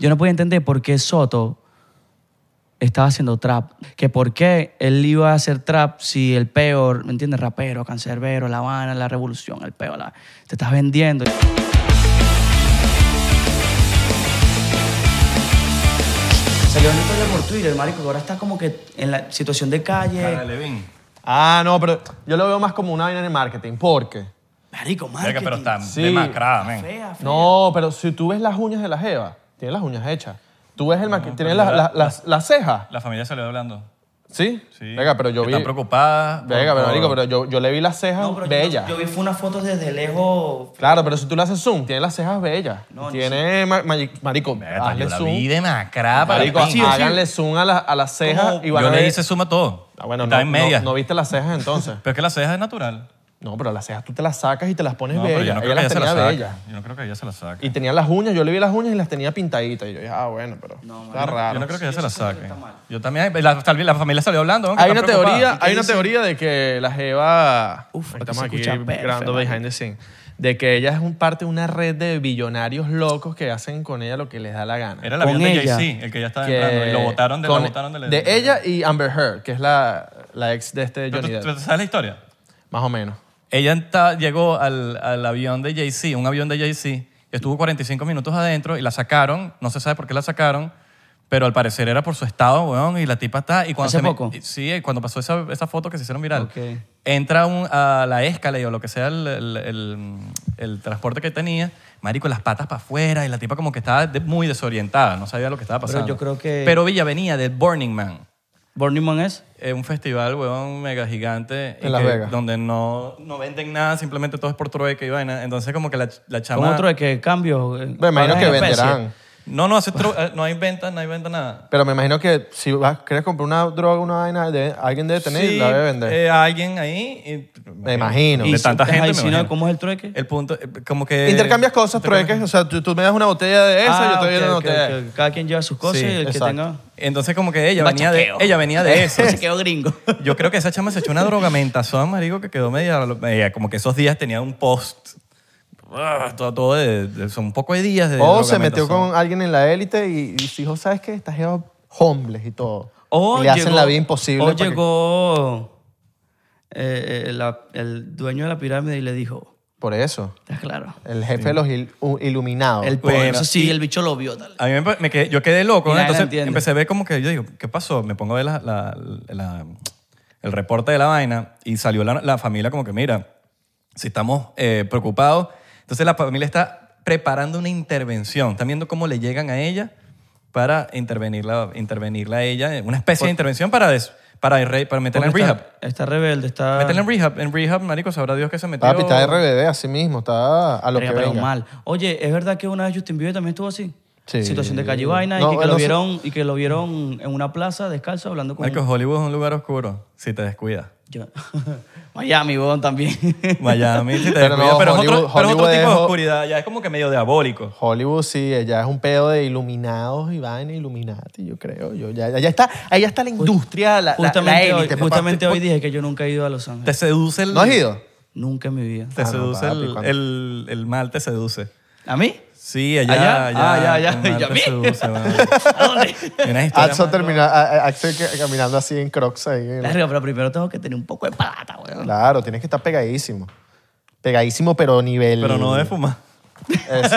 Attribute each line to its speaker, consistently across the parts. Speaker 1: Yo no podía entender por qué Soto estaba haciendo trap. Que por qué él iba a hacer trap si el peor, ¿me entiendes? Rapero, cancerbero, La Habana, La Revolución, el peor. la- Te estás vendiendo. Salió una historia por Twitter, marico, que ahora está como que en la situación de
Speaker 2: Cara
Speaker 1: calle.
Speaker 2: Levin.
Speaker 3: Ah, no, pero yo lo veo más como una vaina de marketing. ¿Por qué?
Speaker 1: Marico, marketing.
Speaker 2: Verga, Pero está
Speaker 3: Sí.
Speaker 2: demacrada, men.
Speaker 1: Fea, fea.
Speaker 3: No, pero si tú ves las uñas de la jeva, tiene las uñas hechas. Tú ves el
Speaker 2: Ah,
Speaker 3: marketing, tiene la- la- las, las cejas,
Speaker 2: La familia salió hablando.
Speaker 3: ¿sí?
Speaker 2: Sí.
Speaker 3: Venga, pero yo vi...
Speaker 2: Están preocupadas.
Speaker 3: Venga,
Speaker 2: por-
Speaker 3: pero, marico,
Speaker 2: por-
Speaker 3: pero yo, yo le vi las cejas
Speaker 1: No, pero yo-
Speaker 3: bellas.
Speaker 1: Yo, vi fue unas fotos desde lejos.
Speaker 3: Claro, pero si tú le haces zoom, tiene las cejas bellas.
Speaker 1: No,
Speaker 3: tiene, ma- ma- marico,
Speaker 2: Verga,
Speaker 3: hazle
Speaker 2: yo la
Speaker 3: zoom.
Speaker 2: vi demacrada para
Speaker 3: Marico,
Speaker 2: la pinga.
Speaker 3: háganle zoom a, la- a las cejas
Speaker 1: Como-
Speaker 3: y van
Speaker 2: Yo
Speaker 3: a ver...
Speaker 2: le hice suma todo.
Speaker 3: Ah, bueno,
Speaker 2: Estaba
Speaker 3: no,
Speaker 2: en media.
Speaker 3: no- no viste las cejas entonces.
Speaker 2: Pero es que la ceja es natural.
Speaker 3: no, pero las cejas tú te las sacas y te las pones
Speaker 2: No, pero yo
Speaker 3: bellas.
Speaker 2: no
Speaker 3: Ella
Speaker 2: creo que
Speaker 3: las
Speaker 2: ella se
Speaker 3: tenía
Speaker 2: la saque.
Speaker 3: bellas.
Speaker 2: Yo no creo que ella se la saque.
Speaker 3: Y tenía las uñas, yo le vi las uñas y las tenía pintaditas. Y yo dije, ah, bueno, pero está raro.
Speaker 2: Yo no creo que ella se la saque. Yo también, la, tal vez la familia salió hablando. ¿no? Que
Speaker 3: Hay
Speaker 2: están
Speaker 3: una
Speaker 2: preocupadas.
Speaker 3: teoría, hay una teoría de que la jeva,
Speaker 1: Uf,
Speaker 3: estamos
Speaker 1: se
Speaker 3: aquí
Speaker 1: escucha perfecto,
Speaker 3: grabando
Speaker 1: marico.
Speaker 3: behind the scenes, de que ella es un parte de una red de billonarios locos que hacen con ella lo que les da la gana.
Speaker 2: Era el avión
Speaker 1: Con
Speaker 2: de
Speaker 1: ella.
Speaker 2: Jay-Z, el que ya estaba
Speaker 3: Que-
Speaker 2: entrando. Y lo botaron de, lo
Speaker 3: con-
Speaker 2: botaron de, la-
Speaker 3: de ella y Amber Heard, que es la, la ex de este
Speaker 2: ¿Pero
Speaker 3: Johnny
Speaker 2: ¿Tú,
Speaker 3: Depp,
Speaker 2: tú sabes la historia?
Speaker 3: más o menos.
Speaker 2: Ella enta- llegó al, al avión de Jay-Z, un avión de Jay-Z, estuvo 45 minutos adentro y la sacaron, no se sabe por qué la sacaron, pero al parecer era por su estado, weón, y la tipa está... Y cuando
Speaker 1: ¿Hace
Speaker 2: se me-
Speaker 1: poco?
Speaker 2: sí, eh, cuando pasó esa, esa foto que se hicieron viral,
Speaker 1: Ok.
Speaker 2: entra un- a la Escalade o lo que sea el, el- el- el transporte que tenía, marico, las patas para afuera y la tipa como que estaba de- muy desorientada, no sabía lo que estaba
Speaker 1: Pero
Speaker 2: pasando.
Speaker 1: yo creo que-
Speaker 2: Pero Villa venía del Burning Man.
Speaker 1: Burning Man es.
Speaker 2: Es un festival, weón, mega gigante. y
Speaker 3: En Las
Speaker 2: que-
Speaker 3: Vegas.
Speaker 2: Donde no, no venden nada, simplemente todo es por trueque y vaina. Entonces, como que la, la chama.
Speaker 1: Con otro de que cambio. eh,
Speaker 3: Me imagino que venderán.
Speaker 2: No, no hace tru- eh, no hay venta, no hay venta nada.
Speaker 3: Pero me imagino que si vas, quieres comprar una droga, una vaina, de, alguien debe tener y la debe vender.
Speaker 2: eh, alguien ahí. y-
Speaker 3: Me imagino.
Speaker 2: De
Speaker 3: Y
Speaker 2: tanta gente. me imagino.
Speaker 1: ¿Cómo es el trueque?
Speaker 2: El punto, eh, como que.
Speaker 3: Intercambias cosas, trueques. O sea, tú, tú me das una botella de esa, yo
Speaker 1: Ah,
Speaker 3: te doy
Speaker 1: ok,
Speaker 3: una
Speaker 1: ok,
Speaker 3: botella. de-
Speaker 1: ok. Cada quien lleva sus cosas
Speaker 2: Sí,
Speaker 1: y el
Speaker 3: exacto.
Speaker 1: que tenga.
Speaker 2: Entonces, como que ella
Speaker 1: Un
Speaker 2: venía de,
Speaker 1: bachaqueo.
Speaker 2: ella venía de eso.
Speaker 1: Un bachaqueo gringo.
Speaker 2: Yo creo que esa chama se echó una drogamentación, marico, que quedó media, media- como que esos días tenía un post. ah, Todo, todo de, de- son un poco de días de
Speaker 3: O Oh, se metió
Speaker 2: drogamentación.
Speaker 3: con alguien en la élite y, y dijo, ¿sabes qué? Estas jevas homeless y todo.
Speaker 1: O
Speaker 3: y le hacen
Speaker 1: Oh, llegó-
Speaker 3: la vida imposible.
Speaker 1: O
Speaker 3: para que-
Speaker 1: llegó eh, eh, la- el dueño de la pirámide y le dijo:
Speaker 3: Por eso.
Speaker 1: Está claro.
Speaker 3: El jefe de los il- u- iluminados.
Speaker 1: El
Speaker 2: Bueno,
Speaker 1: eso sí, el bicho lo vio. Tal.
Speaker 2: A mí me, me quedé- yo quedé loco,
Speaker 1: Y
Speaker 2: ¿no?
Speaker 1: nadie la
Speaker 2: entonces
Speaker 1: entiende.
Speaker 2: empecé a ver como que yo digo, ¿qué pasó? Me pongo a ver la- la- la- el reporte de la vaina y salió la, la familia como que, mira, si estamos eh, preocupados, entonces la familia está preparando una intervención, están viendo cómo le llegan a ella para intervenirla, intervenirla a ella, una especie de intervención para, des- para, irre- para meterla en
Speaker 1: Porque
Speaker 2: rehab.
Speaker 1: Está, está rebelde, está.
Speaker 2: Meterla en rehab, en rehab, marico, sabrá Dios que se metió.
Speaker 3: Papi, está RBD así mismo, está a lo
Speaker 1: Verga,
Speaker 3: que
Speaker 1: pero
Speaker 3: venga.
Speaker 1: mal. Oye, es verdad que una vez Justin Bieber también estuvo así.
Speaker 3: Sí.
Speaker 1: Situación de calle y vaina
Speaker 3: No,
Speaker 1: y, que,
Speaker 3: no
Speaker 1: lo
Speaker 3: sé.
Speaker 1: vieron, y que lo vieron en una plaza descalzo hablando con
Speaker 2: Marico, Hollywood es un lugar oscuro, si te descuidas.
Speaker 1: Yo- Miami, weón, también.
Speaker 2: Miami, si te
Speaker 3: Pero
Speaker 2: pero,
Speaker 3: no,
Speaker 2: pero, es otro, pero
Speaker 3: Hollywood-
Speaker 2: es otro
Speaker 3: Hollywood
Speaker 2: tipo de
Speaker 3: es o-
Speaker 2: oscuridad, ya es como que medio diabólico.
Speaker 3: Hollywood sí, ya es un pedo de iluminados y vaina, iluminati, yo creo. Yo, ya, ya está, ahí está la industria, la, la- la
Speaker 1: justamente hoy,
Speaker 3: élite, papá.
Speaker 1: justamente hoy dije que yo nunca he ido a Los
Speaker 2: Te
Speaker 1: Ángeles.
Speaker 2: seduce el...
Speaker 3: ¿No has ido?
Speaker 1: Nunca en mi vida.
Speaker 2: Te
Speaker 3: Ah, no,
Speaker 2: seduce
Speaker 3: papi,
Speaker 2: el-
Speaker 3: cuando-
Speaker 2: el, el mal, te seduce.
Speaker 1: ¿A mí?
Speaker 2: Sí, allá,
Speaker 1: ¿Allá?
Speaker 2: allá.
Speaker 1: Ah, ya, ya,
Speaker 2: el mal
Speaker 1: ya
Speaker 2: te
Speaker 1: vi.
Speaker 2: seduce, man.
Speaker 1: ¿A dónde?
Speaker 2: Y una historia
Speaker 3: Axel
Speaker 2: más-
Speaker 3: termina- a- a- Axel que- caminando así en crocs ahí. en-
Speaker 1: Verga, pero primero tengo que tener un poco de plata, weón.
Speaker 3: Claro, tienes que estar pegadísimo. Pegadísimo, pero nivel...
Speaker 2: Pero no de fumar.
Speaker 3: Eso.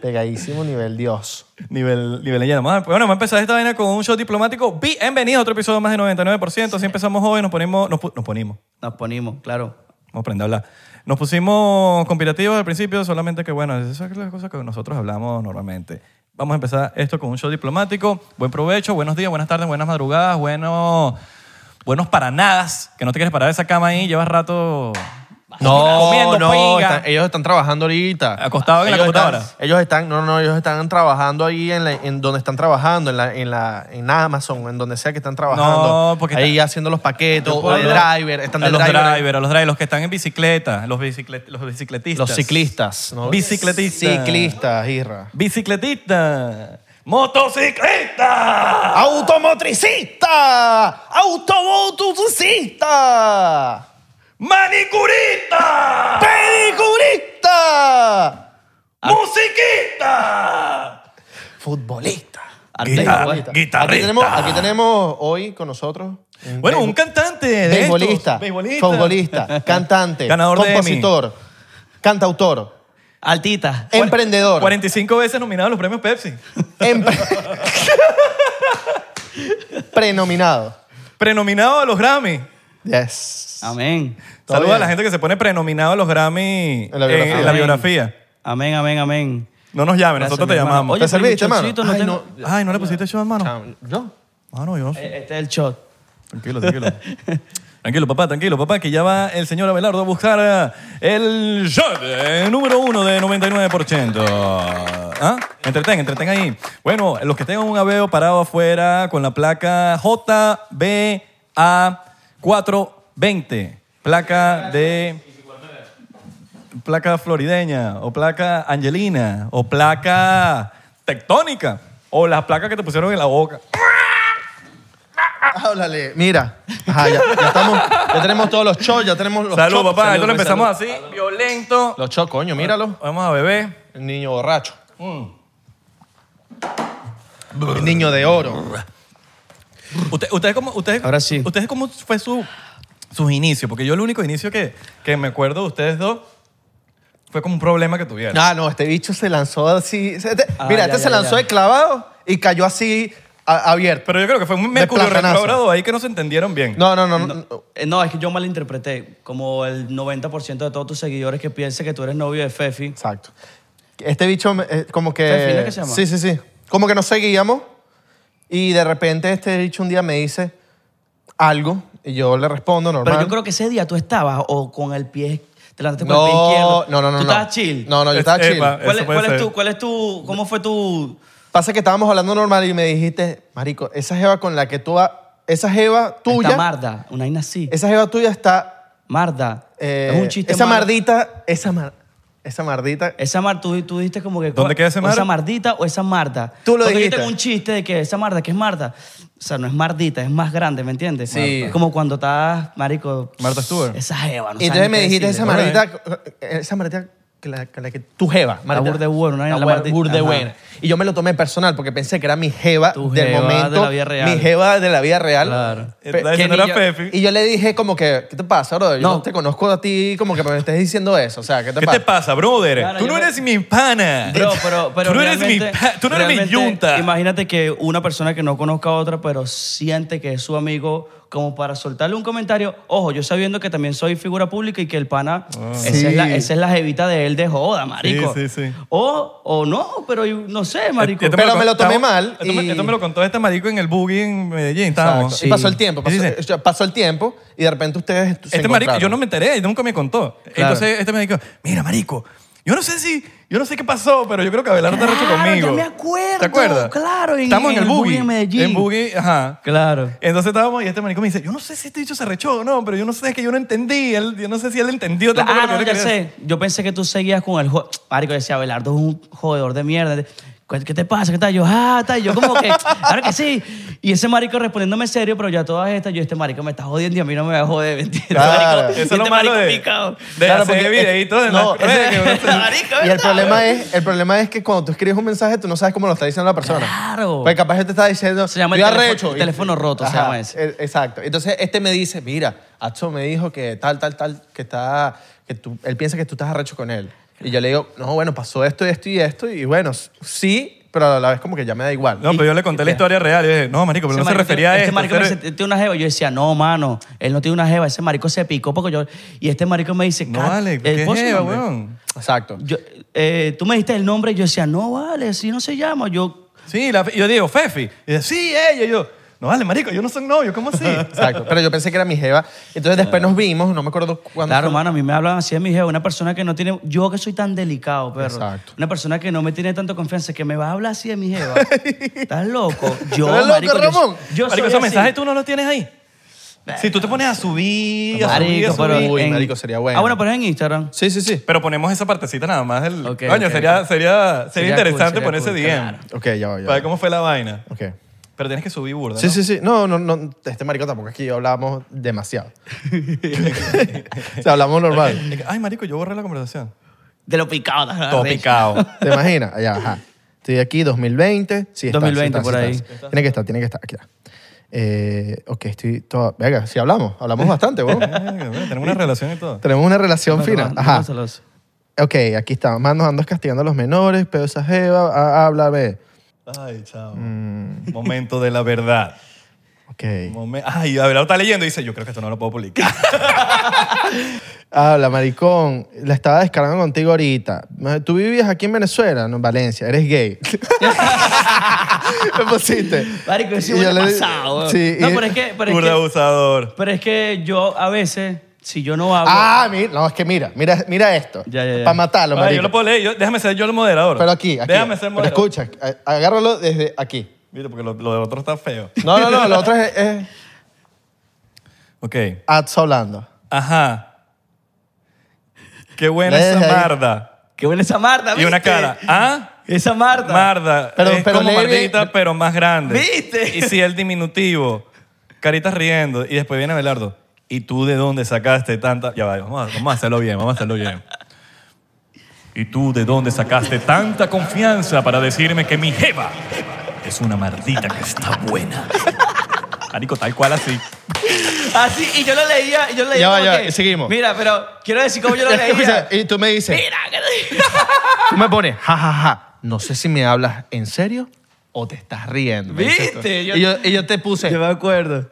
Speaker 3: Pegadísimo nivel Dios.
Speaker 2: Nivel, nivel leyenda. Vamos a- Bueno, vamos a empezar esta vaina con un show diplomático. Bienvenidos a otro episodio más de 99%. Así empezamos hoy, nos ponemos... Nos, pu- nos ponimos.
Speaker 1: Nos ponimos, claro.
Speaker 2: Vamos a aprender a hablar. Nos pusimos conspirativos al principio, solamente que, bueno, esas son las cosas que nosotros hablamos normalmente. Vamos a empezar esto con un show diplomático. Buen provecho, buenos días, buenas tardes, buenas madrugadas, bueno, buenos para nada, que no te quieres parar de esa cama ahí, llevas rato comiendo pinga,
Speaker 3: están- ellos están trabajando ahorita.
Speaker 2: acostado en la
Speaker 3: Ellos están-
Speaker 2: computadora.
Speaker 3: ellos están, no, no, ellos están trabajando ahí en, la- en donde están trabajando, en, la, en, la, en Amazon, en donde sea que están trabajando.
Speaker 2: No, porque
Speaker 3: ahí haciendo los paquetes,
Speaker 2: Yo
Speaker 3: o
Speaker 2: puedo
Speaker 3: de
Speaker 2: hablar-
Speaker 3: driver, están
Speaker 2: a
Speaker 3: de
Speaker 2: los
Speaker 3: driver.
Speaker 2: drivers, a los drivers, los que están en bicicleta, los, biciclet- los bicicletistas.
Speaker 3: Los ciclistas. ¿no?
Speaker 2: Bicicletistas.
Speaker 3: Ciclistas, irra.
Speaker 2: Bicicletista. Motociclista.
Speaker 3: ¡Automotricista! ¡Automotricista!
Speaker 2: Manicurista.
Speaker 3: ¡Pedicurista!
Speaker 2: ¡Musiquita!
Speaker 3: futbolista.
Speaker 1: Artista,
Speaker 2: Guitar-
Speaker 1: pues.
Speaker 2: guitarrista.
Speaker 3: Aquí tenemos, aquí tenemos hoy con nosotros.
Speaker 2: Bueno, un
Speaker 3: beisbol-
Speaker 2: cantante de
Speaker 3: beisbolista,
Speaker 2: estos, beisbolista.
Speaker 3: futbolista, cantante,
Speaker 2: Ganador de Emmy.
Speaker 3: compositor, cantautor,
Speaker 1: Altita.
Speaker 3: emprendedor.
Speaker 2: 45 veces nominado a los premios Pepsi.
Speaker 3: empre- prenominado.
Speaker 2: Prenominado a los Grammy.
Speaker 3: Yes.
Speaker 1: Amén.
Speaker 3: Todo
Speaker 2: Saludos a la
Speaker 3: bien.
Speaker 2: gente que se pone prenominado a los Grammy
Speaker 3: En la biografía.
Speaker 2: en la
Speaker 1: Amén.
Speaker 2: biografía.
Speaker 1: Amén, amén, amén.
Speaker 2: No nos llamen,
Speaker 1: Gracias,
Speaker 2: nosotros te
Speaker 1: mi hermano.
Speaker 2: llamamos.
Speaker 1: Oye,
Speaker 3: ¿Te
Speaker 1: pero mi
Speaker 3: serviste, hermano?
Speaker 1: chocito no
Speaker 3: Ay,
Speaker 1: tengo-
Speaker 2: Ay, ¿no le pusiste eso, hermano?
Speaker 3: Chao, No.
Speaker 2: Mano, yo no sé.
Speaker 1: Eh, Este es el shot.
Speaker 2: Tranquilo, tranquilo. tranquilo, papá, tranquilo, papá, que ya va el señor Abelardo a buscar eh, el shot eh, número uno de 99%. ¿Ah? Entretén, entretén ahí. Bueno, los que tengan un aveo parado afuera con la placa JBA420, placa de... Placa florideña, o placa angelina, o placa tectónica, o las placas que te pusieron en la boca.
Speaker 3: Ah, Háblale. Mira. Ajá, ya, ya estamos, ya tenemos todos los shows, ya tenemos los
Speaker 2: Salud,
Speaker 3: shots.
Speaker 2: papá. Esto lo
Speaker 3: pues,
Speaker 2: empezamos
Speaker 3: salud.
Speaker 2: así, violento.
Speaker 3: Los shots, coño, míralo.
Speaker 2: Vamos a beber.
Speaker 3: El niño borracho.
Speaker 2: Mm.
Speaker 3: El niño de oro.
Speaker 2: Usted- ¿Ustedes cómo, ustedes,
Speaker 1: Ahora sí.
Speaker 2: ¿Ustedes cómo fue su, sus inicios? Porque yo el único inicio que, que me acuerdo de ustedes dos fue como un problema que tuvieron.
Speaker 3: Ah, no, este bicho se lanzó así. se- este-
Speaker 1: Ah,
Speaker 3: mira,
Speaker 1: ya,
Speaker 3: este
Speaker 1: ya,
Speaker 3: se lanzó
Speaker 1: ya.
Speaker 3: de clavado y cayó así a- abierto.
Speaker 2: Pero yo creo que fue un mercurio
Speaker 3: plátanazo.
Speaker 2: retrógrado ahí que no se entendieron bien.
Speaker 3: no, no, no, no.
Speaker 1: Eh, No, es que yo malinterpreté. Como el 90% de todos tus seguidores que piensan que tú eres novio de Fefi.
Speaker 3: Exacto. Este bicho me- eh, como que...
Speaker 1: Fefi, ¿no es que se llama?
Speaker 3: Sí, sí, sí. Como que nos seguíamos y de repente este bicho un día me dice algo y yo le respondo normal.
Speaker 1: Pero yo creo que ese día tú estabas o con el pie, te lanzaste con el pie
Speaker 3: no,
Speaker 1: izquierdo.
Speaker 3: no, no, no.
Speaker 1: Tú
Speaker 3: no.
Speaker 1: estabas chill.
Speaker 3: No, no, yo estaba
Speaker 2: Epa,
Speaker 3: chill.
Speaker 2: eso
Speaker 1: ¿Cuál, es-
Speaker 2: puede
Speaker 1: cuál es
Speaker 2: ser.
Speaker 1: tu, cuál es tu, cómo fue tu...
Speaker 3: Pasa que estábamos hablando normal y me dijiste, marico, esa jeva con la que tú... va- Esa jeva
Speaker 1: Esta
Speaker 3: tuya...
Speaker 1: marda, una vaina así.
Speaker 3: Esa jeva tuya está
Speaker 1: marda.
Speaker 3: Eh,
Speaker 1: es un chiste
Speaker 3: Esa
Speaker 1: malo.
Speaker 3: mardita, esa, mar- esa mardita.
Speaker 1: Esa mar, tú, tú dijiste como que...
Speaker 2: ¿Dónde queda ese
Speaker 1: o
Speaker 2: mar?
Speaker 1: ¿Esa mardita o esa marda?
Speaker 3: Tú lo
Speaker 1: Porque yo
Speaker 3: dijiste.
Speaker 1: tengo un chiste de que esa marda, que es marda? O sea, no es mardita, es más grande, ¿me entiendes?
Speaker 3: Sí.
Speaker 1: Marta. Como cuando estás, marico...
Speaker 2: Marta Stewart.
Speaker 1: Esa jeva, no
Speaker 3: y
Speaker 1: sabes
Speaker 3: entonces
Speaker 1: ni
Speaker 3: me
Speaker 1: qué
Speaker 3: dijiste, esa
Speaker 1: decirle.
Speaker 2: Bueno,
Speaker 3: mardita, esa mardita que la, que la que tu jeva.
Speaker 1: La burda de buena, ¿no?
Speaker 3: La,
Speaker 1: La
Speaker 3: bur-
Speaker 1: mardi-
Speaker 3: burda de
Speaker 1: Ajá.
Speaker 3: buena. Y yo me lo tomé personal porque pensé que era mi jeva
Speaker 1: Tu
Speaker 3: del
Speaker 1: jeva de
Speaker 3: momento.
Speaker 1: la vida real.
Speaker 3: Mi jeva de la vida real.
Speaker 1: Claro.
Speaker 3: Pe-
Speaker 2: Estaba
Speaker 3: que
Speaker 2: diciendo
Speaker 3: ni
Speaker 2: era
Speaker 3: yo-
Speaker 2: Pepe.
Speaker 3: Y yo le dije como que, ¿qué te pasa, bro? Yo
Speaker 1: No.
Speaker 3: no te conozco a ti como que me estés diciendo eso. O sea, ¿qué te
Speaker 2: ¿Qué
Speaker 3: pasa?
Speaker 2: te pasa, brother?
Speaker 1: Claro,
Speaker 2: tú
Speaker 1: yo
Speaker 2: no
Speaker 1: me-
Speaker 2: eres mi pana.
Speaker 1: Bro, pero, pero
Speaker 2: tú no eres mi,
Speaker 1: realmente-
Speaker 2: pa- tú no eres mi
Speaker 1: realmente,
Speaker 2: yunta.
Speaker 1: Imagínate que una persona que no conozca a otra, pero siente que es su amigo, como para soltarle un comentario. Ojo, yo sabiendo que también soy figura pública y que el pana, esa,
Speaker 3: Sí.
Speaker 1: es la, esa es la jevita de él de joda, marico.
Speaker 2: Ah. Sí, sí, Este sí.
Speaker 1: O, o no, pero yo no sé, marico.
Speaker 2: Esto
Speaker 3: Pero me lo
Speaker 2: contaba-
Speaker 3: tomé mal
Speaker 2: Esto, me,
Speaker 3: y-
Speaker 2: esto me lo contó este marico en el buggy en Medellín.
Speaker 3: Exacto.
Speaker 2: Estábamos.
Speaker 1: Sí.
Speaker 3: Y pasó el tiempo, pasó,
Speaker 2: Y dice-
Speaker 3: o sea, pasó el tiempo y de repente ustedes se
Speaker 2: Este marico,
Speaker 3: encontraron.
Speaker 2: yo no me enteré, él nunca me contó.
Speaker 1: Claro.
Speaker 2: Entonces este me dijo, mira marico, yo no sé si, yo no sé qué pasó, pero yo creo que Abelardo está recho
Speaker 1: Claro,
Speaker 2: conmigo.
Speaker 1: ya me acuerdo,
Speaker 2: ¿Te acuerdas?
Speaker 1: claro, en-
Speaker 2: Estamos en,
Speaker 1: en el
Speaker 2: el buggy.
Speaker 1: buggy en Medellín.
Speaker 2: En buggy, ajá.
Speaker 1: Claro.
Speaker 2: Entonces estábamos y este marico me dice, yo no sé si este dicho se rechó o no, pero yo no sé, es que yo no entendí, él- yo no sé si él entendió tampoco
Speaker 1: Ah,
Speaker 2: lo que
Speaker 1: no,
Speaker 2: yo
Speaker 1: ya
Speaker 2: quería decir".
Speaker 1: sé. Yo pensé que tú seguías con el... jo- Marico, yo decía, Abelardo es un jodedor de mierda. ¿Qué qué te pasa? ¿Qué tal? Yo, ah, tal. Yo como que, claro que sí. Y ese marico respondiéndome serio, pero ya todas estas, yo, este marico me está jodiendo y a mí no me va a joder, ¿me entiendes?
Speaker 3: Claro.
Speaker 1: Marico,
Speaker 2: Eso es
Speaker 1: este
Speaker 2: lo malo
Speaker 1: marico
Speaker 2: de,
Speaker 1: picado.
Speaker 2: de
Speaker 3: Claro,
Speaker 2: hacer
Speaker 3: porque-
Speaker 2: videitos en
Speaker 3: no,
Speaker 2: las redes.
Speaker 3: ese-
Speaker 2: que uno se-
Speaker 1: Marico,
Speaker 3: Y el
Speaker 1: ¿verdad?
Speaker 3: problema, es, el problema es que cuando tú escribes un mensaje, tú no sabes cómo lo está diciendo la persona.
Speaker 1: Claro.
Speaker 3: Porque capaz que te está diciendo.
Speaker 1: Se llama el
Speaker 3: "Estoy
Speaker 1: teléfono-
Speaker 3: arrecho",
Speaker 1: el
Speaker 3: y-
Speaker 1: teléfono roto, se llama ese.
Speaker 3: e- Exacto. Entonces, este me dice: Mira, Acho me dijo que tal, tal, tal, que está. que tú, él piensa que tú estás arrecho con él. Y yo le digo: No, bueno, pasó esto y esto y esto. Y bueno, sí, pero a la vez como que ya me da igual.
Speaker 2: No, pero yo le conté la historia real y dije, no marico, pero
Speaker 1: Ese
Speaker 2: no se
Speaker 1: marico
Speaker 2: refería a
Speaker 1: tiene-
Speaker 2: esto.
Speaker 1: Este marico
Speaker 2: pero-
Speaker 1: me dice, tiene una jeva. Yo decía, no, mano, él no tiene una jeva. Ese marico se picó porque yo... Y este marico me dice...
Speaker 2: No
Speaker 1: "Cat-
Speaker 2: vale,
Speaker 1: el
Speaker 2: ¿qué
Speaker 1: pozo,
Speaker 2: jeva,
Speaker 1: hombre".
Speaker 2: weón?
Speaker 3: Exacto.
Speaker 1: Yo, eh, tú me diste el nombre y yo decía, no, vale, así no se llama. Yo
Speaker 2: Sí, la- yo digo, Fefi. Y dice, sí, ella. Y yo, no vale, marico, yo no soy novio, ¿cómo así?
Speaker 3: Exacto. Pero yo pensé que era mi jeva. Entonces, después nos vimos, no me acuerdo cuándo.
Speaker 1: Claro,
Speaker 3: fue.
Speaker 1: hermano, a mí me hablan así de mi jefe, una persona que no tiene, yo que soy tan delicado, perro.
Speaker 3: Exacto.
Speaker 1: Una persona que no me tiene tanto confianza, que me va a hablar así de mi jeva. ¿Estás loco? Yo,
Speaker 3: ¿Estás loco,
Speaker 1: marico, yo-
Speaker 3: Ramón?
Speaker 1: Yo, soy
Speaker 2: marico, esos
Speaker 1: así.
Speaker 2: mensajes tú no los tienes ahí. Si tú te pones a subir, a subir, a
Speaker 1: Marico, pues.
Speaker 2: subir.
Speaker 1: pero
Speaker 3: Uy, marico, sería bueno.
Speaker 1: Ah, bueno, pero es en Instagram.
Speaker 3: Sí, sí, sí.
Speaker 2: Pero ponemos esa partecita nada más. del-
Speaker 1: Ok,
Speaker 2: Coño,
Speaker 1: ok,
Speaker 2: sería, Sería, sería,
Speaker 1: Sería
Speaker 2: interesante
Speaker 1: cool, sería
Speaker 2: poner ese
Speaker 1: cool,
Speaker 2: DM.
Speaker 1: claro.
Speaker 3: Ok, ya va, ya
Speaker 2: Para ver
Speaker 3: va.
Speaker 2: cómo fue la vaina.
Speaker 3: Ok.
Speaker 2: Pero tienes que subir burda,
Speaker 3: Sí,
Speaker 2: ¿no?
Speaker 3: sí, sí. No, no, no. Este marico tampoco es que yo hablábamos demasiado. o sea, hablamos normal.
Speaker 2: Es que, Ay, marico, yo borré la conversación.
Speaker 1: Ah, De lo picado.
Speaker 2: Todo
Speaker 1: arrecho.
Speaker 2: picado.
Speaker 3: ¿Te imaginas? Allá, ajá. Estoy aquí 2020. Sí, está,
Speaker 1: 2020
Speaker 3: sí está,
Speaker 1: por
Speaker 3: sí
Speaker 1: ahí.
Speaker 3: está. Tiene que estar, tiene que estar. Aquí está. Eh, ok, estoy todo. Venga, sí hablamos, hablamos bastante, weón.
Speaker 2: Tenemos una relación y todo.
Speaker 3: Tenemos una relación fina.
Speaker 1: Bueno,
Speaker 3: Ajá.
Speaker 1: pásalos.
Speaker 3: Ok, aquí está. Más nos andas castigando a los menores, pero esa jeva, ah, háblame.
Speaker 2: Ay, chao.
Speaker 1: Mm.
Speaker 2: Momento de la verdad.
Speaker 3: Ok.
Speaker 2: Momen- Ay, Abelardo está leyendo y dice, yo creo que esto no lo puedo publicar.
Speaker 3: Habla, maricón. La estaba descargando contigo ahorita. ¿Tú vivías aquí en Venezuela? No, en Valencia. Eres gay. Me pusiste.
Speaker 1: Marico, eso
Speaker 3: Y
Speaker 1: es
Speaker 3: yo le-
Speaker 1: pasado. weón.
Speaker 3: Sí,
Speaker 1: no,
Speaker 3: y-
Speaker 1: pero es que... Pero es
Speaker 2: Burda
Speaker 1: que,
Speaker 2: abusador.
Speaker 1: pero es que yo a veces, si yo no hablo...
Speaker 3: Ah, mira, no, es que mira, mira, mira esto.
Speaker 1: Ya, ya, ya.
Speaker 3: Para matarlo,
Speaker 2: Ay, yo
Speaker 3: marico.
Speaker 2: lo puedo leer. yo- déjame ser yo el moderador.
Speaker 3: Pero aquí, aquí.
Speaker 2: Déjame ser
Speaker 3: Pero
Speaker 2: moderador.
Speaker 3: escucha, a- agárralo desde aquí.
Speaker 2: Mira, porque lo, lo del otro está feo.
Speaker 3: No, no, no, lo otro es, es
Speaker 2: Ok.
Speaker 3: ads hablando.
Speaker 2: Ajá. Qué buena
Speaker 3: Lees
Speaker 2: esa
Speaker 3: ahí.
Speaker 2: marda.
Speaker 1: Qué buena esa Marta,
Speaker 2: Y una
Speaker 1: ¿viste?
Speaker 2: cara. ¿Ah?
Speaker 1: Esa Marta.
Speaker 2: Marda.
Speaker 3: Pero-
Speaker 2: es
Speaker 3: pero
Speaker 2: como
Speaker 3: lee bien.
Speaker 2: Mardita, pero más grande.
Speaker 1: ¿Viste?
Speaker 2: Y si el diminutivo. Caritas riendo. Y después viene Abelardo. ¿Y tú de dónde sacaste tanta...? Ya va, vamos a, vamos a hacerlo bien, vamos a hacerlo bien. ¿Y tú de dónde sacaste tanta confianza para decirme que mi jeva es una mardita que está buena? Marico, tal cual así.
Speaker 1: Así, y yo lo leía, y yo lo leía
Speaker 3: Ya va,
Speaker 1: como
Speaker 3: ya va,
Speaker 1: que,
Speaker 3: seguimos.
Speaker 1: Mira, pero quiero decir cómo yo lo leía.
Speaker 3: y tú me dices,
Speaker 1: mira,
Speaker 3: tú me pones, jajaja, ja, ja, no sé si me hablas en serio o te estás riendo. me dices tú.
Speaker 1: Viste, yo-
Speaker 3: Y, yo, y yo te puse,
Speaker 1: yo me acuerdo.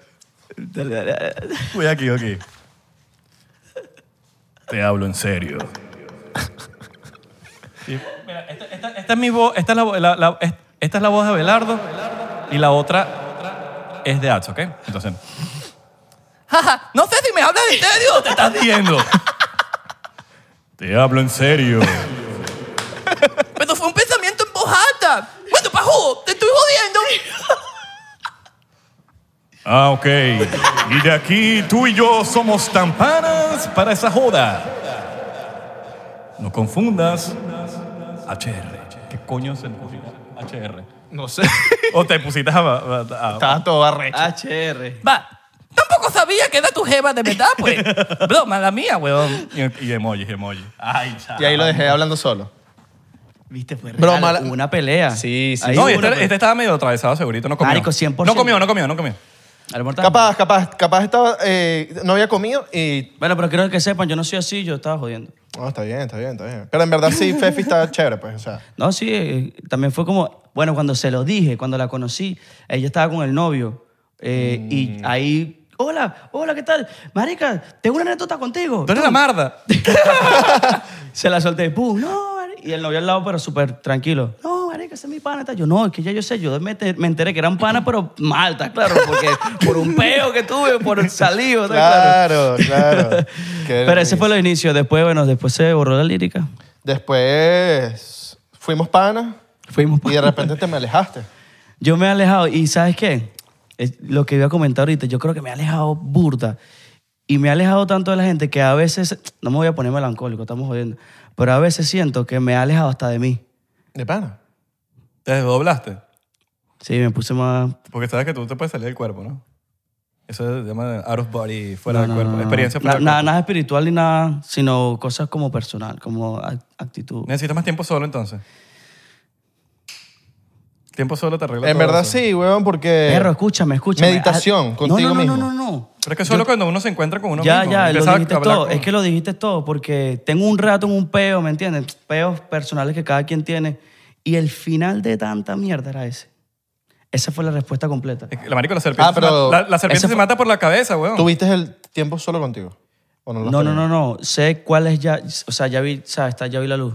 Speaker 1: Dale, dale, dale.
Speaker 2: Voy aquí, aquí. Te hablo en serio. Mira, esta, esta- esta es mi voz, esta es la, vo- la- la- es- esta es la voz de Abelardo y la otra es de Acho, ¿ok? Entonces. Jaja, no sé si me hablas en serio o te estás riendo. Te hablo en serio.
Speaker 4: Pero fue un pensamiento en voz alta. Bueno, Pajú, te estoy jodiendo.
Speaker 2: Ah, ok. Y de aquí tú y yo somos tampanas para esa joda. No confundas. HR. ¿Qué coño se le puso HR?
Speaker 3: no sé,
Speaker 2: O te pusiste a... a- a-
Speaker 3: estaba todo arrecho.
Speaker 1: Ah, HR.
Speaker 4: Va, tampoco sabía que era tu jeva de verdad, pues. Broma, la mía, weón.
Speaker 2: y, y emoji, emoji. Ay, chao.
Speaker 3: Y ahí lo
Speaker 1: ah.
Speaker 3: dejé hablando solo.
Speaker 1: Viste, fue real.
Speaker 3: Broma, la-
Speaker 1: Hubo una pelea.
Speaker 3: Sí, sí,
Speaker 1: Ahí
Speaker 2: No,
Speaker 1: hubo una
Speaker 2: y este,
Speaker 1: pelea.
Speaker 2: este estaba medio atravesado, segurito. No comió.
Speaker 1: Marico, 100%.
Speaker 2: No comió, no comió, no comió.
Speaker 1: Al mortal.
Speaker 3: este Capaz, capaz, capaz estaba, eh, no había comido y...
Speaker 1: Bueno, pero quiero que sepan, yo no soy así, yo estaba jodiendo.
Speaker 3: No, está bien, está bien, está bien. Pero en verdad sí, Fefi está chévere, pues, o sea.
Speaker 1: No, sí, eh, también fue como, bueno, cuando se lo dije, cuando la conocí, ella estaba con el novio eh, y
Speaker 3: Mm.
Speaker 1: ahí, hola, hola, ¿qué tal? Marica, tengo una anécdota contigo.
Speaker 2: Tú eres la marda.
Speaker 1: Se la solté, pum, no, mari- y el novio al lado, pero súper tranquilo. No, marica, ese es mi pana. tal. Yo, no, es que ya yo sé, yo me, te- me enteré que eran panas, pero malta, claro, porque por un peo que tuve, por el salido, tal, claro.
Speaker 3: Claro, claro. Qué
Speaker 1: Pero ese
Speaker 3: risa.
Speaker 1: fue el inicio. Después, bueno, después se borró la lírica.
Speaker 3: Después fuimos panas
Speaker 1: Fuimos
Speaker 3: y
Speaker 1: para
Speaker 3: de repente te me alejaste.
Speaker 1: Yo me he alejado y ¿sabes qué? Es lo que iba a comentar ahorita, yo creo que me he alejado burda. Y me he alejado tanto de la gente que a veces, no me voy a poner melancólico, estamos jodiendo, pero a veces siento que me he alejado hasta de mí.
Speaker 3: ¿De pana?
Speaker 2: Te desdoblaste.
Speaker 1: Sí, me puse más...
Speaker 2: Porque sabes que tú te puedes salir del cuerpo, ¿no? Eso se llama out of body,
Speaker 1: no,
Speaker 2: fuera del
Speaker 1: no,
Speaker 2: cuerpo.
Speaker 1: no, no.
Speaker 2: Experiencia
Speaker 1: Na-
Speaker 2: fuera del
Speaker 1: nada,
Speaker 2: cuerpo.
Speaker 1: nada espiritual ni nada, sino cosas como personal, como ac- actitud.
Speaker 2: ¿Necesitas más tiempo solo entonces? Tiempo solo te arregla
Speaker 3: En
Speaker 2: todo
Speaker 3: verdad
Speaker 2: eso.
Speaker 3: sí, weón, porque...
Speaker 1: Perro, escúchame, escúchame.
Speaker 3: Meditación
Speaker 1: Ah,
Speaker 3: contigo
Speaker 1: no, no,
Speaker 3: mismo.
Speaker 1: No, no, no, no.
Speaker 2: Pero es que solo cuando uno se encuentra con uno
Speaker 1: ya,
Speaker 2: mismo.
Speaker 1: ya,
Speaker 2: empieza
Speaker 1: lo
Speaker 2: a
Speaker 1: dijiste
Speaker 2: hablar
Speaker 1: todo.
Speaker 2: con-
Speaker 1: Es que lo dijiste todo porque tengo un rato en un peo, ¿me entiendes? Peos personales que cada quien tiene. Y el final de tanta mierda era ese. Esa fue la respuesta completa.
Speaker 2: Es que La marico, la serpiente,
Speaker 3: Ah, pero-
Speaker 2: se, mata, la, la
Speaker 1: Ese
Speaker 2: serpiente se
Speaker 1: fue-
Speaker 2: mata por la cabeza, weón.
Speaker 3: ¿Tuviste el tiempo solo contigo? ¿O no, lo has
Speaker 1: No, no,
Speaker 3: tenido?
Speaker 1: no, no. Sé cuál es ya. O sea, ya vi, ¿sabes? Está- Ya vi la luz.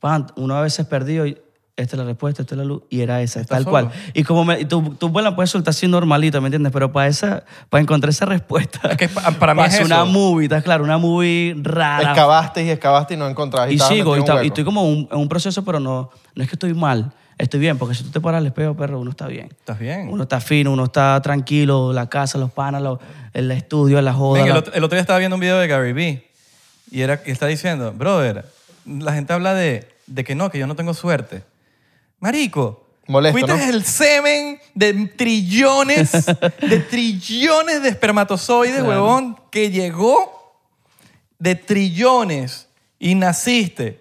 Speaker 1: Pan, uno a veces perdido y esta es la respuesta, esta es la luz y era esa,
Speaker 2: Está
Speaker 1: tal
Speaker 2: solo.
Speaker 1: cual. Y como me, y tu, tu vuela puede soltar así normalito, ¿me entiendes? Pero para esa, para encontrar esa respuesta.
Speaker 2: Es que pa- para mí
Speaker 1: pasó
Speaker 2: es
Speaker 1: una
Speaker 2: eso.
Speaker 1: movie, ¿estás claro? Una movie rara,
Speaker 3: Excavaste y excavaste y no encontraste.
Speaker 1: y
Speaker 3: estabas
Speaker 1: sigo y,
Speaker 3: metido en un
Speaker 1: ta- y
Speaker 3: hueco.
Speaker 1: estoy como un- en un proceso, pero no, no es que estoy mal, estoy bien, porque si tú te paras al espejo, perro, uno está bien.
Speaker 2: ¿Estás bien?
Speaker 1: Uno está fino, uno está tranquilo, la casa, los panas, los- el estudio, la joda.
Speaker 2: Venga, el,
Speaker 1: la-
Speaker 2: otro, el otro día estaba viendo un video de Gary Vee y, era, y está diciendo, brother, la gente habla de, de que no, que yo no tengo suerte. Marico,
Speaker 3: Molesto,
Speaker 2: fuiste
Speaker 3: ¿no?
Speaker 2: el semen de trillones, de trillones de espermatozoides, huevón, que llegó de trillones y naciste.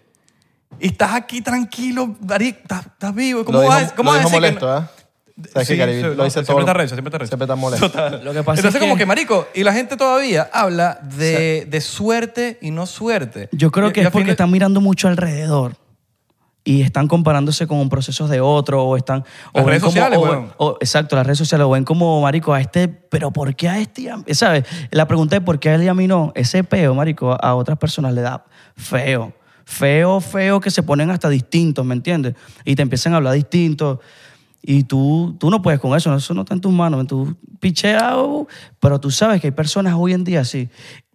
Speaker 2: Y estás aquí tranquilo, Darío, estás, estás vivo. ¿Cómo
Speaker 3: lo
Speaker 2: vas,
Speaker 3: dijo,
Speaker 2: cómo
Speaker 3: lo
Speaker 2: vas a
Speaker 3: dijo
Speaker 2: decir que
Speaker 3: molesto,
Speaker 2: no?
Speaker 3: ¿ah? Sabes
Speaker 2: Sí,
Speaker 3: que Caribe
Speaker 2: sí,
Speaker 3: lo
Speaker 2: no,
Speaker 3: dice
Speaker 2: siempre
Speaker 3: todo.
Speaker 2: está recho, siempre está recho.
Speaker 3: Siempre está molesto.
Speaker 2: Total.
Speaker 1: Lo que pasa
Speaker 2: Entonces,
Speaker 1: es
Speaker 2: como
Speaker 1: que-
Speaker 2: que, marico, y la gente todavía habla de, de suerte y no suerte.
Speaker 1: Yo creo
Speaker 2: Y-
Speaker 1: que
Speaker 2: y
Speaker 1: es
Speaker 2: al fin
Speaker 1: porque
Speaker 2: de-
Speaker 1: están mirando mucho alrededor y están comparándose con procesos de otro o están o
Speaker 2: Las
Speaker 1: ven
Speaker 2: redes
Speaker 1: como-
Speaker 2: sociales,
Speaker 1: o-
Speaker 2: weón.
Speaker 1: o- exacto las redes sociales o ven como marico a este pero por qué a este y a- sabes la pregunta de por qué a él y a mí no ese peo marico a otras personas le da feo feo feo que se ponen hasta distintos me entiendes y te empiezan a hablar distintos y tú, tú no puedes con eso, eso no está en tus manos, tú picheas, oh, pero tú sabes que hay personas hoy en día así.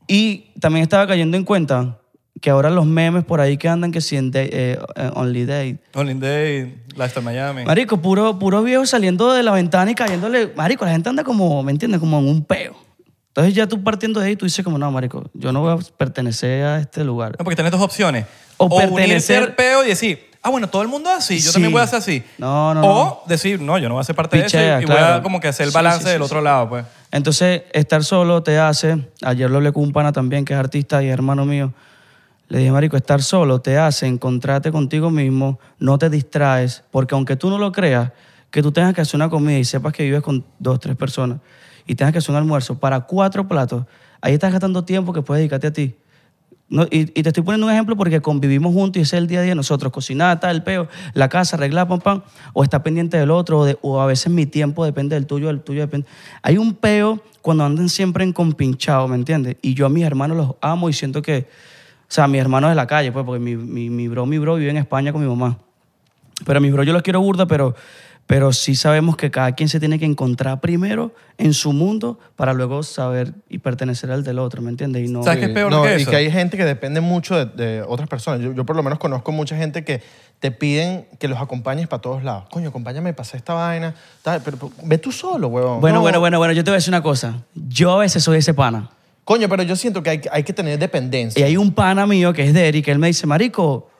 Speaker 1: Y también estaba cayendo en cuenta que ahora los memes por ahí que andan que si en Day- eh, eh, Only Day.
Speaker 2: Only Day, Lifestyle Miami.
Speaker 1: Marico, puro, puro viejo saliendo de la ventana y cayéndole. Marico, la gente anda como, ¿me entiendes? Como en un peo. Entonces ya tú partiendo de ahí, tú dices como, no, marico, yo no voy a pertenecer a este lugar.
Speaker 2: No, porque tenés dos opciones.
Speaker 1: O
Speaker 2: O, unirse
Speaker 1: pertenecer-
Speaker 2: al peo y decir, ah, bueno, todo el mundo es así, yo también
Speaker 1: Sí.
Speaker 2: voy a hacer así.
Speaker 1: No, no,
Speaker 2: O decir, no, yo no voy a ser parte de
Speaker 1: Pichea,
Speaker 2: eso y voy
Speaker 1: claro.
Speaker 2: a como que hacer el
Speaker 1: Sí,
Speaker 2: balance
Speaker 1: sí, sí,
Speaker 2: del
Speaker 1: sí.
Speaker 2: otro lado, pues.
Speaker 1: Entonces, estar solo te hace, ayer lo hablé con un pana también que es artista y es hermano mío, le dije, Marico, estar solo te hace encontrarte contigo mismo, no te distraes, porque aunque tú no lo creas, que tú tengas que hacer una comida y sepas que vives con dos, tres personas y tengas que hacer un almuerzo para cuatro platos, ahí estás gastando tiempo que puedes dedicarte a ti. No, y, y te estoy poniendo un ejemplo porque convivimos juntos y ese es el día a día de nosotros. Cocinar, tal, el peo, la casa, arreglar, pam, pam. O estar pendiente del otro, o, de- o a veces mi tiempo depende del tuyo, el tuyo depende. Hay un peo cuando andan siempre en compinchado, ¿me entiendes? Y yo a mis hermanos los amo y siento que. O sea, mis hermanos de la calle, pues, porque mi, mi, mi bro, mi bro vive en España con mi mamá. Pero a mis bro yo los quiero burda, pero, pero sí sabemos que cada quien se tiene que encontrar primero en su mundo para luego saber y pertenecer al del otro, ¿me entiendes? Y no.
Speaker 2: ¿Sabes qué es peor
Speaker 3: No,
Speaker 2: que
Speaker 3: Y
Speaker 2: eso?
Speaker 3: que hay gente que depende mucho de, de otras personas. Yo, yo por lo menos conozco mucha gente que te piden que los acompañes para todos lados. Coño, acompáñame, pasé esta vaina. tal, pero, pero ve tú solo, huevón.
Speaker 1: Bueno,
Speaker 3: No.
Speaker 1: bueno, bueno, bueno, yo te voy a decir una cosa. Yo a veces soy ese pana.
Speaker 3: Coño, pero yo siento que hay, hay que tener dependencia.
Speaker 1: Y hay un pana mío que es de Eric, él me dice, marico,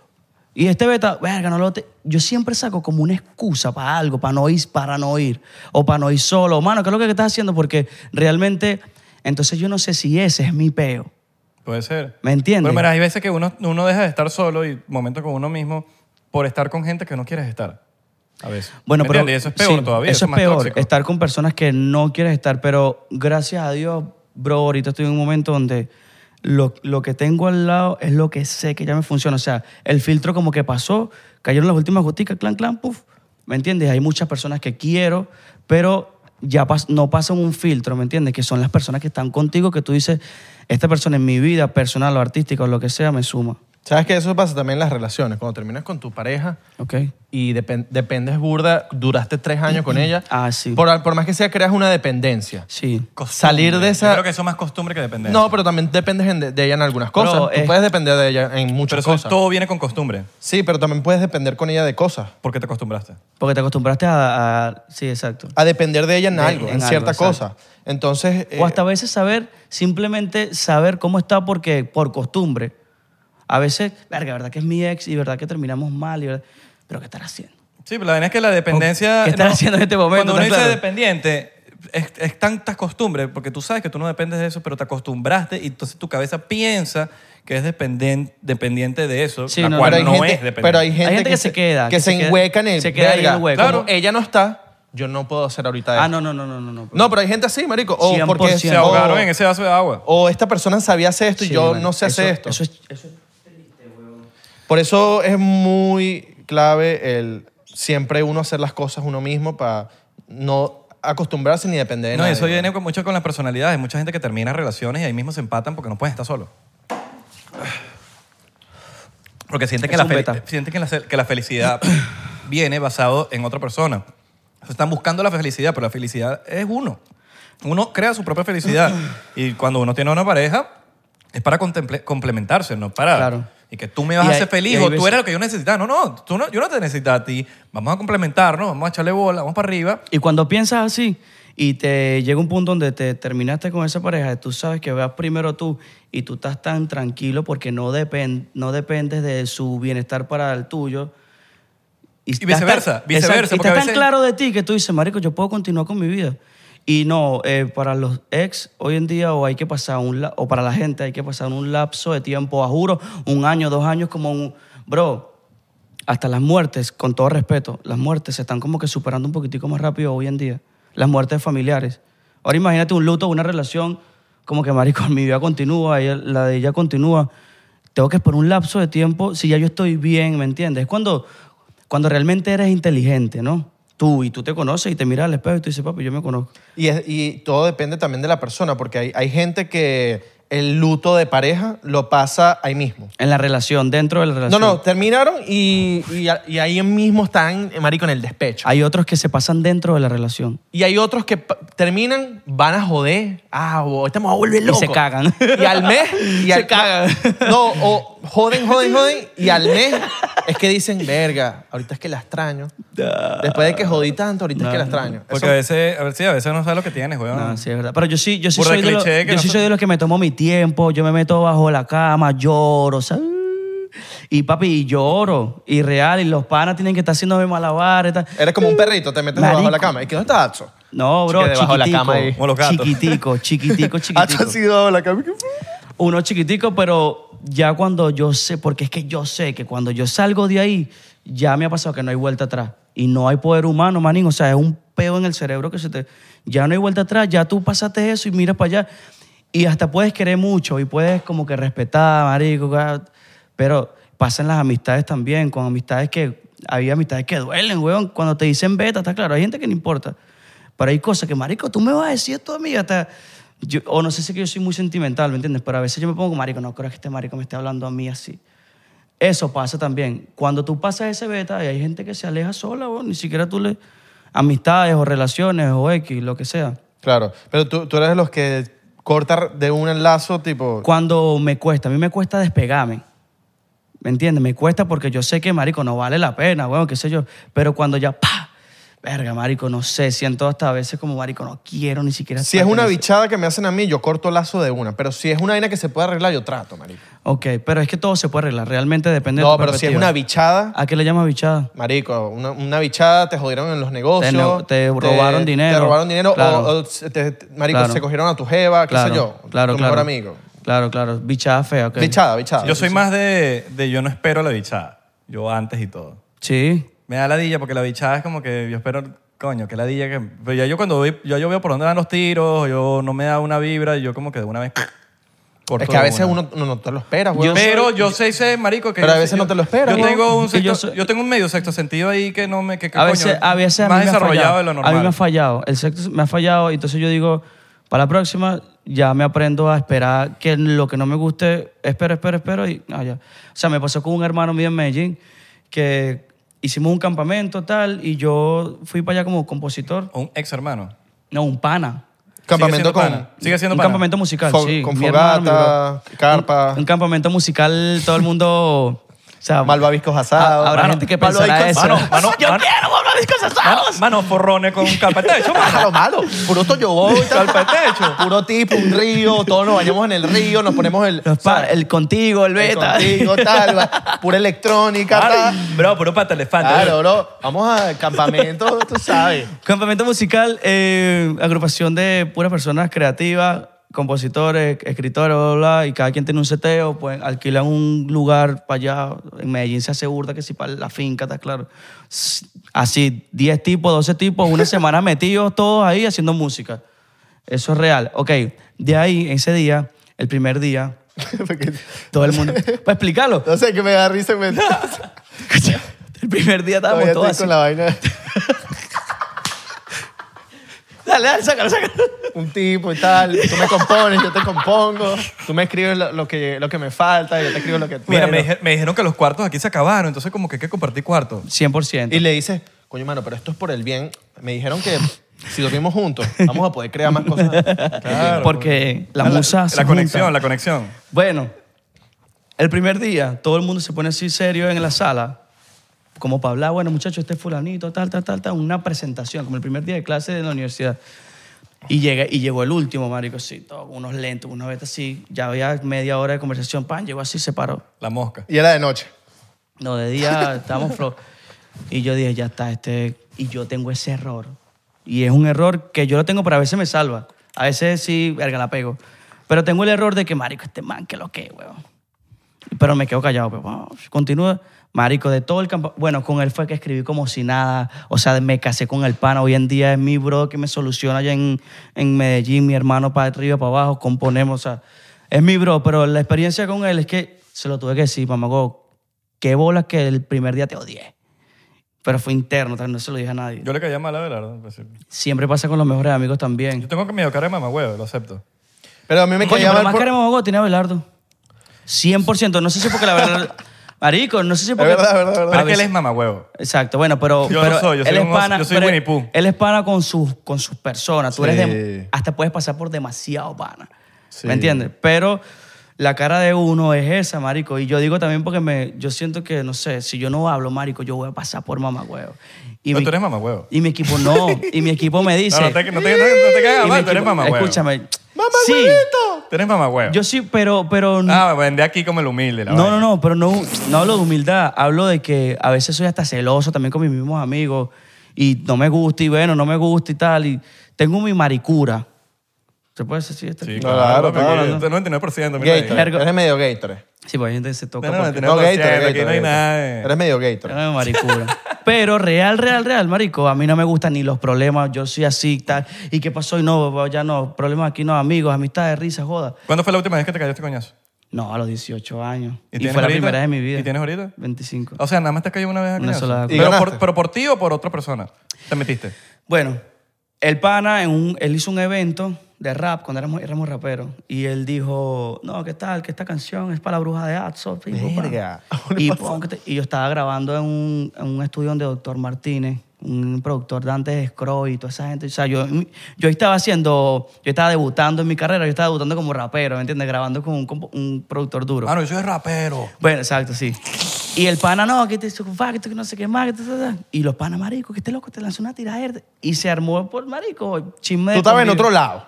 Speaker 1: y este beta, verga, no lo te... Yo siempre saco como una excusa para algo, para no ir, para no ir, o para no ir solo. Mano, ¿qué es lo que estás haciendo? Porque realmente, entonces yo no sé si ese es mi peo.
Speaker 2: Puede ser.
Speaker 1: ¿Me entiendes?
Speaker 2: Pero mira, hay veces que uno, uno deja de estar solo y momentos con uno mismo por estar con gente que no quieres estar. A veces.
Speaker 1: Bueno,
Speaker 2: ¿Me
Speaker 1: pero
Speaker 2: entiendes? Y eso es peor
Speaker 1: sí,
Speaker 2: todavía.
Speaker 1: Eso es
Speaker 2: más
Speaker 1: peor,
Speaker 2: tóxico.
Speaker 1: estar con personas que no quieres estar, pero gracias a Dios, bro, ahorita estoy en un momento donde lo, lo que tengo al lado es lo que sé que ya me funciona. O sea, el filtro como que pasó, cayeron las últimas goticas, clan, clan, puf. ¿Me entiendes? Hay muchas personas que quiero, pero ya pas- no pasan un filtro, ¿me entiendes? Que son las personas que están contigo, que tú dices, esta persona en mi vida personal o artística o lo que sea me suma.
Speaker 3: ¿Sabes que eso pasa también en las relaciones? Cuando terminas con tu pareja
Speaker 1: ¿Ok?
Speaker 3: y depen- dependes burda, duraste tres años con ella.
Speaker 1: Ah, sí.
Speaker 3: Por, por más que sea, creas una dependencia.
Speaker 1: Sí.
Speaker 3: Salir
Speaker 2: Yo
Speaker 3: de esa...
Speaker 2: creo que eso es más costumbre que dependencia.
Speaker 3: No, pero también dependes en- de, de ella en algunas cosas.
Speaker 1: Bro,
Speaker 3: Tú
Speaker 1: es-
Speaker 3: puedes depender de ella en
Speaker 2: Pero
Speaker 3: muchas
Speaker 2: eso es-
Speaker 3: cosas.
Speaker 2: todo viene con costumbre.
Speaker 3: Sí, pero también puedes depender con ella de cosas.
Speaker 2: Porque te acostumbraste.
Speaker 1: Porque te acostumbraste a- a sí, exacto.
Speaker 3: A depender de ella en
Speaker 1: De-
Speaker 3: algo, en,
Speaker 1: en algo,
Speaker 3: cierta
Speaker 1: exacto.
Speaker 3: cosa. Entonces, eh,
Speaker 1: O hasta a veces saber, simplemente saber cómo está porque por costumbre. A veces, verga, verdad que es mi ex y verdad que terminamos mal, y verdad- pero ¿qué estará haciendo?
Speaker 3: Eh.
Speaker 2: Sí, pero la verdad es que la dependencia...
Speaker 1: ¿Qué estás haciendo en este momento?
Speaker 2: Cuando uno
Speaker 1: ¿Estás
Speaker 2: dice
Speaker 1: claro?
Speaker 2: dependiente, es, es tantas costumbres, porque tú sabes que tú no dependes de eso, pero te acostumbraste y entonces tu cabeza piensa que es dependen- dependiente de eso,
Speaker 1: Sí,
Speaker 2: la
Speaker 1: no,
Speaker 2: cual
Speaker 3: pero, hay
Speaker 2: no
Speaker 3: gente,
Speaker 2: es dependiente.
Speaker 3: pero hay gente
Speaker 1: gente que se queda,
Speaker 3: Que,
Speaker 1: que
Speaker 3: se,
Speaker 1: se queda-
Speaker 3: enhueca en el.
Speaker 1: se queda ahí en el
Speaker 3: verga,
Speaker 1: hueco.
Speaker 3: Claro,
Speaker 1: Como-
Speaker 3: ella no está, yo no puedo hacer ahorita
Speaker 1: Ah,
Speaker 3: esto.
Speaker 1: no, no, no, no, no. no.
Speaker 3: No, pero hay gente así, marico. O
Speaker 1: 100%.
Speaker 3: porque
Speaker 2: se
Speaker 1: no.
Speaker 2: ahogaron
Speaker 3: o-
Speaker 2: en ese vaso de agua.
Speaker 3: O esta persona sabía hacer esto
Speaker 1: Sí,
Speaker 3: y yo
Speaker 1: marico,
Speaker 3: no sé hacer
Speaker 1: eso-
Speaker 3: esto.
Speaker 1: Eso es, eso es-
Speaker 3: Por eso es muy clave el siempre uno hacer las cosas uno mismo para no acostumbrarse ni depender de
Speaker 2: No,
Speaker 3: nadie.
Speaker 2: eso
Speaker 3: güey.
Speaker 2: viene con- mucho con las personalidades. Mucha gente que termina relaciones y ahí mismo se empatan porque no pueden estar solos. Porque sienten que,
Speaker 1: Es
Speaker 2: la,
Speaker 1: un
Speaker 2: fel-
Speaker 1: beta.
Speaker 2: sienten que la, fel- que la felicidad viene basado en otra persona. Entonces, Están buscando la felicidad, pero la felicidad es uno. Uno crea su propia felicidad. y cuando uno tiene una pareja, es para contemple- complementarse, no para...
Speaker 1: Claro.
Speaker 2: Y que tú me vas
Speaker 1: Y
Speaker 2: a
Speaker 1: hay-
Speaker 2: hacer
Speaker 1: y
Speaker 2: feliz
Speaker 1: hay
Speaker 2: o tú
Speaker 1: veces-
Speaker 2: eres lo que yo necesitaba. No, no, tú no, yo no te necesitaba a ti. Vamos a complementarnos, vamos a echarle bola, vamos para arriba.
Speaker 1: Y cuando piensas así y te llega un punto donde te terminaste con esa pareja, tú sabes que vas primero tú y tú estás tan tranquilo porque no, depen- no dependes de su bienestar para el tuyo.
Speaker 2: Y
Speaker 1: estás
Speaker 2: viceversa,
Speaker 1: tan-
Speaker 2: viceversa,
Speaker 1: exacto, y
Speaker 2: porque a
Speaker 1: estás tan
Speaker 2: veces-
Speaker 1: claro de ti que tú dices, marico, yo puedo continuar con mi vida. Y no, eh, para los ex hoy en día o hay que pasar un la- o para la gente hay que pasar un lapso de tiempo, a juro, un año, dos años como un bro, hasta las muertes, con todo respeto, las muertes se están como que superando un poquitico más rápido hoy en día. Las muertes familiares. Ahora imagínate un luto, una relación, como que, marico, mi vida continúa, ella- la de ella continúa. Tengo que por un lapso de tiempo, si ya yo estoy bien, ¿me entiendes? Es cuando, cuando realmente eres inteligente, ¿no? Tú, y tú te conoces y te miras al espejo y tú dices, papi, yo me conozco.
Speaker 3: Y, es- y todo depende también de la persona, porque hay, hay gente que el luto de pareja lo pasa ahí mismo.
Speaker 1: En la relación, dentro de la
Speaker 3: No,
Speaker 1: relación.
Speaker 3: no, terminaron y, y, a- y ahí mismo están, eh, marico, en el despecho.
Speaker 1: Hay otros que se pasan dentro de la relación.
Speaker 3: Y hay otros que pa- terminan, van a joder. Ah, bo- ahorita me voy a volver
Speaker 1: Y
Speaker 3: loco.
Speaker 1: se cagan.
Speaker 3: Y al mes. Y
Speaker 1: Se
Speaker 3: al-
Speaker 1: cagan.
Speaker 3: No, o joden, joden, joden. Y al mes es que dicen, verga, ahorita es que la extraño. Después de que jodí tanto, ahorita es que la extraño.
Speaker 2: Porque a
Speaker 3: Eso-
Speaker 2: veces, a ver, sí, a veces no sabes lo que tienes, weón.
Speaker 1: No, sí, es verdad. Pero yo sí, yo sí,
Speaker 2: Ah. Burda
Speaker 1: soy de, los,
Speaker 2: cliché
Speaker 1: yo
Speaker 2: que
Speaker 1: sí
Speaker 2: nosotros-
Speaker 1: soy de los que me tomo mi tiempo, yo me meto bajo la cama, lloro, o sea, y papi, y lloro, y real, y los panas tienen que estar haciéndome malabares. tal.
Speaker 3: Eres como un perrito, te metes debajo de la
Speaker 1: Marico.
Speaker 3: cama. ¿Y qué dónde está Atso?
Speaker 1: No, bro,
Speaker 3: Que
Speaker 1: chiquitico,
Speaker 3: debajo de la cama ahí.
Speaker 2: Como los gatos.
Speaker 1: chiquitico, chiquitico,
Speaker 3: Atso
Speaker 1: chiquitico.
Speaker 3: ha sido debajo de la cama.
Speaker 1: Uno chiquitico, pero ya cuando yo sé, porque es que yo sé que cuando yo salgo de ahí, ya me ha pasado que no hay vuelta atrás. Y no hay poder humano, manín. O sea, es un peo en el cerebro que se te... Ya no hay vuelta atrás, ya tú pasaste eso y miras para allá. Y hasta puedes querer mucho y puedes como que respetar, marico. ca- Pero pasan las amistades también, con amistades que... Había amistades que duelen, weón. Cuando te dicen beta, está claro, hay gente que no importa. Pero hay cosas que, marico, tú me vas a decir esto a mí hasta... Yo, o no sé si es que yo soy muy sentimental, ¿me entiendes? Pero a veces yo me pongo, marico, no creo que este marico me esté hablando a mí así. Eso pasa también. Cuando tú pasas ese beta, y hay gente que se aleja sola, vos, ni siquiera tú le... Amistades o relaciones o X, lo que sea.
Speaker 3: Claro, pero tú, tú eres de los que corta de un enlazo tipo...
Speaker 1: Cuando me cuesta, a mí me cuesta despegarme. ¿Me entiendes? Me cuesta porque yo sé que, marico, no vale la pena, weón, qué sé yo. Pero cuando ya, pa, verga, marico, no sé, siento hasta a veces como, marico, no quiero ni siquiera...
Speaker 3: Si es
Speaker 1: estar
Speaker 3: una
Speaker 1: en ese-
Speaker 3: bichada que me hacen a mí, yo corto lazo de una. Pero si es una vaina que se puede arreglar, yo trato, marico.
Speaker 1: Ok, pero es que todo se puede arreglar, realmente depende de
Speaker 3: No,
Speaker 1: tu
Speaker 3: pero si es
Speaker 1: perspectiva.
Speaker 3: una Ah, bichada,
Speaker 1: ¿A qué le llamas bichada?
Speaker 3: marico, una, una bichada, te jodieron en los negocios.
Speaker 1: ne- te robaron dinero.
Speaker 3: Te robaron dinero. o-
Speaker 1: Claro.
Speaker 3: O, se- te- te- marico,
Speaker 1: Claro.
Speaker 3: se cogieron a tu jeva, qué
Speaker 1: claro,
Speaker 3: sé yo.
Speaker 1: claro, claro.
Speaker 3: tu mejor amigo.
Speaker 1: Claro, claro. Bichada fea, ok.
Speaker 3: Bichada, bichada.
Speaker 2: Yo soy más de, de yo no espero la bichada. Yo antes y todo.
Speaker 1: Sí.
Speaker 2: Me da ladilla porque la bichada es como que yo espero, coño, que ladilla que... Pero ya yo cuando voy, ya yo veo por dónde van los tiros, yo no me da una vibra y yo como que de una vez... corto
Speaker 3: es que a
Speaker 2: de
Speaker 3: veces
Speaker 2: una.
Speaker 3: uno no, no te lo esperas, güey.
Speaker 2: Pero yo sé, sé, marico, que...
Speaker 3: Pero
Speaker 2: yo
Speaker 3: a
Speaker 2: sé-
Speaker 3: veces no
Speaker 2: yo-
Speaker 3: te lo esperas,
Speaker 2: Yo
Speaker 3: ¿no?
Speaker 2: tengo, un
Speaker 1: Es que
Speaker 2: sexto-
Speaker 1: yo
Speaker 2: yo,
Speaker 1: soy-
Speaker 2: tengo un medio sexto sentido ahí que no me... Que, que
Speaker 1: a
Speaker 2: coño,
Speaker 1: veces, a veces a mí
Speaker 2: más
Speaker 1: me ha
Speaker 2: desarrollado
Speaker 1: fallado.
Speaker 2: de lo normal.
Speaker 1: A mí me ha fallado. El sexo me ha fallado. y Entonces yo digo, para la próxima ya me aprendo a esperar que lo que no me guste, espero, espero, espero y ah, ya. O sea, me pasó con un hermano mío en Medellín que hicimos un campamento tal y yo fui para allá como compositor.
Speaker 2: Un ex hermano.
Speaker 1: No, un pana.
Speaker 3: Campamento con...
Speaker 2: Sigue siendo
Speaker 1: un
Speaker 2: pana.
Speaker 1: campamento musical,
Speaker 3: Fo-
Speaker 1: sí.
Speaker 3: con
Speaker 1: mi hermano, mi
Speaker 3: fogata,
Speaker 1: bro.
Speaker 3: carpa.
Speaker 1: Un, un campamento musical, todo el mundo... O sea,
Speaker 3: Malvaviscos asados.
Speaker 1: ha- habrá
Speaker 2: Mano,
Speaker 1: gente que
Speaker 2: mano,
Speaker 1: pensará
Speaker 2: hay
Speaker 1: eso.
Speaker 2: cosas- mano, mano,
Speaker 1: Yo
Speaker 2: mano.
Speaker 1: quiero malvaviscos
Speaker 2: Mano,
Speaker 1: asados.
Speaker 2: mano forrones con capa de techo, mano.
Speaker 3: Malo, malo. Puro toyobo y tal.
Speaker 2: Calpa de techo.
Speaker 3: Puro tipo, un río. Todos nos bañamos en el río, nos ponemos el...
Speaker 1: Los pa-
Speaker 3: ¿sabes?
Speaker 1: el contigo, el
Speaker 3: El
Speaker 1: beta.
Speaker 3: contigo, tal, va, pura electrónica, tal.
Speaker 2: Ay, Bro, puro pata elefante.
Speaker 3: Claro, bro. Vamos al campamento, tú sabes.
Speaker 1: Campamento musical, eh, agrupación de puras personas creativas, compositores, escritores, bla, bla, bla, y cada quien tiene un seteo, pues alquilan un lugar para allá. En Medellín se asegura que si para la finca, está claro. S- Así, 10 tipos, 12 tipos, una semana metidos todos ahí haciendo música. Eso es real. Ok, de ahí, ese día, el primer día,
Speaker 3: Porque-
Speaker 1: todo el mundo. Para explicarlo,
Speaker 3: no sé, que me da risa. Me,
Speaker 1: el primer día estábamos
Speaker 3: todavía estoy
Speaker 1: todos así.
Speaker 3: con la vaina.
Speaker 1: Dale, dale, sácalo, sácalo.
Speaker 3: Un tipo y tal. Tú me compones, yo te compongo. Tú me escribes lo, lo que, lo que me falta, yo te escribo lo que...
Speaker 2: Mira,
Speaker 3: Bueno.
Speaker 2: me, dije- me dijeron que los cuartos aquí se acabaron, entonces como que hay que compartir cuartos.
Speaker 1: 100%.
Speaker 3: Y le dices, coño, mano, pero esto es por el bien. Me dijeron que si dormimos juntos, vamos a poder crear más cosas.
Speaker 2: Claro,
Speaker 1: porque la musa se
Speaker 2: La conexión,
Speaker 1: junta.
Speaker 2: la conexión.
Speaker 1: Bueno, el primer día todo el mundo se pone así serio en la sala, como para hablar, bueno, muchachos, este fulanito, tal, tal, tal, tal, una presentación, como el primer día de clase de la universidad. Y, llega, y llegó el último, marico, sí, todo, unos lentos, unos veces así, ya había media hora de conversación, pan, llegó así, se paró.
Speaker 2: La mosca.
Speaker 3: Y era de noche.
Speaker 1: No, de día estábamos flow. Y yo dije, ya está, este. Y yo tengo ese error. Y es un error que yo lo tengo, pero a veces me salva. A veces sí, verga, la pego. Pero tengo el error de que, marico, este man, que lo que, weón. Pero me quedo callado, pero pues, wow, continúa. Marico, de todo el campo. Bueno, con él fue que escribí como si nada. O sea, me casé con el pana. Hoy en día es mi bro que me soluciona allá en, en Medellín, mi hermano para arriba, para abajo, componemos. O sea, es mi bro, pero la experiencia con él es que se lo tuve que decir, mamá, go, qué bola que el primer día te odié. Pero fue interno, tal, no se lo dije a nadie.
Speaker 2: Yo le caía mal a Abelardo. en principio.
Speaker 1: Siempre pasa con los mejores amigos también.
Speaker 2: Yo tengo que medio cara de mamagüevo, lo acepto.
Speaker 3: Pero a mí me
Speaker 1: Coño,
Speaker 3: caía
Speaker 1: pero
Speaker 3: mal
Speaker 1: más
Speaker 3: por-
Speaker 1: Karen Mogó tiene a Abelardo. 100%. No sé si porque la verdad... Marico, no sé si
Speaker 3: Es
Speaker 1: porque...
Speaker 3: verdad, es verdad, es
Speaker 2: Pero
Speaker 3: verdad.
Speaker 2: es que él es mamagüevo.
Speaker 1: Exacto, bueno, pero...
Speaker 2: Yo no
Speaker 1: pero
Speaker 2: soy, yo soy
Speaker 1: él es
Speaker 2: un oso,
Speaker 1: pana,
Speaker 2: yo soy
Speaker 1: pero
Speaker 2: Winnie Pooh.
Speaker 1: Él es pana con sus, con sus personas. Tú eres de-
Speaker 3: Sí.
Speaker 1: Hasta puedes pasar por demasiado pana.
Speaker 3: Sí.
Speaker 1: ¿Me entiendes? Pero la cara de uno es esa, marico. Y yo digo también porque me, yo siento que, no sé, si yo no hablo, marico, yo voy a pasar por mamagüevo. Y,
Speaker 2: No,
Speaker 1: mi-
Speaker 2: tú eres mamagüevo.
Speaker 1: y mi equipo no. y mi equipo me dice...
Speaker 2: No, no te, no te, no te- no te
Speaker 1: y
Speaker 2: caigas
Speaker 1: mi
Speaker 2: mal, tú eres
Speaker 1: equipo-
Speaker 2: mamagüevo.
Speaker 1: Escúchame.
Speaker 3: Ah,
Speaker 1: sí,
Speaker 3: ¡Mamagüevito!
Speaker 2: Tú eres mamagüevo.
Speaker 1: yo sí, pero, pero
Speaker 2: Ah, vende aquí como el humilde. La
Speaker 1: no,
Speaker 2: vaina.
Speaker 1: no, no, pero no, no hablo de humildad. Hablo de que a veces soy hasta celoso también con mis mismos amigos y no me gusta y bueno, no me gusta y tal. Y tengo mi maricura. ¿Se puede decir así? este? esto?
Speaker 2: Sí,
Speaker 1: Sí,
Speaker 2: claro,
Speaker 3: Claro, claro,
Speaker 2: porque 99%. mira ahí.
Speaker 3: Gatorade.
Speaker 1: Ergo-
Speaker 3: Eres medio Gatorade.
Speaker 1: pues hay gente que se toca.
Speaker 2: No, no,
Speaker 1: porque-
Speaker 2: no,
Speaker 3: No,
Speaker 2: Gatorade,
Speaker 3: Gatorade,
Speaker 2: aquí no hay
Speaker 3: Gatorade.
Speaker 2: nada de-
Speaker 3: Eres medio Gatorade.
Speaker 1: Dame maricura. Pero real, real, real, marico. A mí no me gustan ni los problemas. Yo soy así, tal. ¿Y qué pasó? Y no, pues, ya no. Problemas aquí no, amigos, amistades, risas, joda.
Speaker 2: ¿Cuándo fue la última vez que te callaste coñazo?
Speaker 1: No, a los 18 años.
Speaker 2: ¿Y
Speaker 1: Y,
Speaker 2: tienes
Speaker 1: fue la
Speaker 2: ahorita?
Speaker 1: primera vez de mi vida.
Speaker 2: ¿Y tienes ahorita?
Speaker 1: 25.
Speaker 2: O sea, nada más te cayó una vez a
Speaker 1: Una
Speaker 2: coñazo.
Speaker 1: sola vez.
Speaker 2: Pero,
Speaker 3: ¿Y
Speaker 2: por,
Speaker 3: ganaste?
Speaker 2: pero por ti o por otra persona te metiste.
Speaker 1: Bueno, el pana, en un- él hizo un evento de rap cuando éramos, éramos raperos. Y él dijo, no, ¿qué tal? Que esta canción es para la bruja de Atso. pim, pum, pam".
Speaker 3: Verga.
Speaker 1: Y, póngate- y yo estaba grabando en un, en un estudio donde Doctor Martínez, un productor de antes de Scroll y toda esa gente. O sea, yo, yo estaba haciendo, yo estaba debutando en mi carrera, yo estaba debutando como rapero, ¿me entiendes? Grabando con un, compo- un productor duro.
Speaker 2: Ah, no, yo soy rapero.
Speaker 1: Bueno, exacto, sí. Y el pana, no, que te sufa, que tú que no sé qué más, que tú- tú- tú. Y los panas, marico, que este loco te lanzó una tiradera. Y se armó por marico, chisme de
Speaker 3: Tú estabas en
Speaker 1: convive.
Speaker 3: otro lado.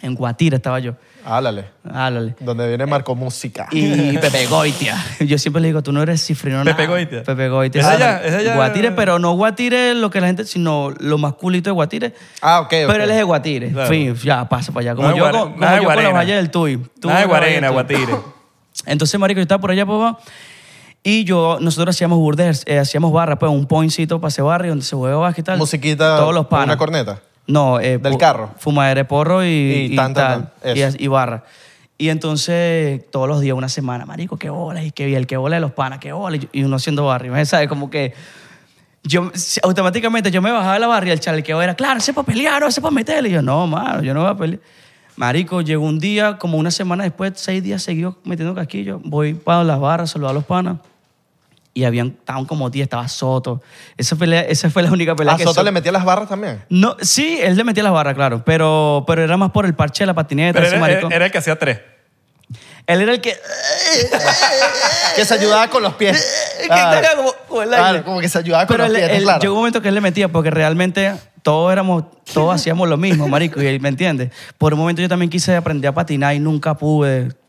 Speaker 1: En Guatira estaba yo.
Speaker 3: Álale.
Speaker 1: Álale.
Speaker 3: Donde viene Marco Música.
Speaker 1: Y Pepe Goitia. Yo siempre le digo, tú no eres cifrino
Speaker 2: Pepe
Speaker 1: nada.
Speaker 2: Goitia.
Speaker 1: Pepe Goitia.
Speaker 2: Es
Speaker 1: Ah,
Speaker 2: allá, es allá.
Speaker 1: Guatire, pero no Guatire lo que la gente, sino lo masculito de Guatire.
Speaker 3: Ah, ok, ok.
Speaker 1: Pero él es de Guatire.
Speaker 2: Claro.
Speaker 1: Fin, ya, pasa para allá. Como
Speaker 2: No es
Speaker 1: yo,
Speaker 2: Guare-
Speaker 1: con,
Speaker 2: no es
Speaker 1: como yo con
Speaker 2: Guarena.
Speaker 1: los valles del Tuy. Tú
Speaker 2: Nada de
Speaker 1: con los valles
Speaker 2: guarena,
Speaker 1: del Tuy.
Speaker 2: guatire.
Speaker 1: Entonces, marico, yo estaba por allá, papá. Y yo, nosotros hacíamos burdes, eh, hacíamos barra, pues un pointcito para ese barrio donde se juega básquet y tal.
Speaker 3: Musiquita.
Speaker 1: Todos los
Speaker 3: con
Speaker 1: panas.
Speaker 3: Una corneta.
Speaker 1: No, eh,
Speaker 3: Del
Speaker 1: pu-
Speaker 3: carro.
Speaker 1: Fumadera de porro y,
Speaker 3: Y
Speaker 1: y
Speaker 3: tan, tan,
Speaker 1: tal.
Speaker 3: tan,
Speaker 1: y
Speaker 3: eso.
Speaker 1: as- y, barra. Y entonces, todos los días, una semana, marico, qué bola, y qué bien, qué bola de los panas, qué bola. Y, yo- y uno haciendo barrio, ¿me ¿sabes? Como que. Yo si- automáticamente yo me bajaba de la barra y el chalequeo era, claro, ese es para pelear, no, ese es para meterle. Y yo, no, mano, yo no voy a pelear. Marico, llegó un día, como una semana después, seis días seguidos metiendo casquillo. Voy para las barras, saludar a los panas. Y habían, estaban como 10, estaba Soto. Esa, pelea, esa fue Pues la única pelea
Speaker 3: A
Speaker 1: que
Speaker 3: Ah, Soto
Speaker 1: Soto-
Speaker 3: le metía las barras también.
Speaker 1: no, sí, él le metía las barras, claro, pero, pero era más por el parche de la patineta,
Speaker 2: Pero
Speaker 1: ese
Speaker 2: era,
Speaker 1: maricón.
Speaker 2: era- era el que hacía tres.
Speaker 1: él era el que...
Speaker 3: Que se ayudaba con los pies.
Speaker 1: que
Speaker 3: Claro.
Speaker 1: estaba como, como el aire.
Speaker 3: Claro, Ah, como que se ayudaba con
Speaker 1: Ah, Pero
Speaker 3: los
Speaker 1: él-
Speaker 3: pies,
Speaker 1: él-
Speaker 3: claro.
Speaker 1: llegó un momento que él le metía porque realmente todos éramos, todos hacíamos lo mismo, marico, y él, ¿me entiendes? Por un momento yo también quise aprender a patinar y nunca pude.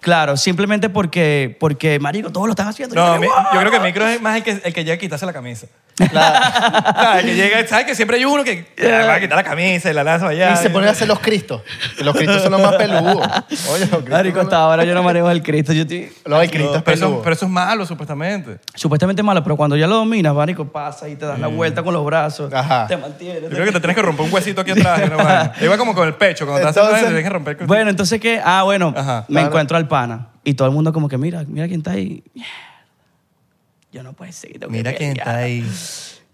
Speaker 1: Claro, simplemente porque, porque, marico, todos lo están haciendo.
Speaker 2: No,
Speaker 1: yo,
Speaker 2: mi-
Speaker 1: ¡guau!
Speaker 2: yo creo que Micro es más el que, el que llega a quitarse la camisa. ¿Sabes? Que llega, ¿sabes? Que siempre hay uno que ah, va a quitar la camisa y la lanza allá.
Speaker 3: Y se ponen a hacer los cristos. Que Los cristos son los más peludos. Oye, los cristos.
Speaker 1: Marico,
Speaker 3: son
Speaker 1: hasta ahora yo no manejo el Cristo, yo estoy...
Speaker 3: Los del Cristo es
Speaker 2: pero, eso,
Speaker 3: peludo.
Speaker 2: pero eso es malo, supuestamente.
Speaker 1: supuestamente malo, pero cuando ya lo dominas, marico, pasa y te das la vuelta con los brazos,
Speaker 3: Ajá.
Speaker 1: te mantienes.
Speaker 2: Yo
Speaker 1: te-
Speaker 2: Mm. creo que te tienes que romper un huesito aquí atrás. ¿no, man? Igual como con el pecho. Cuando te haces
Speaker 3: Entonces-
Speaker 2: te tienes que romper. el-
Speaker 1: Bueno, entonces qué, ah, bueno,
Speaker 2: Ajá.
Speaker 1: me encuentro al pana y todo el mundo como que mira, mira quién está ahí. Mierda. Yo no puedo seguir. tengo que
Speaker 2: Mira quién
Speaker 1: pelear.
Speaker 2: está ahí.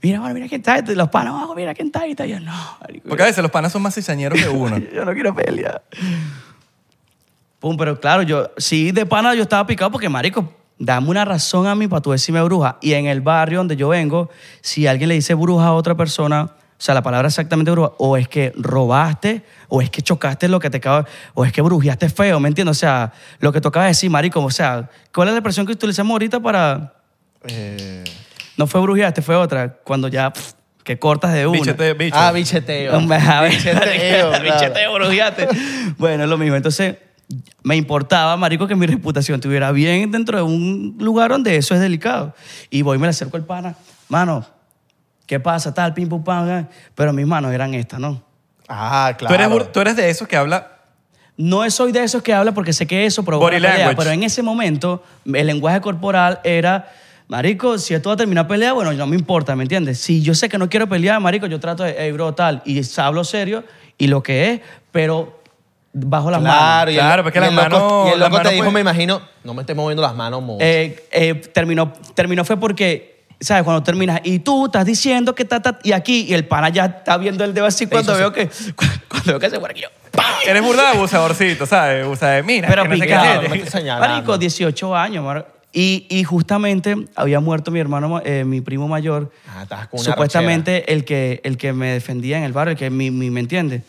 Speaker 1: Mira, bueno, mira quién está ahí, los panos abajo, mira quién está ahí, está yo no, marico,
Speaker 2: Porque a veces los panas son más cizañeros que uno.
Speaker 1: yo no quiero pelear. Pum, pero claro, yo sí de pana yo estaba picado porque marico Dame una razón a mí para tú decirme bruja. Y en el barrio donde yo vengo, si alguien le dice bruja a otra persona, O sea, la palabra exactamente bruja. O es que robaste, o es que chocaste lo que te acaba, o es que brujeaste feo, ¿me entiendes? O sea, lo que tocaba decir, marico. O sea, ¿cuál es la expresión que utilizamos ahorita para.
Speaker 3: Eh,
Speaker 1: No fue brujeaste, fue otra. Cuando ya. pff, que cortas de una.
Speaker 2: Bichete, bicho.
Speaker 3: ah, bicheteo.
Speaker 1: Hombre, a ver,
Speaker 3: Bicheteo, claro.
Speaker 1: bicheteo, brujeate. Bueno, es lo mismo. Entonces, me importaba, marico, que mi reputación estuviera bien dentro de un lugar donde eso es delicado. Y voy y me le acerco al pana. Mano, ¿qué pasa? Tal, pim, pum, pam. eh. Pero mis manos eran estas, ¿no?
Speaker 3: Ah,
Speaker 2: tú,
Speaker 3: claro.
Speaker 2: eres, bur- tú eres de esos que habla
Speaker 1: No soy de esos que habla porque sé que eso provoca
Speaker 2: Body
Speaker 1: una pelea,
Speaker 2: language.
Speaker 1: pero en ese momento el lenguaje corporal era, marico, si esto va a terminar pelea, bueno, no me importa, ¿me entiendes? Si yo sé que no quiero pelear, marico, yo trato de, hey, bro, tal, y hablo serio y lo que es, pero bajo las manos.
Speaker 3: Claro, y el-
Speaker 2: Claro, porque
Speaker 3: y
Speaker 2: las
Speaker 3: el loco-
Speaker 2: manos-
Speaker 3: Y
Speaker 2: las
Speaker 3: el loco te
Speaker 2: manos
Speaker 3: dijo,
Speaker 2: pueden-
Speaker 3: me imagino, no me estés moviendo las manos mucho.
Speaker 1: Eh, eh, terminó, terminó fue porque, ¿sabes? Cuando terminas, y tú estás diciendo que ta, ta, y aquí, y el pana ya está viendo el dedo así cuando
Speaker 3: hizo
Speaker 1: veo que, cuando veo que se muere, yo,
Speaker 2: Eres burda de abusadorcito, ¿sabes? Abusa de mina.
Speaker 1: Pero
Speaker 2: que no sé qué
Speaker 1: picado.
Speaker 2: tiene.
Speaker 3: no me estés señalando.
Speaker 1: Marico, 18 años, mar- Y, y justamente había muerto mi hermano, ma- eh, mi primo mayor.
Speaker 3: Ah, estabas con una
Speaker 1: supuestamente el que, el que me defendía en el barrio, el que mi- mi- me entiende.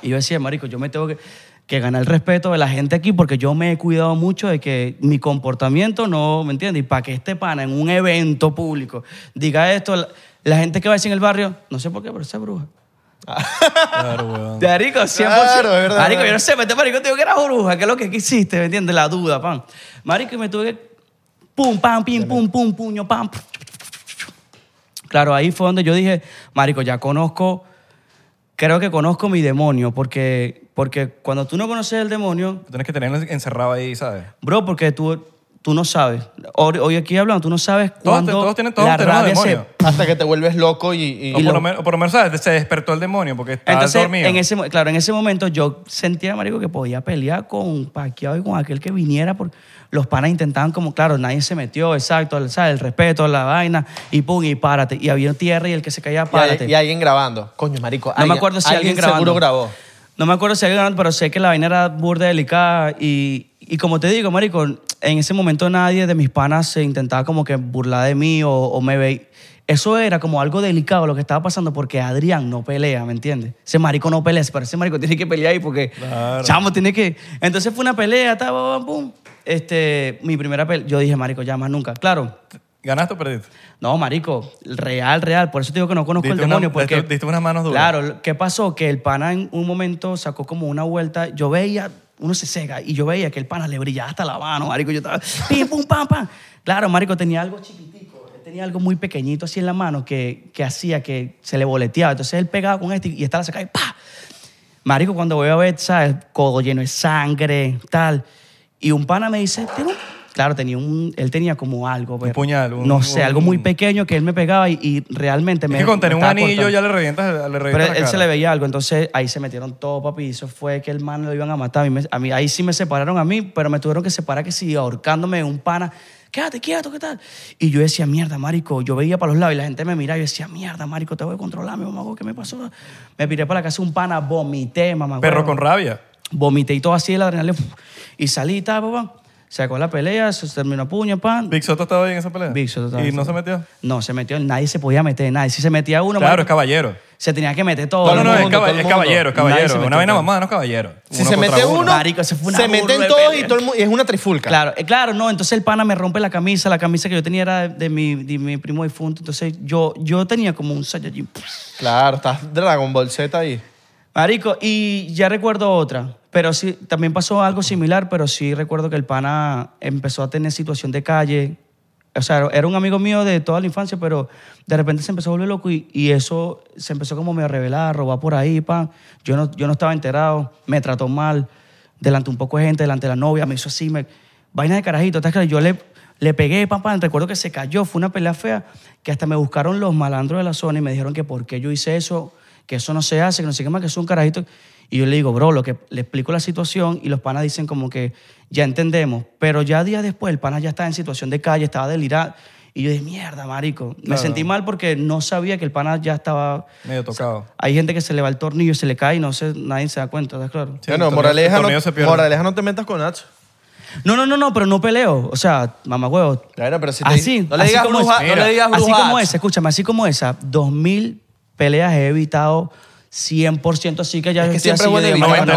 Speaker 1: Y yo decía, marico, yo me tengo que, que ganar el respeto de la gente aquí porque yo me he cuidado mucho de que mi comportamiento no, ¿me entiendes? Y para que este pana en un evento público diga esto, la, la gente que va a decir en el barrio, no sé por qué, pero esa es bruja.
Speaker 2: Claro, weón.
Speaker 1: Marico, 100%.
Speaker 3: Claro, es verdad.
Speaker 1: Marico, yo no sé, mete marico, te digo que era bruja, que es lo que hiciste, ¿me entiendes? La duda, pan. Marico, y me tuve que pum, pam, pim, pum, pum, puño, pam. Claro, ahí fue donde yo dije, marico, ya conozco, creo que conozco mi demonio, porque, porque cuando tú no conoces el demonio,
Speaker 2: Tienes que tenerlo encerrado ahí, ¿sabes?
Speaker 1: bro, porque tú, tú no sabes. Hoy, hoy aquí hablando, tú no sabes cuándo
Speaker 2: todos tienen- todos
Speaker 1: la
Speaker 2: tenemos
Speaker 1: rabia se-
Speaker 2: demonio.
Speaker 3: Hasta que te vuelves loco y... y-
Speaker 2: O por,
Speaker 1: lo-
Speaker 2: lo... menos- o por lo menos, ¿sabes? Se despertó el demonio porque estaba
Speaker 1: Entonces,
Speaker 2: dormido.
Speaker 1: en ese, mo- claro, en ese momento yo sentía, marico, que podía pelear con Paquiao y con aquel que viniera. Por, los panas intentaban como, claro, nadie se metió, exacto, el, ¿sabes? el respeto, la vaina, y pum, y párate. Y había tierra y el que se caía,
Speaker 3: y,
Speaker 1: párate.
Speaker 3: y alguien grabando. Coño, marico.
Speaker 1: no me acuerdo si alguien, grabó.
Speaker 3: seguro grabó.
Speaker 1: No me acuerdo si alguien grabó, pero sé que la vaina era burda delicada. Y, y como te digo, marico, en ese momento nadie de mis panas se intentaba como que burlar de mí o, o me veía. Eso era como algo delicado lo que estaba pasando porque Adrián no pelea, ¿me entiendes? Ese marico no pelea, pero ese marico tiene que pelear ahí porque, chamo, tiene que... Entonces fue una pelea, ta, pum, pum. Este, mi primera pelea, yo dije, marico, ya más nunca. Claro,
Speaker 2: ¿Ganaste o perdiste?
Speaker 1: no, marico, real, real. Por eso te digo que no conozco el
Speaker 2: Diste una-
Speaker 1: demonio. porque,
Speaker 2: diste- diste unas manos duras.
Speaker 1: Claro, ¿qué pasó? Que el pana en un momento sacó como una vuelta. Yo veía, uno se cega, y yo veía que el pana le brillaba hasta la mano, marico. Yo estaba, pim, pum, pam, pam. Claro, marico, tenía algo chiquitico. Tenía algo muy pequeñito así en la mano que, que hacía que se le boleteaba. Entonces él pegaba con este y esta la sacaba y ¡pa! Marico, cuando voy a ver, ¿sabes? Codo lleno de sangre, tal. Y un pana me dice, "Tiene un-". claro, tenía un, él tenía como algo. pero-
Speaker 2: puñal, un-
Speaker 1: no sé,
Speaker 2: un-
Speaker 1: algo muy pequeño que él me pegaba y, y realmente me...
Speaker 2: es que con tener
Speaker 1: me
Speaker 2: un
Speaker 1: estaba
Speaker 2: anillo
Speaker 1: cortando.
Speaker 2: ya le revientas, le
Speaker 1: Pero
Speaker 2: revientas
Speaker 1: él,
Speaker 2: la
Speaker 1: se
Speaker 2: cara.
Speaker 1: le veía algo, entonces ahí se metieron todo, papi, y eso fue que el man lo iban a matar. A mí, me- a mí- ahí sí me separaron a mí, pero me tuvieron que separar que sí, ahorcándome un pana. Quédate quieto, ¿qué tal? Y yo decía, mierda, marico. Yo veía para los lados y la gente me miraba y yo decía, mierda, marico, te voy a controlar, mi mamá, ¿qué me pasó? Me piré para la casa de un pana, vomité, mamá.
Speaker 2: Perro
Speaker 1: huevo.
Speaker 2: con rabia.
Speaker 1: Vomité y todo así, el adrenalina. ¡puf! Y salí y tal, papá. Se acabó la pelea, se terminó a puño, pan.
Speaker 2: Big Soto estaba ahí en esa pelea.
Speaker 1: Big Soto estaba
Speaker 2: ¿Y
Speaker 1: en
Speaker 2: no
Speaker 1: esa
Speaker 2: se metió?
Speaker 1: No, se metió, nadie se podía meter, nadie. Si se metía uno,
Speaker 2: Claro,
Speaker 1: marico,
Speaker 2: es caballero.
Speaker 1: se tenía que meter todo.
Speaker 2: No,
Speaker 3: el
Speaker 2: no, no, es
Speaker 3: mundo,
Speaker 2: caba-
Speaker 3: todo el
Speaker 2: es
Speaker 3: mundo.
Speaker 2: caballero,
Speaker 1: Nadie
Speaker 2: es
Speaker 1: se
Speaker 2: caballero.
Speaker 1: metió,
Speaker 2: Una vaina
Speaker 1: claro.
Speaker 2: mamada, no es caballero.
Speaker 3: Si
Speaker 2: Uno
Speaker 3: se
Speaker 2: contra
Speaker 3: mete uno,
Speaker 1: Marico, eso fue una
Speaker 3: se
Speaker 1: burla
Speaker 3: meten
Speaker 1: de
Speaker 3: todos
Speaker 1: pelea.
Speaker 3: y, todo el mundo- y es una trifulca.
Speaker 1: Claro, eh, claro, no. Entonces el pana me rompe la camisa. La camisa que yo tenía era de mi, de mi primo difunto. Entonces yo, yo tenía como un Saiyajin.
Speaker 3: Claro, estás Dragon Ball Z ahí.
Speaker 1: Marico, y ya recuerdo otra. Pero sí, también pasó algo similar, pero sí recuerdo que el pana empezó a tener situación de calle. O sea, era un amigo mío de toda la infancia, pero de repente se empezó a volver loco y, y eso se empezó como medio a revelar, a robar por ahí, pan. Yo no, yo no estaba enterado, me trató mal, delante un poco de gente, delante de la novia, me hizo así, me, vaina de carajito. ¿estás claro? Yo le, le pegué, pan, pan, recuerdo que se cayó, fue una pelea fea, que hasta me buscaron los malandros de la zona y me dijeron que por qué yo hice eso, que eso no se hace, que no sé qué más, que eso es un carajito. Y yo le digo, bro, lo que le explico la situación y los panas dicen como que ya entendemos, pero ya días después el pana ya estaba en situación de calle, estaba delirado. Y yo dije, mierda, marico. Me sentí mal porque no sabía que el pana ya estaba...
Speaker 2: Medio tocado.
Speaker 1: Hay gente que se le va el tornillo, se le cae y no sé, nadie se da cuenta, ¿estás claro?
Speaker 2: Sí,
Speaker 3: bueno,
Speaker 2: el tornillo-
Speaker 3: moraleja,
Speaker 2: el tornillo se
Speaker 3: no,
Speaker 2: pierde.
Speaker 3: moraleja no te metas con Nacho.
Speaker 1: No, no, no, no, pero no peleo. O sea, mamá huevo.
Speaker 3: Claro, pero si te-
Speaker 1: así,
Speaker 3: no le
Speaker 1: así
Speaker 3: digas
Speaker 1: como
Speaker 3: bruja-
Speaker 1: esa.
Speaker 2: no le
Speaker 3: digas
Speaker 1: Así
Speaker 3: bruja.
Speaker 1: como esa, escúchame, así como esa, 2000 peleas he evitado 100%, así que ya
Speaker 3: Es que
Speaker 1: estoy
Speaker 3: siempre
Speaker 1: así,
Speaker 3: es bueno
Speaker 1: yo digo,
Speaker 3: evitar
Speaker 1: "Marico,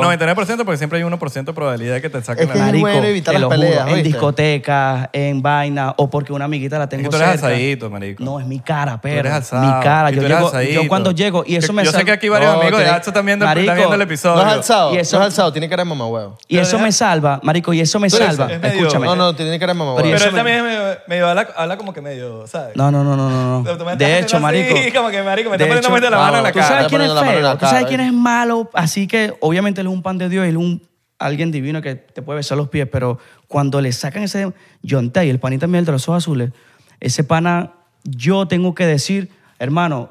Speaker 1: no voy a
Speaker 2: 99%,
Speaker 3: las
Speaker 1: pelear,
Speaker 2: 99% porque siempre hay 1% de probabilidad de que te saquen
Speaker 3: Es
Speaker 2: la
Speaker 3: que
Speaker 2: mierda.
Speaker 1: Marico,
Speaker 3: bueno evitar
Speaker 1: te
Speaker 3: las
Speaker 1: lo juro,
Speaker 3: peleas,
Speaker 1: en
Speaker 3: ¿oíste?
Speaker 1: discotecas, en vainas, o porque una amiguita la tengo
Speaker 2: tú eres
Speaker 1: cerca.
Speaker 2: alzadito, marico.
Speaker 1: No, es mi cara, pero.
Speaker 2: eres alzado.
Speaker 1: mi cara.
Speaker 2: Y
Speaker 1: Yo,
Speaker 2: tú eres
Speaker 1: llego-
Speaker 2: alzadito.
Speaker 1: yo cuando llego, y eso
Speaker 2: Que-
Speaker 1: me
Speaker 2: Yo sé
Speaker 1: sal-
Speaker 2: que aquí varios
Speaker 3: No,
Speaker 2: amigos de
Speaker 3: ok.
Speaker 2: Hacho están viendo,
Speaker 1: Marico,
Speaker 2: están viendo el
Speaker 3: No
Speaker 2: episodio.
Speaker 3: has alzado,
Speaker 1: Y eso-
Speaker 3: no has alzado, tiene cara de mamahuevo.
Speaker 1: Y eso me salva, marico, y eso me
Speaker 3: Tú eres-
Speaker 1: salva.
Speaker 2: es medio-
Speaker 1: Escúchame.
Speaker 3: No, no, tiene cara de mamahuevo.
Speaker 1: Pero y
Speaker 2: Pero
Speaker 1: eso
Speaker 2: él
Speaker 1: me-
Speaker 2: también es medio, medio habla, habla como que medio, ¿sabes?
Speaker 1: No, no, no, no, no, no.
Speaker 2: Pero tú me estás
Speaker 1: De hecho,
Speaker 2: haciendo
Speaker 1: marico.
Speaker 2: así, como que, marico, me
Speaker 1: de
Speaker 2: estás poniendo
Speaker 1: hecho,
Speaker 2: más de la mano en la
Speaker 1: tú
Speaker 2: cara.
Speaker 1: sabes
Speaker 3: Estás
Speaker 1: quién es
Speaker 3: poniendo la mano en la
Speaker 1: feo, tú
Speaker 3: cara,
Speaker 1: sabes
Speaker 3: ¿eh?
Speaker 1: quién es malo. Así que, obviamente, él es un pan de Dios, él es un, alguien divino que te puede besar los pies, pero cuando le sacan ese John Tay, el panita mío de los ojos azules, ese pana, yo tengo que decir, hermano,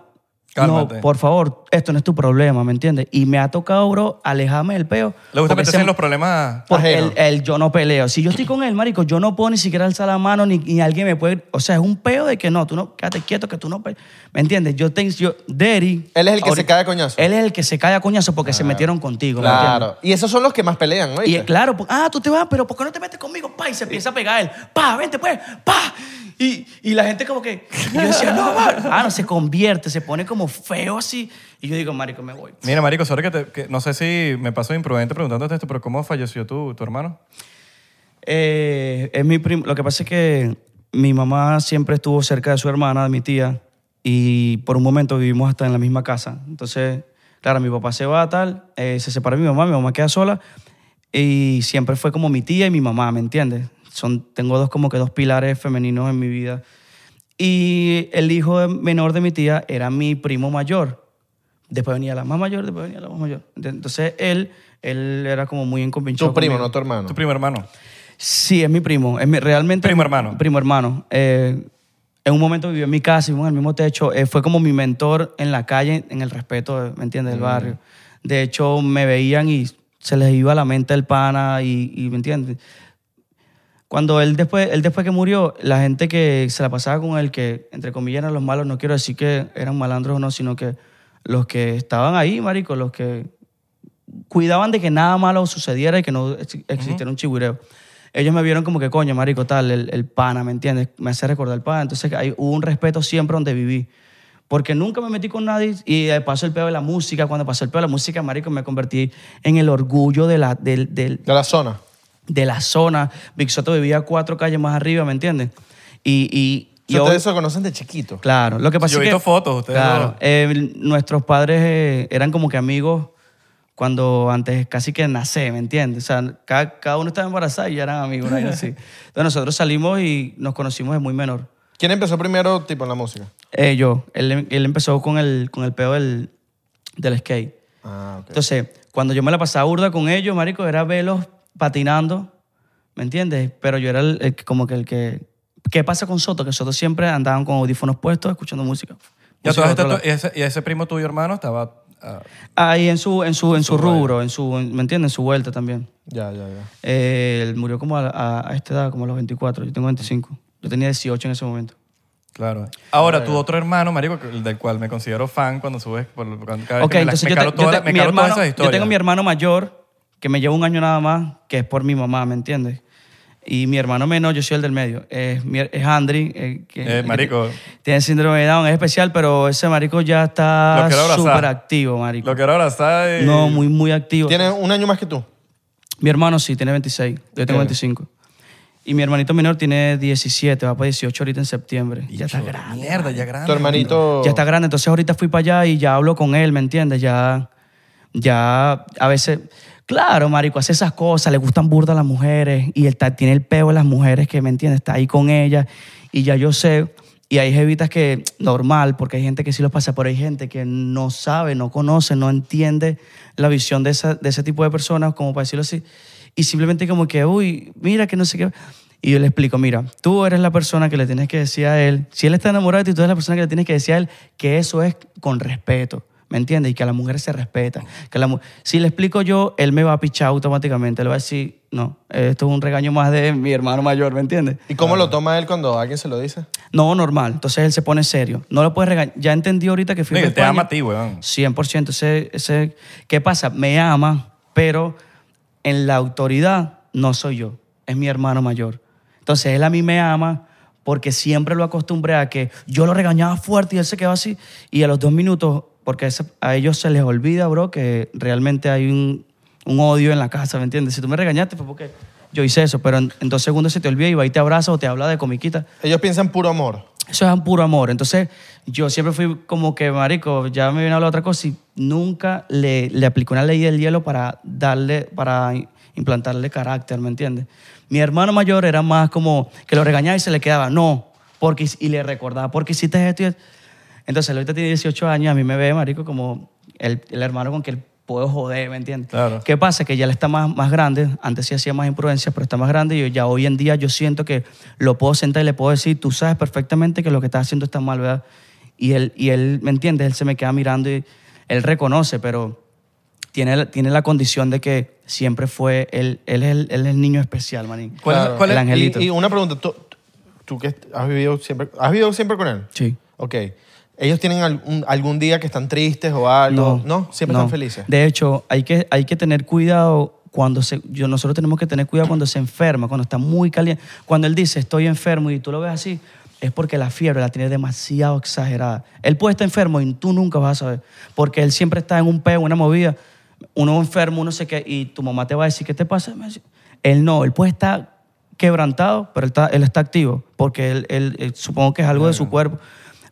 Speaker 2: Cálmate.
Speaker 1: no, por favor, esto no es tu problema, ¿me entiendes? Y me ha tocado, bro, alejarme del peo.
Speaker 2: Le gusta
Speaker 1: porque
Speaker 2: meterse
Speaker 1: ese-
Speaker 2: en los problemas.
Speaker 1: porque
Speaker 3: Ajeno.
Speaker 1: el, el yo no peleo. Si yo estoy con él, marico, yo no puedo ni siquiera alzar la mano ni, ni alguien me puede... O sea, es un peo de que no, tú no... Quédate quieto que tú no... pe- ¿Me entiendes? Yo tengo... Yo, Derry...
Speaker 3: Él es el que
Speaker 1: ahorita-
Speaker 3: se cae a coñazo. Ah.
Speaker 1: Él es el que se cae a coñazo porque se metieron contigo, ¿me entiendes?
Speaker 3: Claro. Y esos son los que más pelean, ¿no?
Speaker 1: Y eh, claro, pues, ah, tú te vas, pero ¿por qué no te metes conmigo? Pa, y se empieza a pegar él. Pa, vente pues, pa. Y, y la gente como que... Y yo decía, no, va. Ah, no, se convierte, se pone como feo así. Y yo digo, marico, me voy.
Speaker 2: Mira, marico, sorry que, te- que no sé si me paso imprudente preguntándote esto, pero ¿cómo falleció tu, tu hermano?
Speaker 1: Eh, es mi prim- Lo que pasa es que mi mamá siempre estuvo cerca de su hermana, de mi tía, y por un momento vivimos hasta en la misma casa. Entonces, claro, mi papá se va tal, eh, se separa mi mamá, mi mamá queda sola, y siempre fue como mi tía y mi mamá, ¿me entiendes? Son, tengo dos como que dos pilares femeninos en mi vida. Y el hijo de- menor de mi tía era mi primo mayor. Después venía la más mayor, después venía la más mayor. Entonces él, él era como muy encompinchado.
Speaker 3: Tu primo,
Speaker 1: conmigo.
Speaker 3: no tu hermano.
Speaker 2: Tu primo hermano.
Speaker 1: Sí, es mi primo. Es mi, realmente.
Speaker 2: Primo hermano.
Speaker 1: Primo hermano. Eh, en un momento vivió en mi casa, vivimos en el mismo techo. Eh, fue como mi mentor en la calle, en el respeto, eh, ¿me entiendes?, del
Speaker 2: Mm.
Speaker 1: barrio. De hecho, me veían y se les iba a la mente el pana y, y, ¿me entiendes? Cuando él después, él después que murió, la gente que se la pasaba con él, que entre comillas eran los malos, no quiero decir que eran malandros o no, sino que los que estaban ahí, marico, los que cuidaban de que nada malo sucediera y que no ex- existiera un chigüireo. Ellos me vieron como que, coño, marico, tal, el, el pana, ¿me entiendes? Me hace recordar el pana. Entonces hay, hubo un respeto siempre donde viví. Porque nunca me metí con nadie y eh, pasó el peor de la música. Cuando pasó el peor de la música, marico, me convertí en el orgullo de la, del, del,
Speaker 3: De la zona.
Speaker 1: de la zona. Big Soto vivía cuatro calles más arriba, ¿me entiendes? Y, y, y
Speaker 3: Ustedes
Speaker 1: obvio-
Speaker 3: eso conocen de chiquito.
Speaker 1: Claro, lo que pasa
Speaker 2: Yo he
Speaker 1: es que...
Speaker 2: visto fotos, ustedes
Speaker 1: Claro,
Speaker 2: no.
Speaker 1: eh, nuestros padres eh, eran como que amigos cuando antes casi que nacé, ¿me entiendes? O sea, cada, cada uno estaba embarazado y ya eran amigos, una vaina así. Entonces nosotros salimos y nos conocimos de muy menor.
Speaker 3: ¿Quién empezó primero, tipo, en la música?
Speaker 1: Eh, yo, él, él empezó con el, con el pedo del, del skate.
Speaker 3: Ah, ok.
Speaker 1: Entonces, cuando yo me la pasaba burda con ellos, marico, era velos patinando, ¿me entiendes? Pero yo era el, el que- como que el que... ¿Qué pasa con Soto? Que Soto siempre andaban con audífonos puestos escuchando música.
Speaker 2: Ya
Speaker 1: Música
Speaker 2: todas
Speaker 1: de otro
Speaker 2: estas-
Speaker 1: lado.
Speaker 2: y, ese, y ese primo tuyo hermano estaba... ah,
Speaker 1: Ahí en su, en su, en su rubro, en su, en- ¿me entiendes? En su vuelta también.
Speaker 3: Ya, ya, ya.
Speaker 1: Eh, él murió como a, a- a esta edad, como a los 24. Yo tengo 25. Yo tenía 18 en ese momento.
Speaker 2: Claro. Ahora, tu otro hermano, marico, que- el del cual me considero fan cuando subes, por, cuando, cada vez
Speaker 1: Ok,
Speaker 2: que me, la-
Speaker 1: entonces
Speaker 2: me
Speaker 1: yo, te-
Speaker 2: caro
Speaker 1: yo
Speaker 2: toda
Speaker 1: te-
Speaker 2: la- me
Speaker 1: mi
Speaker 2: caro
Speaker 1: hermano-
Speaker 2: todas esas
Speaker 1: yo
Speaker 2: historias.
Speaker 1: tengo mi hermano mayor, que me lleva un año nada más, que es por mi mamá, ¿me entiendes? Y mi hermano menor, yo soy el del medio, es, mi- es Andri. eh, que,
Speaker 2: Eh, marico.
Speaker 1: Tiene síndrome de Down, es especial, pero ese marico ya
Speaker 2: Lo
Speaker 1: está
Speaker 2: quiero abrazar.
Speaker 1: súper activo, marico.
Speaker 2: Lo quiero abrazar y...
Speaker 1: No, muy, muy activo.
Speaker 3: Tiene un año más que tú.
Speaker 1: Mi hermano sí, tiene 26. Yo tengo 25. Y mi hermanito menor tiene 17, va para 18 ahorita en septiembre. ya está grande.
Speaker 2: Mierda, ya grande.
Speaker 3: Tu hermanito.
Speaker 1: Ah, Ya está grande. Entonces ahorita fui para allá y ya hablo con él, ¿me entiendes? Ya, ya a veces... Claro, marico, hace esas cosas, le gustan burda a las mujeres y él ta- tiene el peo de las mujeres que, ¿me entiendes? Está ahí con ellas y ya yo sé. Y hay jevitas que, normal, porque hay gente que sí los pasa, pero hay gente que no sabe, no conoce, no entiende la visión de, esa- de ese tipo de personas, como para decirlo así. Y simplemente como que, uy, mira que no sé qué. Y yo le explico, mira, tú eres la persona que le tienes que decir a él, si él está enamorado de ti, tú eres la persona que le tienes que decir a él que eso es con respeto, ¿me entiendes? Y que a la mujer se respeta. Que a la mu- si le explico yo, él me va a pichar automáticamente, le va a decir, no, esto es un regaño más de mi hermano mayor, ¿me entiendes?
Speaker 3: ¿Y cómo lo toma él cuando alguien se lo dice?
Speaker 1: No, normal, entonces él se pone serio, no lo puedes regañar. Ya entendí ahorita que fui
Speaker 2: No, y
Speaker 1: pa'
Speaker 2: él te
Speaker 1: España.
Speaker 2: ama a ti, weón.
Speaker 1: 100%. Ese, ese, ¿Qué pasa? Me ama, pero en la autoridad no soy yo, es mi hermano mayor. Entonces él a mí me ama, porque siempre lo acostumbré a que yo lo regañaba fuerte y él se quedaba así. Y a los dos minutos, porque ese- a ellos se les olvida, bro, que realmente hay un, un odio en la casa, ¿me entiendes? Si tú me regañaste fue porque yo hice eso, pero en, en dos segundos se te olvida y va y te abraza o te habla de comiquita.
Speaker 3: Ellos piensan puro amor.
Speaker 1: Eso es un puro amor. Entonces, yo siempre fui como que, marico, ya me viene a hablar otra cosa y nunca le, le apliqué una ley del hielo para darle, para i- implantarle carácter, ¿me entiendes? Mi hermano mayor era más como que lo regañaba y se le quedaba, no, porque, hic- y le recordaba, porque hiciste esto y esto. Entonces, él ahorita tiene 18 años, a mí me ve, marico, como el, el hermano con que él puedo joder, ¿me entiendes?
Speaker 2: Claro.
Speaker 1: ¿Qué pasa? Que ya él está más, más grande. Antes sí hacía más imprudencias, pero está más grande. Y yo ya hoy en día yo siento que lo puedo sentar y le puedo decir, tú sabes perfectamente que lo que estás haciendo está mal, ¿verdad? Y él, y él ¿me entiendes? Él se me queda mirando y él reconoce, pero tiene, la- tiene la condición de que siempre fue, él, él, es, el, él es el niño especial, manín.
Speaker 2: ¿Cuál es- cuál
Speaker 1: el
Speaker 2: es-
Speaker 1: angelito.
Speaker 3: Y, y una pregunta, tú, tú que has vivido siempre, ¿has vivido siempre con él?
Speaker 1: Sí.
Speaker 3: Ok. ¿Ellos tienen algún, algún día que están tristes o algo? No, siempre
Speaker 1: no.
Speaker 3: están felices.
Speaker 1: De hecho, hay que, hay que tener cuidado cuando se, yo, nosotros tenemos que tener cuidado cuando se enferma, cuando está muy caliente. Cuando él dice estoy enfermo y tú lo ves así, es porque la fiebre la tiene demasiado exagerada. Él puede estar enfermo y tú nunca vas a saber, porque él siempre está en un peo, una movida. Uno enfermo, uno sé qué, y tu mamá te va a decir, ¿qué te pasa? Él no, él puede estar quebrantado, pero él está, él está activo, porque él, él- él- supongo que es algo de su cuerpo.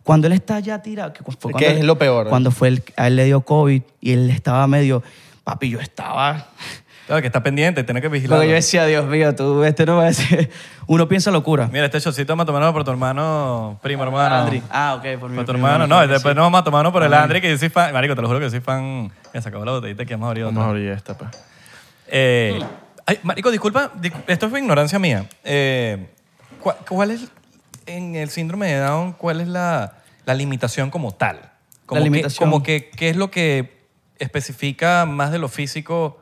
Speaker 1: Cuando él está ya tirado, que fue
Speaker 3: Que
Speaker 1: cuando
Speaker 3: es
Speaker 1: él-
Speaker 3: lo peor, ¿eh?
Speaker 1: Cuando cuando fue el, a él le dio COVID y él estaba medio, papi, yo estaba.
Speaker 2: Claro, que está pendiente, tiene que vigilar.
Speaker 1: Porque yo decía, Dios mío, tú, este no va a decir. Uno piensa locura.
Speaker 2: Mira, este chocito vamos a tomárnoslo por tu hermano, primo hermano.
Speaker 1: Ah, ok, por mi
Speaker 2: Por tu
Speaker 1: primo,
Speaker 2: hermano, no,
Speaker 1: claro que
Speaker 2: después
Speaker 1: sí.
Speaker 2: nos vamos a tomarnos por el Andri, que yo soy fan. Marico, te lo juro que yo soy fan. Ya se acabó la botellita que hemos abierto.
Speaker 3: abrir esta, pues.
Speaker 2: Eh, ay, marico, disculpa, discu- esto fue ignorancia mía. Eh, ¿cuál, cuál es, en el síndrome de Down, cuál es la, la limitación como tal? Como
Speaker 1: La
Speaker 2: que-
Speaker 1: limitación.
Speaker 2: como que, ¿qué es lo que especifica más de lo físico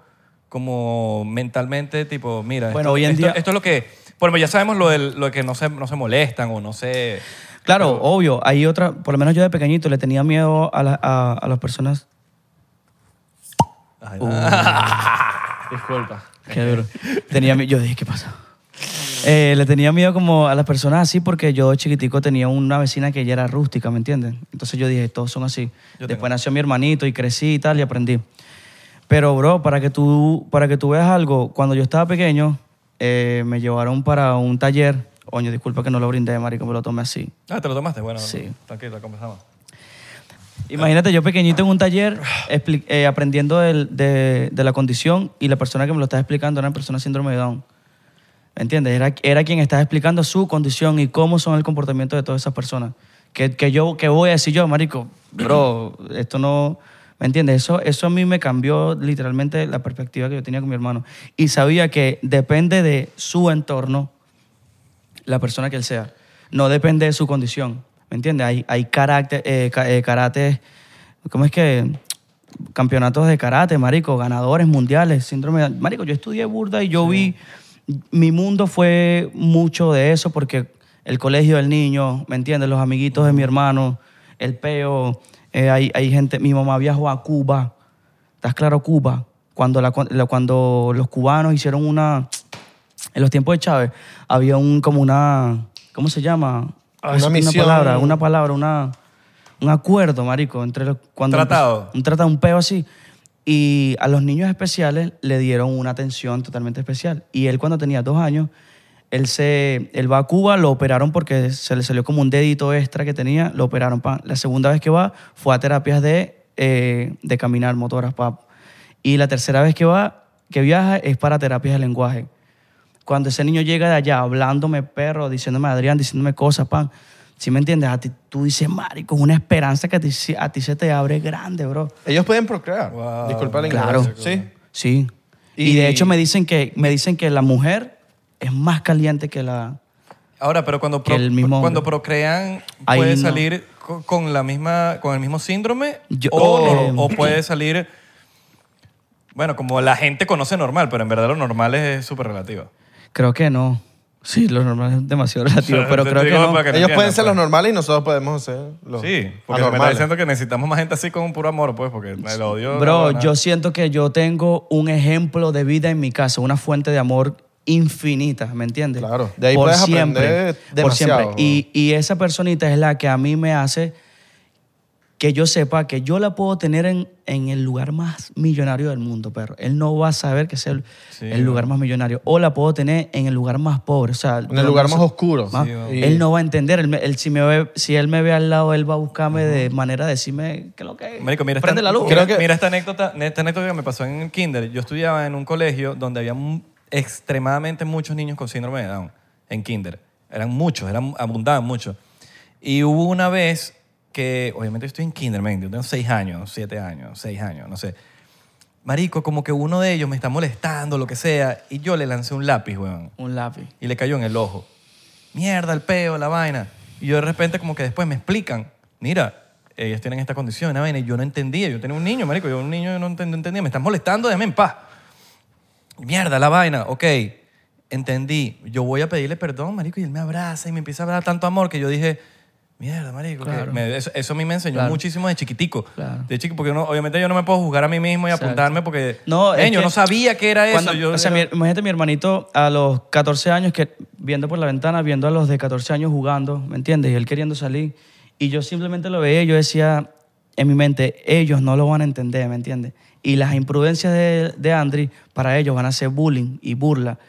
Speaker 2: como mentalmente, tipo, mira,
Speaker 1: Bueno,
Speaker 2: esto,
Speaker 1: hoy en
Speaker 2: esto-
Speaker 1: día-
Speaker 2: Esto es lo que... Bueno, ya sabemos lo, del, lo que no se, no se molestan o no se...
Speaker 1: Claro, obvio. Hay otra, por lo menos yo de pequeñito le tenía miedo a, la- a- a las personas.
Speaker 2: Ay,
Speaker 3: Disculpa.
Speaker 1: Qué duro. Tenía miedo. Yo dije, ¿qué pasa? Eh, le tenía miedo como a las personas así porque yo de chiquitico tenía una vecina que ella era rústica, ¿me entiendes? Entonces yo dije, todos son así.
Speaker 2: Yo
Speaker 1: Después
Speaker 2: tengo.
Speaker 1: nació mi hermanito y crecí y tal y aprendí. Pero, bro, para que tú, para que tú veas algo, cuando yo estaba pequeño, eh, me llevaron para un taller. Oño, disculpa que no lo brindé, marico, me lo tomé así.
Speaker 2: Ah, ¿te lo tomaste? Bueno,
Speaker 1: Sí.
Speaker 2: tranquilo, conversamos.
Speaker 1: Imagínate, yo pequeñito en un taller expli- eh, aprendiendo del- de, de la condición y la persona que me lo estaba explicando era una persona síndrome de Down. ¿Me entiendes? Era, era quien estaba explicando su condición y cómo son el comportamiento de todas esas personas. Que, que yo, que voy a decir yo, marico, bro, esto no... ¿Me entiendes? Eso, eso a mí me cambió literalmente la perspectiva que yo tenía con mi hermano. Y sabía que depende de su entorno, la persona que él sea. No depende de su condición. ¿Me entiendes? Hay, hay carácter, eh, ca- eh, karate, ¿cómo es que? Campeonatos de karate, marico, ganadores mundiales, síndrome de... Marico, yo estudié burda y yo vi... Mi mundo fue mucho de eso porque el colegio del niño, ¿me entiendes? Los amiguitos de mi hermano, el peo, eh, hay, hay gente... Mi mamá viajó a Cuba, ¿estás claro? Cuba. Cuando, la- la- cuando los cubanos hicieron una... En los tiempos de Chávez había un como una ¿cómo se llama? Ah,
Speaker 3: Una
Speaker 1: eso tiene
Speaker 3: misión.
Speaker 1: Una palabra, una palabra, una un acuerdo, marico, entre los cuando
Speaker 2: Tratado.
Speaker 1: empezó- un tratado, un peo así. Y a los niños especiales le dieron una atención totalmente especial. Y él cuando tenía dos años, él se él va a Cuba, lo operaron porque se le salió como un dedito extra que tenía, lo operaron. pa. La segunda vez que va fue a terapias de, eh, de caminar, motoras, pa. Y la tercera vez que va, que viaja, es para terapias de lenguaje cuando ese niño llega de allá hablándome perro, diciéndome Adrián, diciéndome cosas, pan, ¿sí me entiendes? A ti, tú dices, marico, es una esperanza que a ti, se- a ti se te abre grande, bro.
Speaker 3: Ellos pueden procrear.
Speaker 2: Wow.
Speaker 3: Disculpa la
Speaker 1: Claro.
Speaker 3: ignorancia. Sí.
Speaker 1: Sí. Y,
Speaker 3: Y-
Speaker 1: de hecho me dicen, que, me dicen que la mujer es más caliente que la...
Speaker 2: Ahora, pero cuando,
Speaker 1: Que
Speaker 2: pro-
Speaker 1: el mismo
Speaker 2: cuando
Speaker 1: hombre.
Speaker 2: procrean,
Speaker 1: Ahí
Speaker 2: ¿puede
Speaker 1: no.
Speaker 2: salir co- con, la misma, con el mismo síndrome?
Speaker 1: Yo-
Speaker 2: o,
Speaker 1: eh,
Speaker 2: o puede salir, bueno, como la gente conoce normal, pero en verdad lo normal es súper relativo.
Speaker 1: Creo que no. Sí, lo normal es demasiado relativo,
Speaker 2: O sea,
Speaker 1: pero
Speaker 2: te
Speaker 1: creo que
Speaker 2: digo
Speaker 1: no.
Speaker 2: para que-
Speaker 3: Ellos
Speaker 2: entiendan,
Speaker 3: pueden ser
Speaker 2: pues.
Speaker 3: los normales y nosotros podemos ser los
Speaker 2: Sí, porque me está
Speaker 3: anormales.
Speaker 2: diciendo que necesitamos más gente así con puro amor, pues, porque el odio...
Speaker 1: Bro,
Speaker 2: no, no.
Speaker 1: yo siento que yo tengo un ejemplo de vida en mi casa, una fuente de amor infinitas, ¿me entiendes?
Speaker 3: Claro, de ahí
Speaker 1: por
Speaker 3: puedes
Speaker 1: siempre,
Speaker 3: aprender
Speaker 1: por
Speaker 3: demasiado,
Speaker 1: siempre. Y, y esa personita es la que a mí me hace que yo sepa que yo la puedo tener en, en el lugar más millonario del mundo, pero él no va a saber que es el,
Speaker 2: Sí,
Speaker 1: el lugar más millonario. O la puedo tener en el lugar más pobre, o sea...
Speaker 3: En el lugar más oscuro.
Speaker 1: más-
Speaker 3: Sí, bueno.
Speaker 1: Él no va a entender. Él, me- él si, me ve, si él me ve al lado, él va a buscarme de manera de decirme que lo que es.
Speaker 2: Marico, mira,
Speaker 1: Prende la
Speaker 2: esta,
Speaker 1: luz.
Speaker 2: Mira,
Speaker 3: Creo que-
Speaker 2: mira esta anécdota, esta anécdota que me pasó en el kinder. Yo estudiaba en un colegio donde había mu- extremadamente muchos niños con síndrome de Down en kinder. Eran muchos, eran abundaban muchos. Y hubo una vez que, obviamente yo estoy en kinder, man, yo tengo seis años, siete años, seis años, no sé. Marico, como que uno de ellos me está molestando, lo que sea, y yo le lancé un lápiz, weón
Speaker 1: Un lápiz.
Speaker 2: y le cayó en el ojo. Mierda, el peo, la vaina. Y yo de repente como que después me explican, mira, ellos tienen esta condición, una vaina, y yo no entendía, yo tenía un niño, marico, yo un niño yo no enten- no entendía, me están molestando, déjame en paz. Mierda, la vaina, ok, entendí, yo voy a pedirle perdón, marico, y él me abraza y me empieza a dar tanto amor que yo dije, mierda, marico, que
Speaker 1: Claro.
Speaker 2: me- eso, eso a mí me enseñó
Speaker 1: Claro.
Speaker 2: muchísimo de chiquitico,
Speaker 1: Claro.
Speaker 2: de chiqui, porque uno- obviamente yo no me puedo juzgar a mí mismo y
Speaker 1: Exacto.
Speaker 2: apuntarme porque,
Speaker 1: No, es
Speaker 2: "Ey, yo
Speaker 1: que-
Speaker 2: no sabía que era
Speaker 1: Cuando-
Speaker 2: eso. Yo
Speaker 1: o sea,
Speaker 2: era-
Speaker 1: mi- imagínate mi hermanito a los 14 años que viendo por la ventana, viendo a los de 14 años jugando, ¿me entiendes? Y él queriendo salir. Y yo simplemente lo veía y yo decía en mi mente, ellos no lo van a entender, ¿me entiendes? Y las imprudencias de, de Andri para ellos van a ser bullying y burla.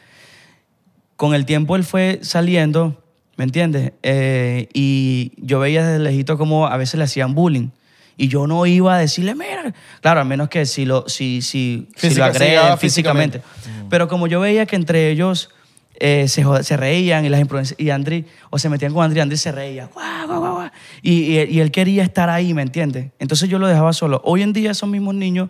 Speaker 1: Con el tiempo él fue saliendo, ¿me entiendes? Eh, y yo veía desde lejito como a veces le hacían bullying. Y yo no iba a decirle, mira, claro, a menos que si lo, si, si, si lo
Speaker 3: Física- sí,
Speaker 1: agreden
Speaker 3: ah,
Speaker 1: físicamente.
Speaker 3: físicamente.
Speaker 1: Pero como yo veía que entre ellos eh, se, jo- se reían y las imprudencias, y Andri, o se metían con Andri, Andri se reía, guau, guau, guau, guau. Y, y- y él quería estar ahí, ¿me entiendes? Entonces yo lo dejaba solo. Hoy en día esos mismos niños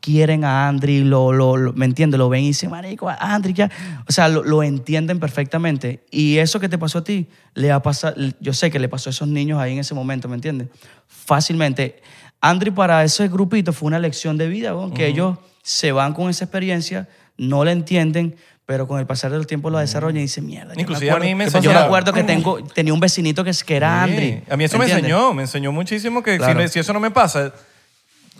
Speaker 1: quieren a Andri, lo, lo, lo- ¿me entiendes? Lo ven y dicen, marico, a Andri ya. O sea, lo, lo entienden perfectamente. Y eso que te pasó a ti, le va a pasar, yo sé que le pasó a esos niños ahí en ese momento, ¿me entiendes? Fácilmente. Andri para ese grupito fue una lección de vida, weón, que ellos se van con esa experiencia, no la entienden, pero con el pasar del tiempo la desarrollan y dicen, mierda, yo
Speaker 2: Inclusive
Speaker 1: me acuerdo,
Speaker 2: a mí me
Speaker 1: yo me
Speaker 2: enseñaron.
Speaker 1: acuerdo que tengo, tenía un vecinito que, es- que era
Speaker 2: Sí,
Speaker 1: Andri.
Speaker 2: A mí eso me
Speaker 1: ¿entiendes?
Speaker 2: enseñó, me enseñó muchísimo que si
Speaker 1: Claro.
Speaker 2: no- si, eso no me pasa,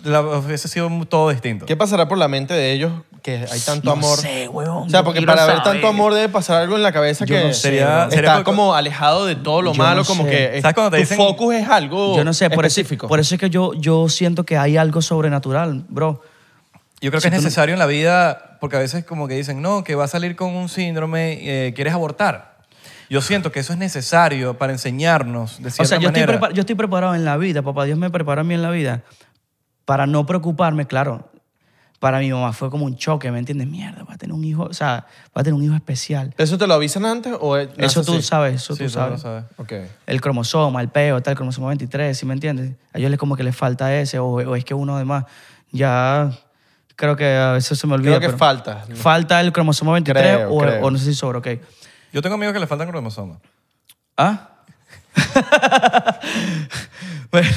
Speaker 2: la- hubiese sido todo distinto.
Speaker 3: ¿Qué pasará por la mente de ellos que hay tanto
Speaker 1: No
Speaker 3: amor?
Speaker 1: sé, huevón,
Speaker 3: O sea,
Speaker 1: no
Speaker 3: porque
Speaker 1: quiero
Speaker 3: para ver
Speaker 1: saber.
Speaker 3: tanto amor debe pasar algo en la cabeza
Speaker 1: Yo
Speaker 3: que
Speaker 1: no sé,
Speaker 2: Sería-
Speaker 3: está
Speaker 2: bro. sería-
Speaker 3: como alejado de todo lo
Speaker 1: Yo
Speaker 3: malo,
Speaker 1: no
Speaker 3: como
Speaker 1: sé.
Speaker 3: que es-
Speaker 2: ¿Sabes cuando te
Speaker 3: tu
Speaker 2: dicen-
Speaker 3: focus es algo
Speaker 1: Yo no sé, por eso,
Speaker 3: específico.
Speaker 1: por eso es que yo, yo siento que hay algo sobrenatural, bro.
Speaker 2: Yo creo que es necesario en la vida, porque a veces como que dicen, no, que va a salir con un síndrome, eh, quieres abortar. Yo siento que eso es necesario para enseñarnos de cierta
Speaker 1: O sea, yo estoy,
Speaker 2: manera.
Speaker 1: prepar- yo estoy preparado en la vida, papá Dios me preparó a mí en la vida para no preocuparme, claro. Para mi mamá fue como un choque, ¿me entiendes? Mierda, va a tener un hijo, o sea, va a tener un hijo especial.
Speaker 3: ¿Eso te lo avisan antes o es-
Speaker 1: Eso
Speaker 3: nace
Speaker 1: tú
Speaker 3: así?
Speaker 1: sabes, eso
Speaker 2: Ah, Sí,
Speaker 1: tú
Speaker 2: eso lo
Speaker 1: sabes.
Speaker 2: sabes.
Speaker 3: Ok.
Speaker 1: El cromosoma, el peo, tal, el cromosoma 23, ¿sí me entiendes? A ellos les como que les falta ese, o, o es que uno además ya creo que a veces se me olvida.
Speaker 3: que
Speaker 1: pero-
Speaker 3: falta.
Speaker 1: Falta el cromosoma 23
Speaker 3: Creo,
Speaker 1: o,
Speaker 3: creo.
Speaker 1: o no sé si sobra, ok.
Speaker 2: Yo tengo amigos que le faltan cromosomas.
Speaker 1: ¿Ah? bueno,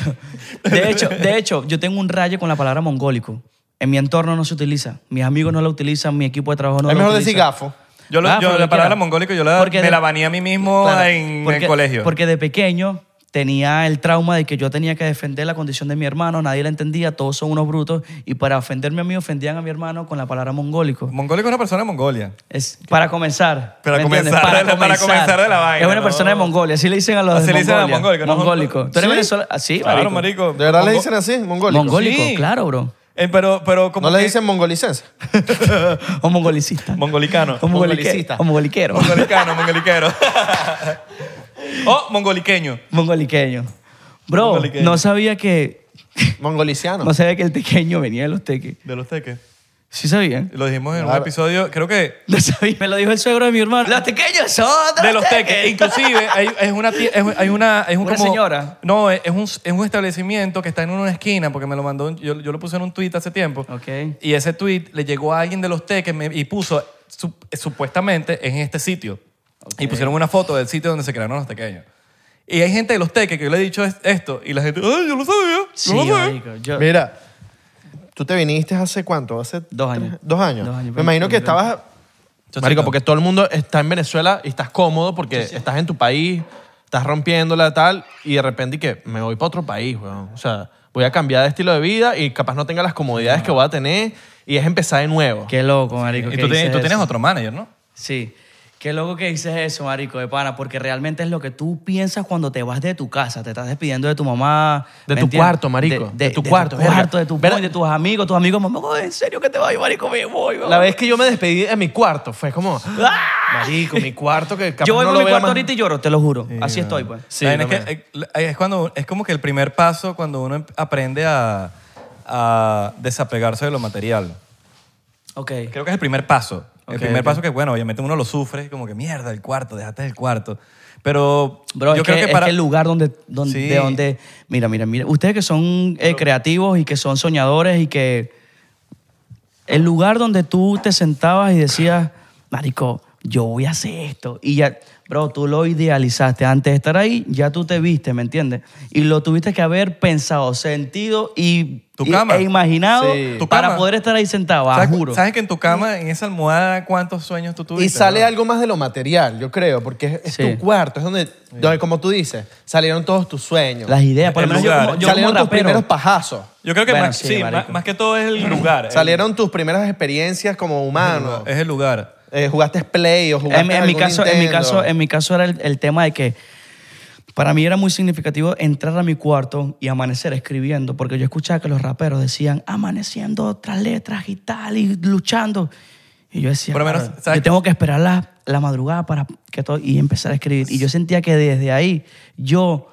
Speaker 1: de hecho, de hecho, yo tengo un rayo con la palabra mongólico. En mi entorno no se utiliza. Mis amigos no la utilizan, mi equipo de trabajo no
Speaker 3: es
Speaker 1: la
Speaker 3: mejor
Speaker 1: utiliza.
Speaker 3: decir gafo.
Speaker 2: Yo, lo-
Speaker 1: Ah,
Speaker 2: yo
Speaker 1: porque
Speaker 2: la palabra
Speaker 1: quiera.
Speaker 2: mongólico yo la,
Speaker 1: Porque
Speaker 2: me
Speaker 1: de-
Speaker 2: la bañé a mí mismo
Speaker 1: Claro,
Speaker 2: en
Speaker 1: porque-
Speaker 2: el colegio.
Speaker 1: Porque de pequeño tenía el trauma de que yo tenía que defender la condición de mi hermano, nadie la entendía, todos son unos brutos, y para ofenderme a mí ofendían a mi hermano con la palabra mongólico.
Speaker 2: Mongólico es una persona de Mongolia.
Speaker 1: Es para comenzar.
Speaker 2: Para
Speaker 1: ¿me entiendes?
Speaker 2: comenzar, para comenzar de la vaina,
Speaker 1: Es una
Speaker 2: ¿no?
Speaker 1: persona de Mongolia, así le dicen a los
Speaker 2: Así
Speaker 1: de
Speaker 2: le dicen a
Speaker 1: Mongolia.
Speaker 2: mongólico, ¿no?
Speaker 1: Mongólico. ¿Tú eres
Speaker 3: ¿Sí?
Speaker 1: venezolano? Así,
Speaker 2: Claro, marico.
Speaker 3: ¿De verdad le
Speaker 2: Mongo-
Speaker 3: dicen así? Mongólico.
Speaker 1: Mongólico,
Speaker 2: Sí.
Speaker 1: claro, bro.
Speaker 2: Eh, pero, pero como
Speaker 3: ¿No le
Speaker 2: que-
Speaker 3: dicen mongolicense?
Speaker 1: O mongolicista.
Speaker 2: Mongolicano.
Speaker 1: O mongoliquero.
Speaker 3: Mongolicista.
Speaker 1: O mongoliquero.
Speaker 2: Mongolicano, mongoliquero. o mongoliqueño.
Speaker 1: Mongoliqueño. Bro,
Speaker 2: Mongoliqueño.
Speaker 1: no sabía que.
Speaker 3: Mongoliciano.
Speaker 2: Ah.
Speaker 1: No sabía que el tequeño venía de los teques.
Speaker 2: De los teques.
Speaker 1: Sí sabían.
Speaker 2: Lo dijimos en un
Speaker 3: Claro.
Speaker 2: episodio, creo que
Speaker 1: No sabía. Me lo dijo el suegro de mi hermano. Los tequeños son de,
Speaker 2: de los teques. Inclusive hay, es una, tie- es- hay una, es un
Speaker 1: Una
Speaker 2: como-
Speaker 1: señora.
Speaker 2: No, es es un, es un establecimiento que está en una esquina porque me lo mandó, un- yo, yo lo puse en un tweet hace tiempo.
Speaker 1: Ok.
Speaker 2: Y ese tweet le llegó a alguien de los teques me- y puso su- eh, supuestamente en este sitio. Y pusieron una foto del sitio donde se crearon los tequeños. Y hay gente de los teques que yo le he dicho es- esto y la gente, ¡ay, yo lo sabía! yo
Speaker 1: Sí,
Speaker 2: lo sabía".
Speaker 1: marico, yo-
Speaker 3: Mira, tú te viniste hace cuánto? Hace
Speaker 1: Dos años.
Speaker 3: tres- Dos años.
Speaker 1: Dos años,
Speaker 3: Me imagino que
Speaker 1: 20,
Speaker 3: estabas.
Speaker 2: Yo
Speaker 3: Marico,
Speaker 2: sé.
Speaker 3: porque todo el mundo está en Venezuela y estás cómodo porque estás en tu país, estás rompiéndola tal, y de repente y que me voy para otro país, weón. O sea, voy a cambiar de estilo de vida y capaz no tenga las comodidades que voy a tener y es empezar de nuevo.
Speaker 1: Qué loco, marico.
Speaker 2: Y
Speaker 1: que
Speaker 2: tú, te-
Speaker 1: dices
Speaker 2: tú tienes
Speaker 1: eso.
Speaker 2: otro manager, ¿no?
Speaker 1: Sí. Qué loco que dices eso, marico, de pana, porque realmente es lo que tú piensas cuando te vas de tu casa, te estás despidiendo de tu mamá.
Speaker 3: De
Speaker 1: ¿me
Speaker 3: tu
Speaker 1: entiendes?
Speaker 3: cuarto, marico, de tu cuarto,
Speaker 1: de tu
Speaker 3: verga.
Speaker 1: cuarto, de tu
Speaker 3: Verga.
Speaker 1: coño, de tus amigos, tus amigos, mamá, "Oye, ¿en serio que te vas, marico? Me voy, mamá".
Speaker 3: La vez que yo me despedí de mi cuarto fue como,
Speaker 1: ¡Ah!
Speaker 3: marico, mi cuarto que capaz
Speaker 1: Yo voy
Speaker 3: no
Speaker 1: por
Speaker 3: lo
Speaker 1: mi
Speaker 3: vea
Speaker 1: cuarto
Speaker 3: más-
Speaker 1: ahorita y lloro, te lo juro. Así estoy, pues.
Speaker 3: Sí,
Speaker 2: La vaina
Speaker 3: no
Speaker 2: es, que, eh, es cuando, es como que el primer paso cuando uno em- aprende a, a desapegarse de lo material.
Speaker 1: Ok.
Speaker 2: Creo que es el primer paso. el
Speaker 1: Ok,
Speaker 2: primer
Speaker 1: ok.
Speaker 2: paso que, bueno, obviamente uno lo sufre, como que mierda, el cuarto, déjate el cuarto. Pero
Speaker 1: Bro, es,
Speaker 2: yo creo
Speaker 1: que,
Speaker 2: que,
Speaker 1: es
Speaker 2: para.
Speaker 1: que el lugar donde, donde,
Speaker 2: Sí.
Speaker 1: de donde... Mira, mira, mira. Ustedes que son eh, creativos y que son soñadores y que... El lugar donde tú te sentabas y decías, marico, yo voy a hacer esto. Y ya, bro, tú lo idealizaste. Antes de estar ahí, ya tú te viste, ¿me entiendes? Y lo tuviste que haber pensado, sentido y,
Speaker 2: Tu
Speaker 1: y-
Speaker 2: cama.
Speaker 1: e imaginado
Speaker 3: Sí.
Speaker 2: Tu
Speaker 1: para
Speaker 2: cama.
Speaker 1: poder estar ahí sentado, ah,
Speaker 2: ¿sabes,
Speaker 1: juro.
Speaker 2: sabes que en tu cama, en esa almohada, cuántos sueños tú tuviste?
Speaker 3: Y sale
Speaker 2: no?
Speaker 3: algo más de lo material, yo creo, porque es, es
Speaker 1: Sí.
Speaker 3: tu cuarto, es donde, donde, como tú dices, salieron todos tus sueños.
Speaker 1: Las ideas, por lo
Speaker 2: El
Speaker 1: menos yo
Speaker 2: lugar.
Speaker 1: como, yo como
Speaker 3: salieron tus
Speaker 1: rapero.
Speaker 3: primeros pajazos.
Speaker 2: Yo creo que
Speaker 1: Bueno,
Speaker 2: más,
Speaker 1: sí,
Speaker 2: sí, más-
Speaker 1: marico.
Speaker 2: más que todo es el lugar. el-
Speaker 3: Salieron tus primeras experiencias como humano.
Speaker 2: Es el lugar.
Speaker 3: Eh, Eh, jugaste Play o jugaste
Speaker 1: en, mi- en mi
Speaker 3: algún
Speaker 1: caso, en mi
Speaker 3: Nintendo.
Speaker 1: caso, en mi caso era el, el tema de que para mí era muy significativo entrar a mi cuarto y amanecer escribiendo, porque yo escuchaba que los raperos decían amaneciendo otras letras y tal, y luchando. Y yo decía,
Speaker 2: Por lo menos,
Speaker 1: "Claro,
Speaker 2: ¿sabes?
Speaker 1: yo tengo que esperar la, la madrugada para que todo, y empezar a escribir. Y yo sentía que desde ahí yo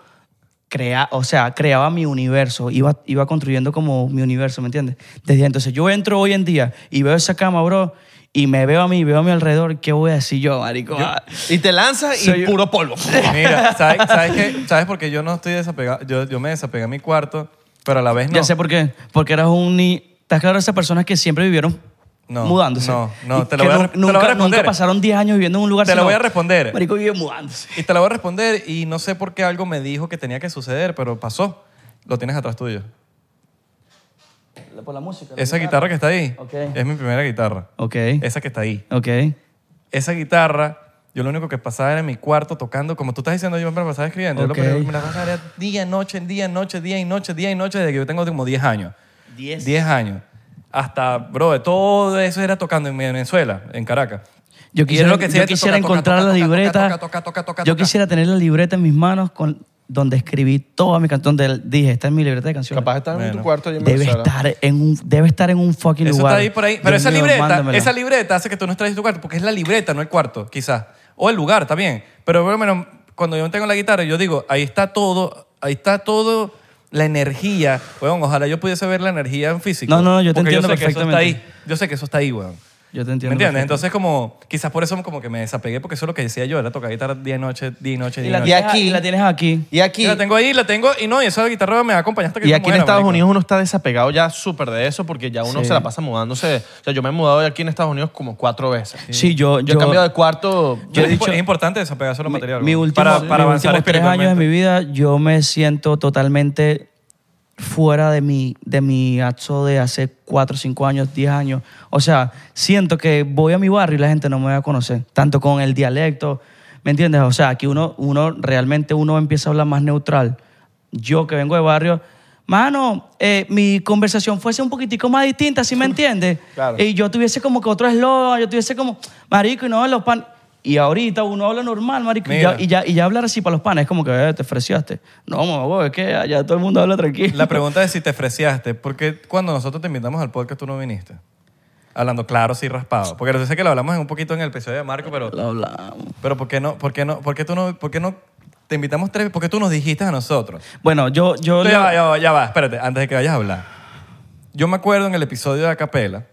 Speaker 1: crea, o sea, creaba mi universo, iba, iba construyendo como mi universo, ¿me entiendes? Desde entonces yo entro hoy en día y veo esa cama, bro, y me veo a mí, veo a mi alrededor, ¿qué voy a decir yo, marico? Ah,
Speaker 3: Y te lanzas
Speaker 1: Soy
Speaker 3: y
Speaker 1: yo.
Speaker 3: puro polvo.
Speaker 2: Mira, ¿sabes, sabes, qué? ¿sabes por qué yo no estoy desapegado? Yo, yo me desapegué a mi cuarto, pero a la vez no.
Speaker 1: Ya sé por qué, porque eras un ni... ¿Estás claro esas personas que siempre vivieron
Speaker 2: No,
Speaker 1: mudándose?
Speaker 2: no, no,
Speaker 1: Y
Speaker 2: te lo
Speaker 1: que
Speaker 2: voy a
Speaker 1: nu-
Speaker 2: re- te lo
Speaker 1: nunca,
Speaker 2: voy a
Speaker 1: nunca
Speaker 2: responder.
Speaker 1: pasaron 10 años viviendo en un lugar
Speaker 2: Te lo
Speaker 1: sino-
Speaker 2: voy a responder.
Speaker 1: Marico vive mudándose.
Speaker 2: Y te la voy a responder y no sé por qué algo me dijo que tenía que suceder, pero pasó. Lo tienes atrás tuyo.
Speaker 1: Por la música.
Speaker 2: Esa guitarra que está ahí
Speaker 1: Ok.
Speaker 2: es mi primera guitarra.
Speaker 1: Ok,
Speaker 2: Esa que está ahí.
Speaker 1: ok.
Speaker 2: Esa guitarra, yo lo único que pasaba era en mi cuarto tocando, como tú estás diciendo, yo me la pasaba escribiendo.
Speaker 1: Ok.
Speaker 2: Yo lo- me la pasaba era día, noche, día, noche, día y noche, día y noche, desde que yo tengo como 10 años.
Speaker 1: 10.
Speaker 2: 10 años. Hasta, bro, de todo eso era tocando en Venezuela, en Caracas.
Speaker 1: Yo
Speaker 2: Y
Speaker 1: quisiera,
Speaker 2: es lo que
Speaker 1: yo
Speaker 2: sea, te
Speaker 1: quisiera
Speaker 2: toca, toca,
Speaker 1: encontrar
Speaker 2: toca,
Speaker 1: la
Speaker 2: toca, toca,
Speaker 1: libreta.
Speaker 2: toca, toca, toca, toca,
Speaker 1: yo
Speaker 2: toca.
Speaker 1: quisiera tener la libreta en mis manos con, donde escribí toda mi canción, donde dije, esta es mi libreta de canciones.
Speaker 3: Capaz estás en
Speaker 2: Bueno.
Speaker 3: tu cuarto y en
Speaker 1: debe
Speaker 3: Venezuela.
Speaker 1: estar en un debe estar en un fucking
Speaker 2: Eso
Speaker 1: lugar.
Speaker 2: está ahí por ahí. Pero
Speaker 1: Dios
Speaker 2: esa
Speaker 1: mío,
Speaker 2: libreta,
Speaker 1: mándamela.
Speaker 2: esa libreta hace que tú no extrañes tu cuarto, porque es la libreta, no el cuarto, quizás. O el lugar también. Pero por lo menos, cuando yo tengo la guitarra, yo digo, ahí está todo, ahí está todo la energía. Weón, ojalá yo pudiese ver la energía en físico.
Speaker 1: No, no, no, yo te
Speaker 2: Porque
Speaker 1: entiendo
Speaker 2: sé que eso está
Speaker 1: perfectamente.
Speaker 2: ahí. Yo sé que eso está ahí, weón.
Speaker 1: Yo te entiendo.
Speaker 2: ¿Me entiendes?
Speaker 1: perfecto.
Speaker 2: Entonces, como, quizás por eso como que me desapegué, porque eso es lo que decía yo, era tocar guitarra día y noche, día y noche, día y
Speaker 1: y la,
Speaker 2: noche.
Speaker 1: tienes,
Speaker 3: aquí-
Speaker 1: y la tienes aquí.
Speaker 3: Y aquí,
Speaker 2: Y la tengo ahí, la tengo, y no, y esa guitarra me acompaña hasta que
Speaker 3: y
Speaker 2: yo
Speaker 3: aquí en
Speaker 2: muera,
Speaker 3: Estados
Speaker 2: marico.
Speaker 3: Unidos uno está desapegado ya súper de eso porque ya uno
Speaker 1: Sí.
Speaker 3: se la pasa mudándose. O sea, yo me he mudado aquí en Estados Unidos como cuatro veces.
Speaker 1: Sí, yo
Speaker 3: Yo he cambiado de cuarto.
Speaker 1: Yo he
Speaker 2: es, impo-
Speaker 1: dicho-
Speaker 2: es importante desapegarse de lo
Speaker 1: mi-
Speaker 2: material.
Speaker 1: Mi
Speaker 2: weón,
Speaker 1: último,
Speaker 2: para,
Speaker 1: mis
Speaker 2: para avanzar
Speaker 1: últimos tres años de
Speaker 2: espiritualmente.
Speaker 1: mi vida, yo me siento totalmente fuera de mi, de mi acto de hace cuatro, cinco años, 10 años. O sea, siento que voy a mi barrio y la gente no me va a conocer, tanto con el dialecto, ¿me entiendes? O sea, aquí uno, uno realmente uno empieza a hablar más neutral. Yo que vengo de barrio, mano, eh, mi conversación fuese un poquitico más distinta, ¿sí me entiendes?
Speaker 3: Claro.
Speaker 1: Y yo tuviese como que otro eslogan, yo tuviese como, marico, y no, los pan... Y ahorita uno habla normal, marico, y ya,
Speaker 2: Mira.
Speaker 1: y, ya, y ya hablar así para los panes es como que eh, te fresiaste. No, mamá, huevo, es que allá todo el mundo habla tranquilo.
Speaker 2: La pregunta es si te freciaste, porque cuando nosotros te invitamos al podcast tú no viniste. Hablando claro, sí, raspado. Porque yo sé que lo hablamos en un poquito en el episodio de Marco, pero,
Speaker 1: Lo hablamos.
Speaker 2: pero ¿por qué no? ¿Por qué no? ¿Por qué tú no? ¿Por qué no? Te invitamos tres, porque tú nos dijiste a nosotros.
Speaker 1: Bueno, yo... yo
Speaker 2: Ya va, ya va, ya va, espérate, antes de que vayas a hablar. Yo me acuerdo en el episodio de Acapela,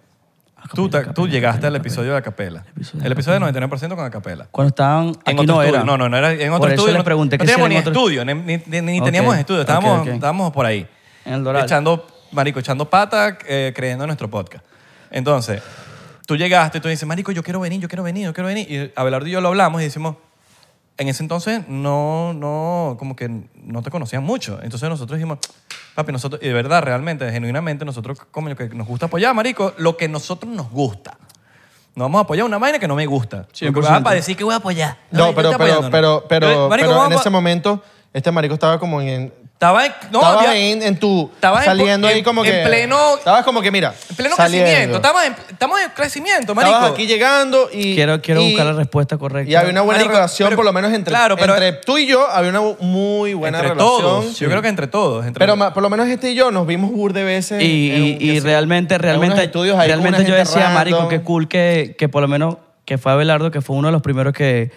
Speaker 1: Ah,
Speaker 2: tú, te- tú llegaste al episodio de Acapela.
Speaker 1: episodio de
Speaker 2: El episodio del 99% con Acapela.
Speaker 1: Cuando estaban...
Speaker 2: En
Speaker 1: aquí
Speaker 2: otro
Speaker 1: no
Speaker 2: estudio.
Speaker 1: era.
Speaker 2: No, no, no era en otro
Speaker 1: Por eso
Speaker 2: estudio.
Speaker 1: les
Speaker 2: no-
Speaker 1: pregunté
Speaker 2: no
Speaker 1: que si
Speaker 2: teníamos
Speaker 1: era
Speaker 2: ni
Speaker 1: en otro-
Speaker 2: estudio, ni, ni- ni- ni teníamos
Speaker 1: Ok,
Speaker 2: estudio. Estábamos,
Speaker 1: ok, ok.
Speaker 2: estábamos por ahí.
Speaker 1: En el Doral.
Speaker 2: Echando, marico, echando pata, eh, creyendo en nuestro podcast. Entonces, tú llegaste y tú dices, marico, yo quiero venir, yo quiero venir, yo quiero venir. Y Abelardo y yo lo hablamos y decimos, en ese entonces no, no, como que no te conocían mucho. Entonces nosotros dijimos, papi, nosotros, y de verdad, realmente, genuinamente, nosotros como que nos gusta apoyar, marico, lo que nosotros nos gusta. No vamos a apoyar una vaina que no me gusta. Porque vas
Speaker 1: 100%.
Speaker 2: para decir que voy a apoyar.
Speaker 3: No,
Speaker 2: Ay,
Speaker 3: pero,
Speaker 2: está
Speaker 3: pero,
Speaker 2: apoyando, ¿no?
Speaker 3: pero, pero,
Speaker 2: Yo, marico,
Speaker 3: pero en
Speaker 2: vamos a-
Speaker 3: ese momento, este marico estaba como en
Speaker 2: Estaba en, no,
Speaker 3: estabas
Speaker 2: había-
Speaker 3: ahí en, en tu.
Speaker 2: estabas en-
Speaker 3: saliendo ahí
Speaker 2: en-
Speaker 3: como
Speaker 2: en
Speaker 3: que.
Speaker 2: pleno-
Speaker 3: Estabas como que, mira.
Speaker 2: en pleno
Speaker 3: saliendo.
Speaker 2: crecimiento. Estamos en, estamos en crecimiento, marico.
Speaker 3: Estabas aquí llegando y.
Speaker 1: Quiero, quiero
Speaker 3: y-
Speaker 1: buscar la respuesta correcta.
Speaker 3: Y había una buena
Speaker 2: Marico,
Speaker 3: relación,
Speaker 2: pero-
Speaker 3: por lo menos entre,
Speaker 2: claro, pero-
Speaker 3: entre tú y yo, había una bu- muy buena
Speaker 2: entre
Speaker 3: relación.
Speaker 2: todos. Yo creo que entre todos. entre-
Speaker 3: Pero ma- por lo menos este y yo nos vimos burde veces.
Speaker 1: Y,
Speaker 3: en un-
Speaker 1: y- y
Speaker 3: eh, que sí,
Speaker 1: realmente,
Speaker 3: en
Speaker 1: realmente,
Speaker 3: unos estudios ahí con
Speaker 1: realmente
Speaker 3: una
Speaker 1: yo
Speaker 3: gente
Speaker 1: decía, marico,
Speaker 3: random.
Speaker 1: qué cool que, que por lo menos que fue Abelardo, que fue uno de los primeros que...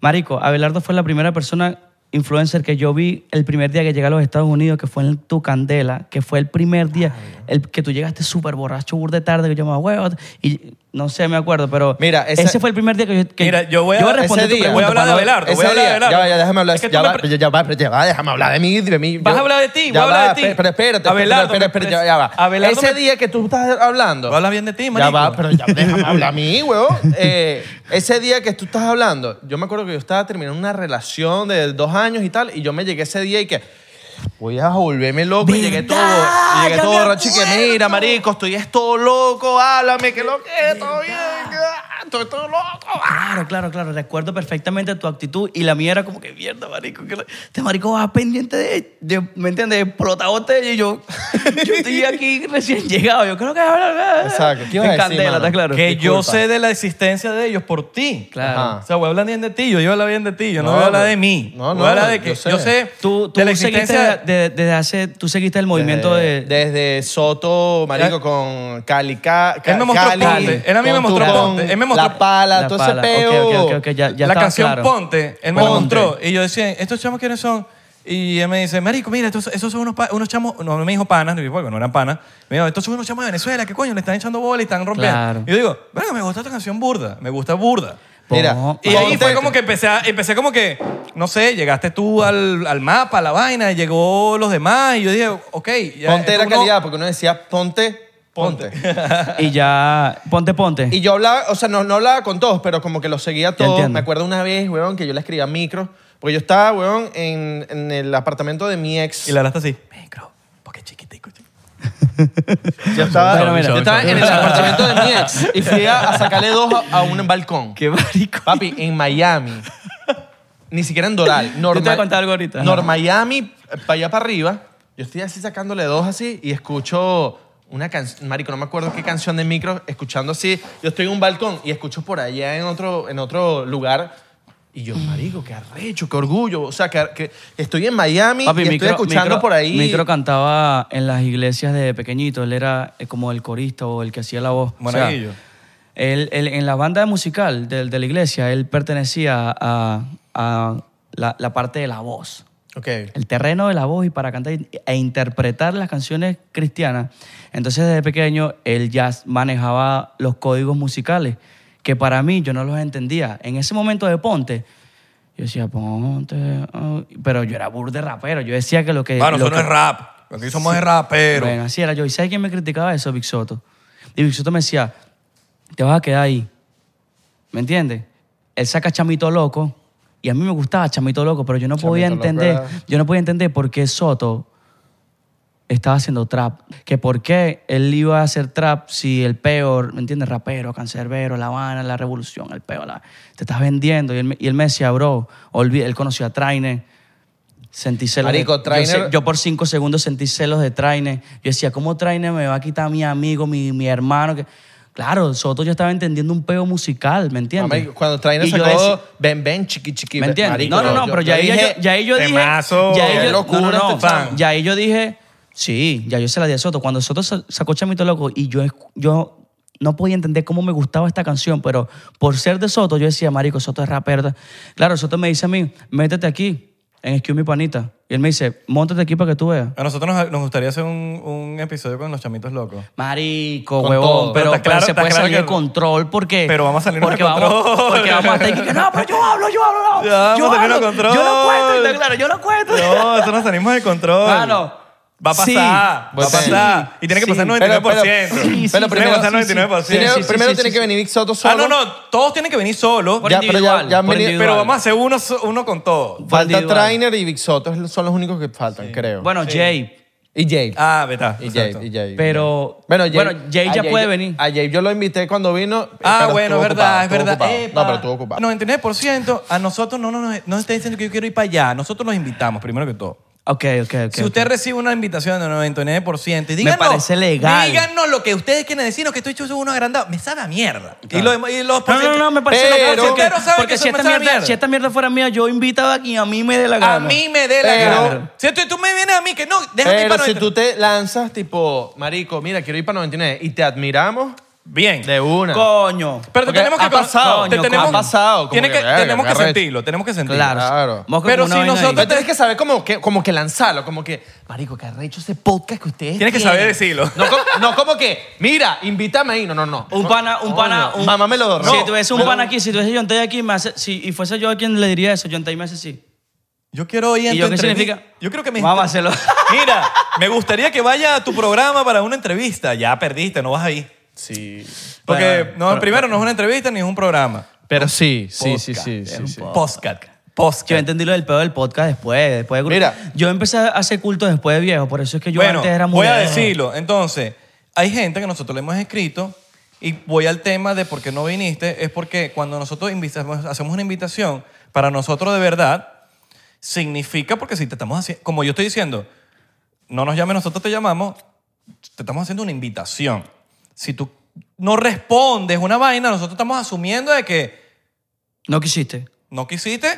Speaker 1: Marico, Abelardo fue la primera persona influencer que yo vi el primer día que llegué a los Estados Unidos, que fue en tu candela, que fue el primer día el que tú llegaste súper borracho, burde tarde, que yo me huevo, y no sé, me acuerdo, pero
Speaker 3: Mira, esa-
Speaker 1: ese fue el primer día que yo... que
Speaker 2: Mira, yo voy a- ese
Speaker 1: responder tu
Speaker 3: día-
Speaker 1: pregunta,
Speaker 2: voy a hablar de
Speaker 1: Pablo.
Speaker 2: Abelardo. voy
Speaker 3: Ese
Speaker 2: a hablar
Speaker 3: día-
Speaker 2: de Abelardo.
Speaker 3: Ya va, ya déjame hablar.
Speaker 2: Es que tú
Speaker 3: ya,
Speaker 2: me
Speaker 3: va,
Speaker 2: pre-
Speaker 3: ya, ya va, pero ya va, déjame hablar de mí. De mí
Speaker 2: Vas
Speaker 3: yo-
Speaker 2: a hablar de ti,
Speaker 3: ya
Speaker 2: voy a
Speaker 3: va,
Speaker 2: hablar de ti.
Speaker 3: pe- Pero espérate,
Speaker 2: Abelardo,
Speaker 3: espérate, espérate,
Speaker 2: pres-
Speaker 3: espérate, ya va.
Speaker 2: Abelardo
Speaker 3: Ese
Speaker 2: me-
Speaker 3: día que tú estás hablando.
Speaker 2: Tú hablas bien de ti,
Speaker 3: Ya
Speaker 2: marico.
Speaker 3: va, pero ya déjame hablar a mí, huevón. Eh, ese día que tú estás hablando, yo me acuerdo que yo estaba terminando una relación de dos años y tal, y yo me llegué ese día y que voy a volverme loco y llegué todo, y llegué
Speaker 1: ¡Ya
Speaker 3: todo
Speaker 1: me
Speaker 3: borracho y que
Speaker 1: acuerdo!
Speaker 3: mira, marico, estoy es todo loco, háblame, que lo que es, todo bien, que- ah, estoy todo loco. ah".
Speaker 1: Claro, claro, claro. Recuerdo perfectamente tu actitud y la mía era como que mierda, marico. que la- este marico va pendiente de, de- ¿me entiendes? Explota botella y yo, yo estoy aquí recién llegado. Yo creo que
Speaker 3: Exacto. ¿Qué ibas a
Speaker 1: En
Speaker 3: decir,
Speaker 1: candela,
Speaker 3: mano?
Speaker 1: está claro.
Speaker 2: Que yo
Speaker 3: Disculpa.
Speaker 2: sé de la existencia de ellos por ti.
Speaker 1: Claro.
Speaker 3: Ajá.
Speaker 2: O sea, voy a hablar bien de ti, yo, yo voy a hablar bien de ti, yo no,
Speaker 3: No,
Speaker 2: voy a hablar
Speaker 3: no.
Speaker 2: de mí.
Speaker 3: No,
Speaker 2: voy
Speaker 3: no,
Speaker 2: a hablar de que
Speaker 3: yo
Speaker 2: yo
Speaker 3: sé.
Speaker 2: sé,
Speaker 1: Tú, tú
Speaker 2: de la
Speaker 1: seguiste
Speaker 2: existencia
Speaker 1: de- de- desde hace, tú seguiste el movimiento de,
Speaker 3: Eh, Desde Soto, marico,
Speaker 2: Ya.
Speaker 3: con Cali, Ca- Ca-
Speaker 2: Él me mostró
Speaker 3: Cali,
Speaker 2: Ponte, él a mí me
Speaker 3: con
Speaker 2: mostró
Speaker 3: tu-
Speaker 2: Ponte,
Speaker 3: con
Speaker 2: él me mostró-
Speaker 3: La pala,
Speaker 1: La
Speaker 3: todo ese
Speaker 1: Pala,
Speaker 3: peo.
Speaker 1: ok, ok, ok, ya- ya
Speaker 2: la
Speaker 1: estaba
Speaker 2: canción
Speaker 1: claro.
Speaker 2: Ponte, él me la
Speaker 3: Ponte.
Speaker 2: mostró y yo decía, ¿estos chamos quiénes son? Y él me dice, marico, mira, estos, esos son unos, pa- unos chamos, no me dijo panas, porque no eran panas, me dijo, estos son unos chamos de Venezuela, ¿qué coño? Le están echando bola y están rompiendo.
Speaker 1: Claro.
Speaker 2: Y yo digo, bueno, me gusta esta canción burda, me gusta burda.
Speaker 3: Mira,
Speaker 1: Pon-
Speaker 2: Y ahí
Speaker 3: Ponte.
Speaker 2: fue como que empecé, a- empecé como que, no sé, llegaste tú al, al mapa, a la vaina, y llegó los demás y yo dije, ok. ya,
Speaker 3: Ponte era
Speaker 2: uno-
Speaker 3: calidad, porque uno decía ponte, ponte.
Speaker 1: y ya ponte ponte.
Speaker 3: y yo hablaba, o sea, no, no hablaba con todos, pero como que los seguía a todos.
Speaker 1: entiendo.
Speaker 3: Me acuerdo una vez, weón, que yo le escribía micro, porque yo estaba, weón, en, en el apartamento de mi ex.
Speaker 2: Y la hablaste así, micro, porque chiquitico.
Speaker 3: Yo estaba,
Speaker 1: Bueno, mira.
Speaker 3: yo estaba en el apartamento de mi ex y fui a, a sacarle dos a, a un balcón.
Speaker 1: Qué marico.
Speaker 3: Papi, en Miami. Ni siquiera en Doral.
Speaker 1: voy a
Speaker 3: Norma,
Speaker 1: contar algo ahorita.
Speaker 3: Nor Miami, para allá para arriba. Yo estoy así sacándole dos así y escucho una canción. Marico, no me acuerdo qué canción de micro. Escuchando así. Yo estoy en un balcón y escucho por allá en otro, en otro lugar. Y yo, marico, qué arrecho, qué orgullo. O sea, que, que estoy en Miami y estoy escuchando
Speaker 1: micro-
Speaker 3: por ahí.
Speaker 1: Micro cantaba en las iglesias de pequeñito. Él era eh, como el corista o el que hacía la voz. O sea,
Speaker 2: Monaguillo.
Speaker 1: él, él- en la banda musical del- de, la iglesia, él pertenecía a, a la, la parte de la voz.
Speaker 3: ok.
Speaker 1: El terreno de la voz y para cantar e interpretar las canciones cristianas. Entonces, desde pequeño, él ya manejaba los códigos musicales, que para mí yo no los entendía. En ese momento de Ponte, yo decía, Ponte. ah", Pero yo era burde rapero. Yo decía que lo que.
Speaker 2: Bueno,
Speaker 1: eh, lo
Speaker 2: eso no
Speaker 1: que-
Speaker 2: es rap, aquí somos de raperos.
Speaker 1: bueno, así era yo. ¿Y sabes quién me criticaba eso? Big Soto. Y Big Soto me decía, te vas a quedar ahí. ¿Me entiendes? Él saca Chamito Loco. Y a mí me gustaba Chamito Loco, pero yo no podía
Speaker 3: Loco
Speaker 1: entender,
Speaker 3: era-
Speaker 1: yo no podía entender por qué Soto estaba haciendo trap. Que por qué él iba a hacer trap si el peor, ¿me entiendes? Rapero, cancerbero, La Habana, La Revolución, el peor, la- te estás vendiendo. Y él, me- y él me decía, bro, olvi- él conocía a Trainer. Sentí celos.
Speaker 3: Marico,
Speaker 1: de- yo
Speaker 3: Trainer-
Speaker 1: sé- Yo, por cinco segundos sentí celos de Trainer. Yo decía, ¿cómo Trainer me va a quitar a mi amigo, mi, mi hermano? Que... Claro, Soto yo estaba entendiendo un peo musical, ¿me entiendes?
Speaker 3: Marico, cuando Trainer
Speaker 1: Y yo
Speaker 3: sacó
Speaker 1: decí-
Speaker 3: Ven, ven, chiqui, chiqui.
Speaker 1: ¿Me entiendes?
Speaker 3: marico,
Speaker 1: no, no, no,
Speaker 3: yo-
Speaker 1: pero
Speaker 3: yo
Speaker 1: ya, ahí
Speaker 3: dije,
Speaker 1: yo, ya ahí yo dije.
Speaker 2: temazo,
Speaker 1: ya ahí
Speaker 3: qué
Speaker 1: yo-
Speaker 3: locura
Speaker 1: no, no,
Speaker 3: este
Speaker 1: no,
Speaker 3: chamo.
Speaker 1: Ya ahí yo dije, sí, ya yo se la di a Soto. Cuando Soto sa- sacó Chamito Loco y yo, escu- yo no podía entender cómo me gustaba esta canción, pero por ser de Soto, yo decía, Marico, Soto es rapero. Claro, Soto me dice a mí, métete aquí en Excuse Mi Panita. Y él me dice, montate aquí para que tú veas.
Speaker 2: A nosotros nos, nos gustaría hacer un, un episodio con los chamitos locos.
Speaker 1: Marico,
Speaker 3: Con
Speaker 1: huevón,
Speaker 3: todo.
Speaker 1: pero,
Speaker 2: Pero está
Speaker 1: pero
Speaker 2: claro-
Speaker 1: se
Speaker 2: está
Speaker 1: puede
Speaker 2: claro
Speaker 1: salir
Speaker 2: que-
Speaker 1: de control porque.
Speaker 2: Pero vamos a salirnos de
Speaker 1: porque Vamos,
Speaker 2: control.
Speaker 1: porque vamos a estar aquí que no, pero yo hablo, yo hablo, no.
Speaker 2: Ya vamos
Speaker 1: yo
Speaker 2: a salirnos
Speaker 1: hablo,
Speaker 2: de control.
Speaker 1: Yo no cuento, y está claro, yo no cuento.
Speaker 2: No, eso nos salimos de control. Ah,
Speaker 1: Mano,
Speaker 2: Va a pasar,
Speaker 1: sí.
Speaker 2: va a
Speaker 3: Sí.
Speaker 2: pasar. Y tiene que
Speaker 1: Sí.
Speaker 2: pasar 99%.
Speaker 3: Pero- pero-
Speaker 1: Sí, sí,
Speaker 2: tiene
Speaker 1: pero
Speaker 2: que
Speaker 1: primero-
Speaker 2: pasar
Speaker 1: sí, sí.
Speaker 2: 99%.
Speaker 3: Primero,
Speaker 1: Sí, sí,
Speaker 3: primero
Speaker 1: sí,
Speaker 3: tiene
Speaker 1: sí, sí.
Speaker 3: que venir Vic Soto
Speaker 2: Ah,
Speaker 3: solo.
Speaker 2: no, no, todos tienen que venir solos.
Speaker 1: Por
Speaker 3: Ya, pero ya-
Speaker 1: individual,
Speaker 3: ya han
Speaker 1: por
Speaker 3: venido-
Speaker 2: Pero
Speaker 1: individual.
Speaker 2: vamos a hacer uno, so- uno con todos.
Speaker 3: Falta
Speaker 1: individual.
Speaker 3: Trainer y Big Soto es- son los únicos que faltan, creo.
Speaker 1: Bueno, Jay,
Speaker 3: y Jay.
Speaker 2: Ah, verdad.
Speaker 3: y Jay,
Speaker 2: exacto.
Speaker 3: y Jay.
Speaker 1: pero.
Speaker 3: Bueno, Jay,
Speaker 1: bueno, Jay
Speaker 3: a
Speaker 1: ya puede venir.
Speaker 3: A Jay yo lo invité cuando vino. eh,
Speaker 2: Ah,
Speaker 3: pero
Speaker 2: bueno,
Speaker 3: estuvo
Speaker 2: es
Speaker 3: ocupado,
Speaker 2: verdad, es
Speaker 3: estuvo
Speaker 2: verdad.
Speaker 3: ocupado.
Speaker 2: Epa.
Speaker 3: No, pero estuvo ocupado.
Speaker 2: 99%, a nosotros no, no, no, no está diciendo que yo quiero ir para allá. Nosotros los invitamos, primero que todo.
Speaker 1: Ok, ok, ok.
Speaker 2: Si usted recibe una invitación de 99% y díganos,
Speaker 1: parece legal.
Speaker 2: díganos lo que ustedes quieren decirnos, que estoy hecho uno agrandado. Me sabe a mierda. Y, lo- y los
Speaker 1: No, no, no, me parece
Speaker 2: Pero-
Speaker 1: loco. Porque,
Speaker 2: Pero saben
Speaker 1: porque
Speaker 2: que eso
Speaker 1: si,
Speaker 2: me
Speaker 1: esta
Speaker 2: sabe a
Speaker 1: mierda,
Speaker 2: mierda.
Speaker 1: si esta mierda fuera mía, yo invitaba a quien a mí me dé la gana.
Speaker 2: A mí me dé la
Speaker 3: Pero-
Speaker 2: gana. Si tú, tú me vienes a mí, que no, déjame ir
Speaker 3: Pero
Speaker 2: para
Speaker 3: si
Speaker 2: 99.
Speaker 3: tú te lanzas tipo, marico, mira, quiero ir para 99 y te admiramos
Speaker 2: Bien.
Speaker 3: de una.
Speaker 1: Coño.
Speaker 2: Pero te
Speaker 3: Porque
Speaker 2: tenemos que
Speaker 3: ha
Speaker 2: con-
Speaker 3: pasado,
Speaker 2: te
Speaker 1: coño,
Speaker 2: tenemos,
Speaker 1: ha
Speaker 3: pasado, como
Speaker 2: tiene
Speaker 3: que,
Speaker 2: que-
Speaker 3: verga,
Speaker 2: tenemos
Speaker 3: qué
Speaker 2: que
Speaker 3: arrecho.
Speaker 2: sentirlo, tenemos que sentirlo.
Speaker 1: Claro.
Speaker 3: Claro.
Speaker 1: Mosca
Speaker 2: Pero
Speaker 1: como
Speaker 2: si
Speaker 1: una vaina
Speaker 2: nosotros-
Speaker 1: ahí.
Speaker 3: Pero tienes que saber como que, como que lanzarlo, como que, marico, que arrecho ese podcast que ustedes
Speaker 2: Tienes que
Speaker 3: tienen.
Speaker 2: saber decirlo.
Speaker 3: No como, no como que, mira, invítame ahí. No, no, no.
Speaker 1: Un pana, un pana.
Speaker 3: Coño,
Speaker 1: Un,
Speaker 3: Mamámelo.
Speaker 1: Si
Speaker 3: no.
Speaker 1: tuviese un pana aquí, si tuviese John Tay aquí, me hace, si, y fuese yo a quien le diría eso, John Tay me hace así.
Speaker 2: Yo quiero ir a
Speaker 1: ¿Y
Speaker 2: tu
Speaker 1: yo qué
Speaker 2: entrevista.
Speaker 1: significa?
Speaker 2: Yo creo que me.
Speaker 1: Vamos a hacerlo.
Speaker 2: Mira, me gustaría que vaya a tu programa para una entrevista. Ya perdiste, no vas ahí.
Speaker 3: Sí.
Speaker 2: Porque
Speaker 3: Bueno,
Speaker 2: no, primero no es una entrevista ni es un programa.
Speaker 3: Pero sí, sí, sí,
Speaker 1: Podcast,
Speaker 3: sí,
Speaker 1: es
Speaker 3: sí,
Speaker 1: un
Speaker 3: sí.
Speaker 1: podcast.
Speaker 2: Postcat.
Speaker 1: Yo
Speaker 2: Postcat.
Speaker 1: entendí lo del pedo del podcast después, después de grupo.
Speaker 3: Mira.
Speaker 1: Yo empecé a hacer culto después de viejo, por eso es que yo
Speaker 2: Bueno,
Speaker 1: antes era muy.
Speaker 2: voy a
Speaker 1: viejo.
Speaker 2: decirlo. Entonces, hay gente que nosotros le hemos escrito y voy al tema de por qué no viniste. Es porque cuando nosotros invitamos- hacemos una invitación, para nosotros de verdad, significa porque si te estamos haciendo, como yo estoy diciendo, no nos llames, nosotros te llamamos, te estamos haciendo una invitación. Si tú no respondes una vaina, nosotros estamos asumiendo de que
Speaker 1: No quisiste.
Speaker 2: no quisiste.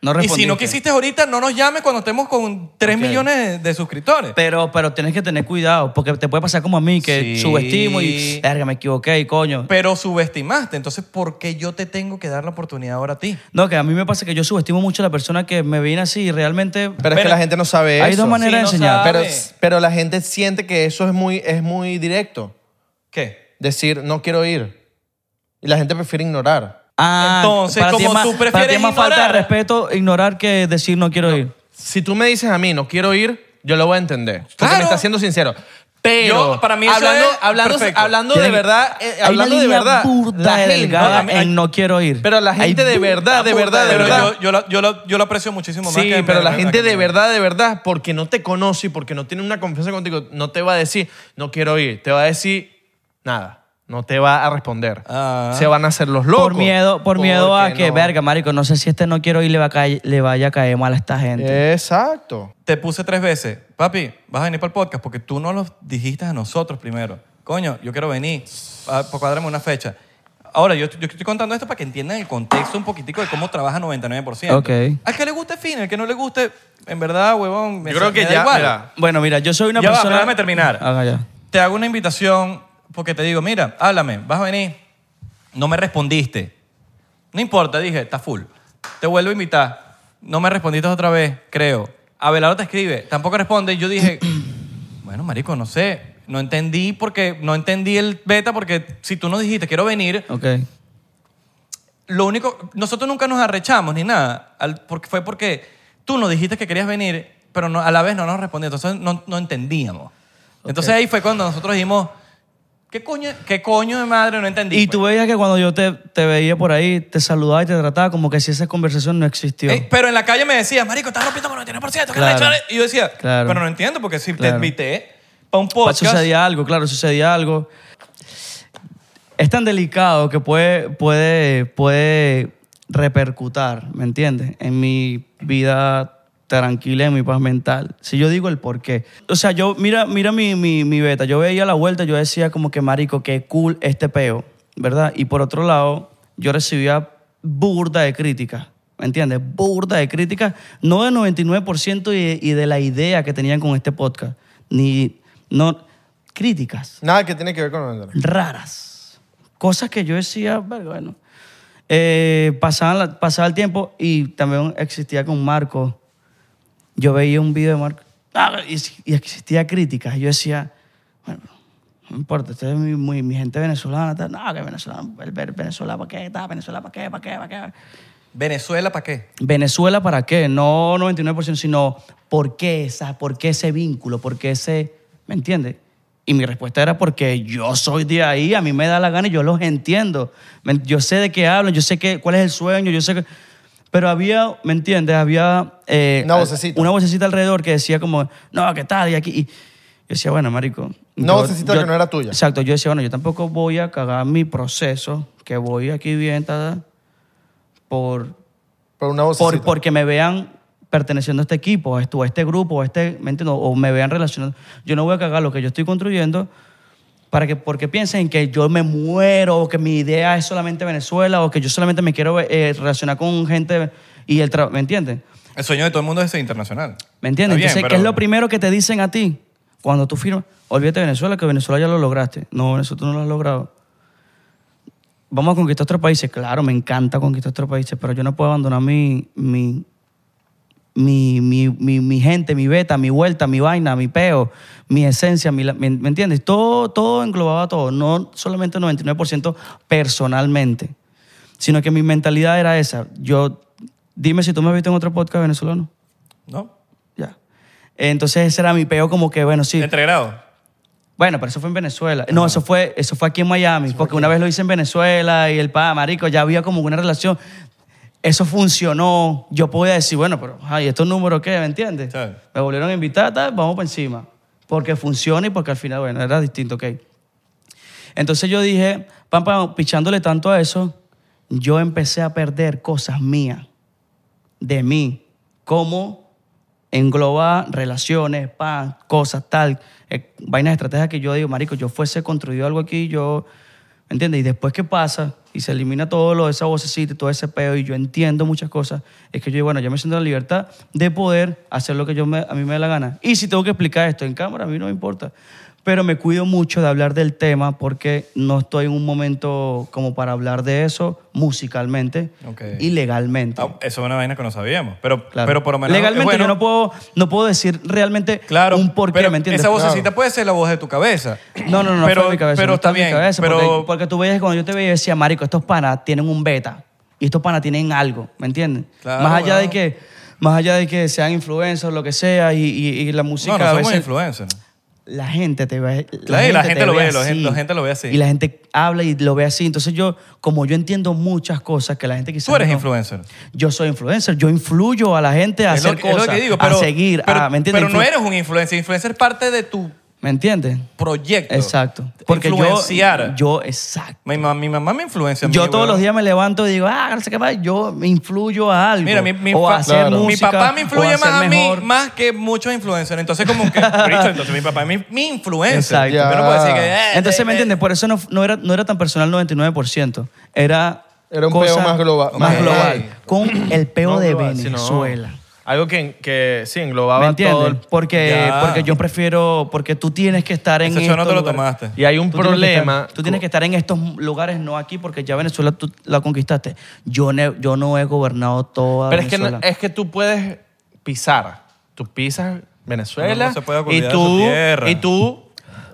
Speaker 1: No
Speaker 2: y si
Speaker 1: respondiste.
Speaker 2: no quisiste ahorita, no nos llames cuando estemos con 3
Speaker 3: Ok.
Speaker 2: millones de, de suscriptores.
Speaker 1: Pero, pero tienes que tener cuidado, porque te puede pasar como a mí, que
Speaker 2: Sí.
Speaker 1: subestimo y. Verga, me equivoqué y coño.
Speaker 2: Pero subestimaste. Entonces, ¿por qué yo te tengo que dar la oportunidad ahora a ti?
Speaker 1: No, que a mí me pasa que yo subestimo mucho a la persona que me viene así y realmente.
Speaker 3: Pero es que
Speaker 2: Pero-
Speaker 3: la gente no sabe
Speaker 1: Hay
Speaker 3: eso.
Speaker 1: dos maneras
Speaker 2: Sí,
Speaker 1: de
Speaker 2: no
Speaker 1: enseñar.
Speaker 2: sabe.
Speaker 3: Pero,
Speaker 2: Sabe.
Speaker 3: pero la gente siente que eso es muy, es muy directo.
Speaker 2: ¿Qué?
Speaker 3: Decir, no quiero ir. Y la gente prefiere ignorar.
Speaker 1: Ah,
Speaker 2: Entonces,
Speaker 1: para ti
Speaker 2: como
Speaker 1: es más-
Speaker 2: tú
Speaker 1: Para ti
Speaker 2: prefieres
Speaker 1: es más falta de
Speaker 2: ignorar.
Speaker 1: respeto ignorar que decir no quiero ir.
Speaker 3: Si tú me dices a mí, no quiero ir, yo lo voy a entender. Porque
Speaker 2: Claro.
Speaker 3: me estás siendo sincero. Pero
Speaker 2: Yo, para mí eso
Speaker 3: hablando,
Speaker 2: es
Speaker 3: hablando,
Speaker 2: perfecto.
Speaker 3: hablando de
Speaker 1: Tiene-
Speaker 3: verdad, eh,
Speaker 1: Hay
Speaker 3: hablando
Speaker 1: una
Speaker 3: de
Speaker 1: línea
Speaker 3: verdad,
Speaker 1: burda
Speaker 3: la gente-
Speaker 1: delgada
Speaker 2: no, a mí-
Speaker 1: en no quiero ir.
Speaker 3: Pero la gente
Speaker 1: Hay
Speaker 3: de
Speaker 1: burda,
Speaker 3: verdad, Ah, de
Speaker 1: burda
Speaker 3: verdad, de
Speaker 2: Pero
Speaker 3: verdad.
Speaker 2: Yo, yo, lo, yo, lo, yo lo aprecio muchísimo más.
Speaker 3: Sí,
Speaker 2: que-
Speaker 3: pero la gente
Speaker 2: que-
Speaker 3: de verdad, de verdad, porque no te conoce y porque no tiene una confianza contigo, no te va a decir, no quiero ir. Te va a decir nada. No te va a responder.
Speaker 2: Ah.
Speaker 3: Se van a hacer los locos.
Speaker 1: Por miedo, por miedo a
Speaker 3: Porque
Speaker 1: que,
Speaker 3: no.
Speaker 1: verga, marico, no sé si este no quiero ir le, va a caer- le vaya a caer mal a esta
Speaker 3: Eh,
Speaker 1: gente.
Speaker 3: Exacto.
Speaker 2: Te puse tres veces. Papi, vas a venir para el podcast porque tú no los dijiste a nosotros primero. Coño, yo quiero venir. Ah, pues cuádrame una fecha. Ahora, yo, yo estoy contando esto para que entiendan el contexto un poquitico de cómo trabaja 99%.
Speaker 1: Ok.
Speaker 2: Al que le guste, fin. Al que no le guste, en verdad, huevón, me
Speaker 3: Yo creo
Speaker 2: me
Speaker 3: que
Speaker 2: da
Speaker 3: ya,
Speaker 2: igual.
Speaker 3: mira.
Speaker 1: Bueno, mira, yo soy una
Speaker 2: Ya va,
Speaker 1: persona.
Speaker 2: pero déjame terminar.
Speaker 1: Ah, ya.
Speaker 2: te hago una invitación porque te digo, mira, háblame, vas a venir. No me respondiste. No importa, dije, está full. Te vuelvo a invitar. No me respondiste otra vez, creo. Abelardo te escribe, tampoco responde. Yo dije, bueno, marico, no sé. No entendí porque no entendí el beta porque si tú no dijiste quiero venir,
Speaker 1: Ok.
Speaker 2: lo único, nosotros nunca nos arrechamos ni nada, al- porque fue porque tú nos dijiste que querías venir, pero no- a la vez no nos respondiste, entonces no, no entendíamos. Entonces ahí fue cuando nosotros dijimos, ¿qué coño, qué coño de madre no entendí?
Speaker 1: Y
Speaker 2: pues?
Speaker 1: tú veías que cuando yo te, te veía por ahí, te saludaba y te trataba como que si esa conversación no existió.
Speaker 2: Eh, pero en la calle me decías, marico, estás rompiendo con 99%, ¿qué
Speaker 1: Claro.
Speaker 2: arrecho eres?" Y yo decía,
Speaker 1: Claro.
Speaker 2: pero no entiendo, porque si te
Speaker 1: Claro.
Speaker 2: invité para un
Speaker 1: Pa-
Speaker 2: podcast...
Speaker 1: Sucedía algo, claro, sucedía algo. Es tan delicado que puede, puede, puede repercutar, ¿me entiendes? En mi vida tranquila, en mi paz mental. Si yo digo el por qué. O sea, yo, mira, mira mi, mi, mi beta. Yo veía la vuelta, yo decía como que, marico, qué cool este peo, ¿verdad? Y por otro lado, yo recibía burda de críticas, ¿me entiendes? Burda de críticas, no del 99% y, y de la idea que tenían con este podcast, ni, no, críticas
Speaker 3: Nada que tiene que ver con el
Speaker 1: raras. Cosas que yo decía, verga, bueno. Eh, pasaban la- pasaba el tiempo y también existía con Marco. Yo veía un video de Marco ah, y, y existía críticas. Yo decía, bueno, no importa, usted es mi, muy- mi gente venezolana. tal. No, que venezolana, el ver- Venezuela para qué, tal, Venezuela para qué, para qué, para qué.
Speaker 2: ¿Venezuela para qué?
Speaker 1: Venezuela para qué, no 99%, sino por qué esa, por qué ese vínculo, por qué ese, ¿me entiendes? Y mi respuesta era porque yo soy de ahí, a mí me da la gana y yo los entiendo. Me- Yo sé de qué hablan, yo sé que, cuál es el sueño, yo sé que... Pero había, ¿me entiendes? Había... eh,
Speaker 3: Una vocecita.
Speaker 1: Una vocecita alrededor que decía como, no, ¿qué tal? Y aquí... y- yo decía, bueno, marico...
Speaker 3: Una
Speaker 1: yo-
Speaker 3: vocecita
Speaker 1: yo-
Speaker 3: que no era tuya.
Speaker 1: Exacto, yo decía, bueno, yo tampoco voy a cagar mi proceso, que voy aquí bien, ta, ta, por
Speaker 3: Por una
Speaker 1: por,
Speaker 3: vocecita.
Speaker 1: porque me vean perteneciendo a este equipo, a este, o a este grupo, o, a este, ¿me entiendes? o me vean relacionado. Yo no voy a cagar lo que yo estoy construyendo para que, porque piensen que yo me muero o que mi idea es solamente Venezuela o que yo solamente me quiero eh, relacionar con gente y el trabajo, ¿me entiendes?
Speaker 2: El sueño de todo el mundo es ser internacional.
Speaker 1: ¿Me entiendes?
Speaker 2: Está bien,
Speaker 1: Entonces, ¿qué
Speaker 2: pero-
Speaker 1: es lo primero que te dicen a ti cuando tú firmas? Olvídate de Venezuela, que Venezuela ya lo lograste. No, Venezuela tú no lo has logrado. Vamos a conquistar otros países. Claro, me encanta conquistar otros países, pero yo no puedo abandonar mi, mi, mi, mi, mi- mi gente, mi beta, mi vuelta, mi vaina, mi peo, mi esencia, mi la- ¿me, me entiendes? Todo, todo englobaba todo, no solamente un 99% personalmente, sino que mi mentalidad era esa. Yo, dime si tú me has visto en otro podcast venezolano.
Speaker 2: ¿No?
Speaker 1: Ya. Entonces ese era mi peo como que, bueno, sí.
Speaker 2: Entregrado.
Speaker 1: Bueno, pero eso fue en Venezuela. No, eso fue, eso fue aquí en Miami, porque una vez lo hice en Venezuela y el pa, marico, ya había como una relación. Eso funcionó. Yo podía decir, bueno, pero, ay, ¿estos números qué? ¿Me entiendes?
Speaker 2: Claro.
Speaker 1: Me volvieron a invitar, tal, vamos por encima. Porque funciona y porque al final, bueno, era distinto, ok. Entonces yo dije, pam, pam, pichándole tanto a eso, yo empecé a perder cosas mías, de mí, como engloba relaciones, pan, cosas, tal, eh, vainas estrategias que yo digo, marico, yo fuese construido algo aquí, yo, ¿me entiendes? Y después que pasa y se elimina todo lo de esa vocecita y todo ese peo y yo entiendo muchas cosas, es que yo digo, bueno, yo me siento en la libertad de poder hacer lo que yo me- a mí me dé la gana. Y si tengo que explicar esto en cámara, a mí no me importa. Pero me cuido mucho de hablar del tema porque no estoy en un momento como para hablar de eso musicalmente
Speaker 2: Ok.
Speaker 1: y legalmente.
Speaker 2: Ah, eso es una vaina que no sabíamos. Pero,
Speaker 1: Claro.
Speaker 2: pero por lo menos.
Speaker 1: Legalmente
Speaker 2: es bueno.
Speaker 1: yo no puedo, no puedo decir realmente
Speaker 2: Claro,
Speaker 1: un porqué,
Speaker 2: pero
Speaker 1: ¿me entiendes?
Speaker 2: Esa vocecita puede ser la voz de tu cabeza.
Speaker 1: No, no, no, no
Speaker 2: pero,
Speaker 1: fue en mi cabeza.
Speaker 2: Pero
Speaker 1: no
Speaker 2: está
Speaker 1: fue en mi
Speaker 2: bien.
Speaker 1: cabeza,
Speaker 2: pero,
Speaker 1: porque, porque tú veías, cuando yo te veía, yo decía, marico, estos panas tienen un beta. Y estos panas tienen algo, ¿me entiendes?
Speaker 2: Claro,
Speaker 1: más allá de
Speaker 2: weón.
Speaker 1: que más allá de que sean influencers, lo que sea, y, y- y la música
Speaker 2: no, no
Speaker 1: a
Speaker 2: somos
Speaker 1: veces...
Speaker 2: influencers.
Speaker 1: la gente te ve
Speaker 2: Claro, y la gente
Speaker 1: te
Speaker 2: lo ve, la gente- la gente lo ve así.
Speaker 1: Y la gente habla y lo ve así. Entonces yo, como yo entiendo muchas cosas que la gente quizás
Speaker 2: Tú eres
Speaker 1: no-
Speaker 2: influencer.
Speaker 1: Yo soy influencer, yo influyo a la gente a
Speaker 2: Es lo
Speaker 1: hacer
Speaker 2: que- es lo
Speaker 1: cosas,
Speaker 2: que digo, pero-
Speaker 1: a seguir,
Speaker 2: pero-
Speaker 1: a, ¿me entiendes?
Speaker 2: Pero no
Speaker 1: Influ-
Speaker 2: eres un influencer. Influencer es parte de tu
Speaker 1: ¿Me entiendes?
Speaker 2: proyecto.
Speaker 1: Exacto. Porque yo,
Speaker 2: Influenciar.
Speaker 1: yo, exacto.
Speaker 2: mi, ma- mi mamá me influencia. a mí,
Speaker 1: Yo todos
Speaker 2: weón.
Speaker 1: los días me levanto y digo, ah, no sé qué más, yo me influyo a algo.
Speaker 2: Mira, mi, mi
Speaker 1: o a
Speaker 2: fa-
Speaker 1: hacer
Speaker 2: mi
Speaker 1: música,
Speaker 2: papá me
Speaker 1: o
Speaker 2: influye
Speaker 1: hacer
Speaker 2: más a mí,
Speaker 1: mejor.
Speaker 2: más que muchos influencers. Entonces, como que, Richard, entonces mi papá es mi, mi influencer.
Speaker 1: Exacto.
Speaker 2: Yo no puedo decir que, eh,
Speaker 1: Entonces,
Speaker 2: eh,
Speaker 1: ¿me
Speaker 2: eh.
Speaker 1: entiendes? Por eso no, no era, no era tan personal 99%. Era.
Speaker 3: Era un
Speaker 1: cosa
Speaker 3: peo más globa-
Speaker 1: Más
Speaker 2: Ok.
Speaker 1: global. Con el peo
Speaker 3: No
Speaker 1: de
Speaker 3: global, sino-
Speaker 1: Venezuela.
Speaker 3: Algo que, que sí
Speaker 1: ¿Me
Speaker 3: englobaba todo.
Speaker 1: entiendes?
Speaker 3: el-
Speaker 1: Porque,
Speaker 2: Ya.
Speaker 1: porque yo prefiero. Porque tú tienes que estar en.
Speaker 2: Ese show no te
Speaker 1: estos
Speaker 2: lo
Speaker 1: lugares.
Speaker 2: tomaste.
Speaker 3: Y hay un
Speaker 1: Tú tienes que
Speaker 3: problema.
Speaker 1: estar- tú tienes que estar en estos lugares, no aquí, porque ya Venezuela tú la conquistaste. Yo, ne- yo no he gobernado toda
Speaker 3: Pero es que, no-
Speaker 1: Venezuela.
Speaker 3: es que tú puedes pisar. Tú pisas Venezuela.
Speaker 2: No, no se puede
Speaker 3: y
Speaker 2: olvidar
Speaker 3: tú,
Speaker 2: su tierra.
Speaker 3: y tú,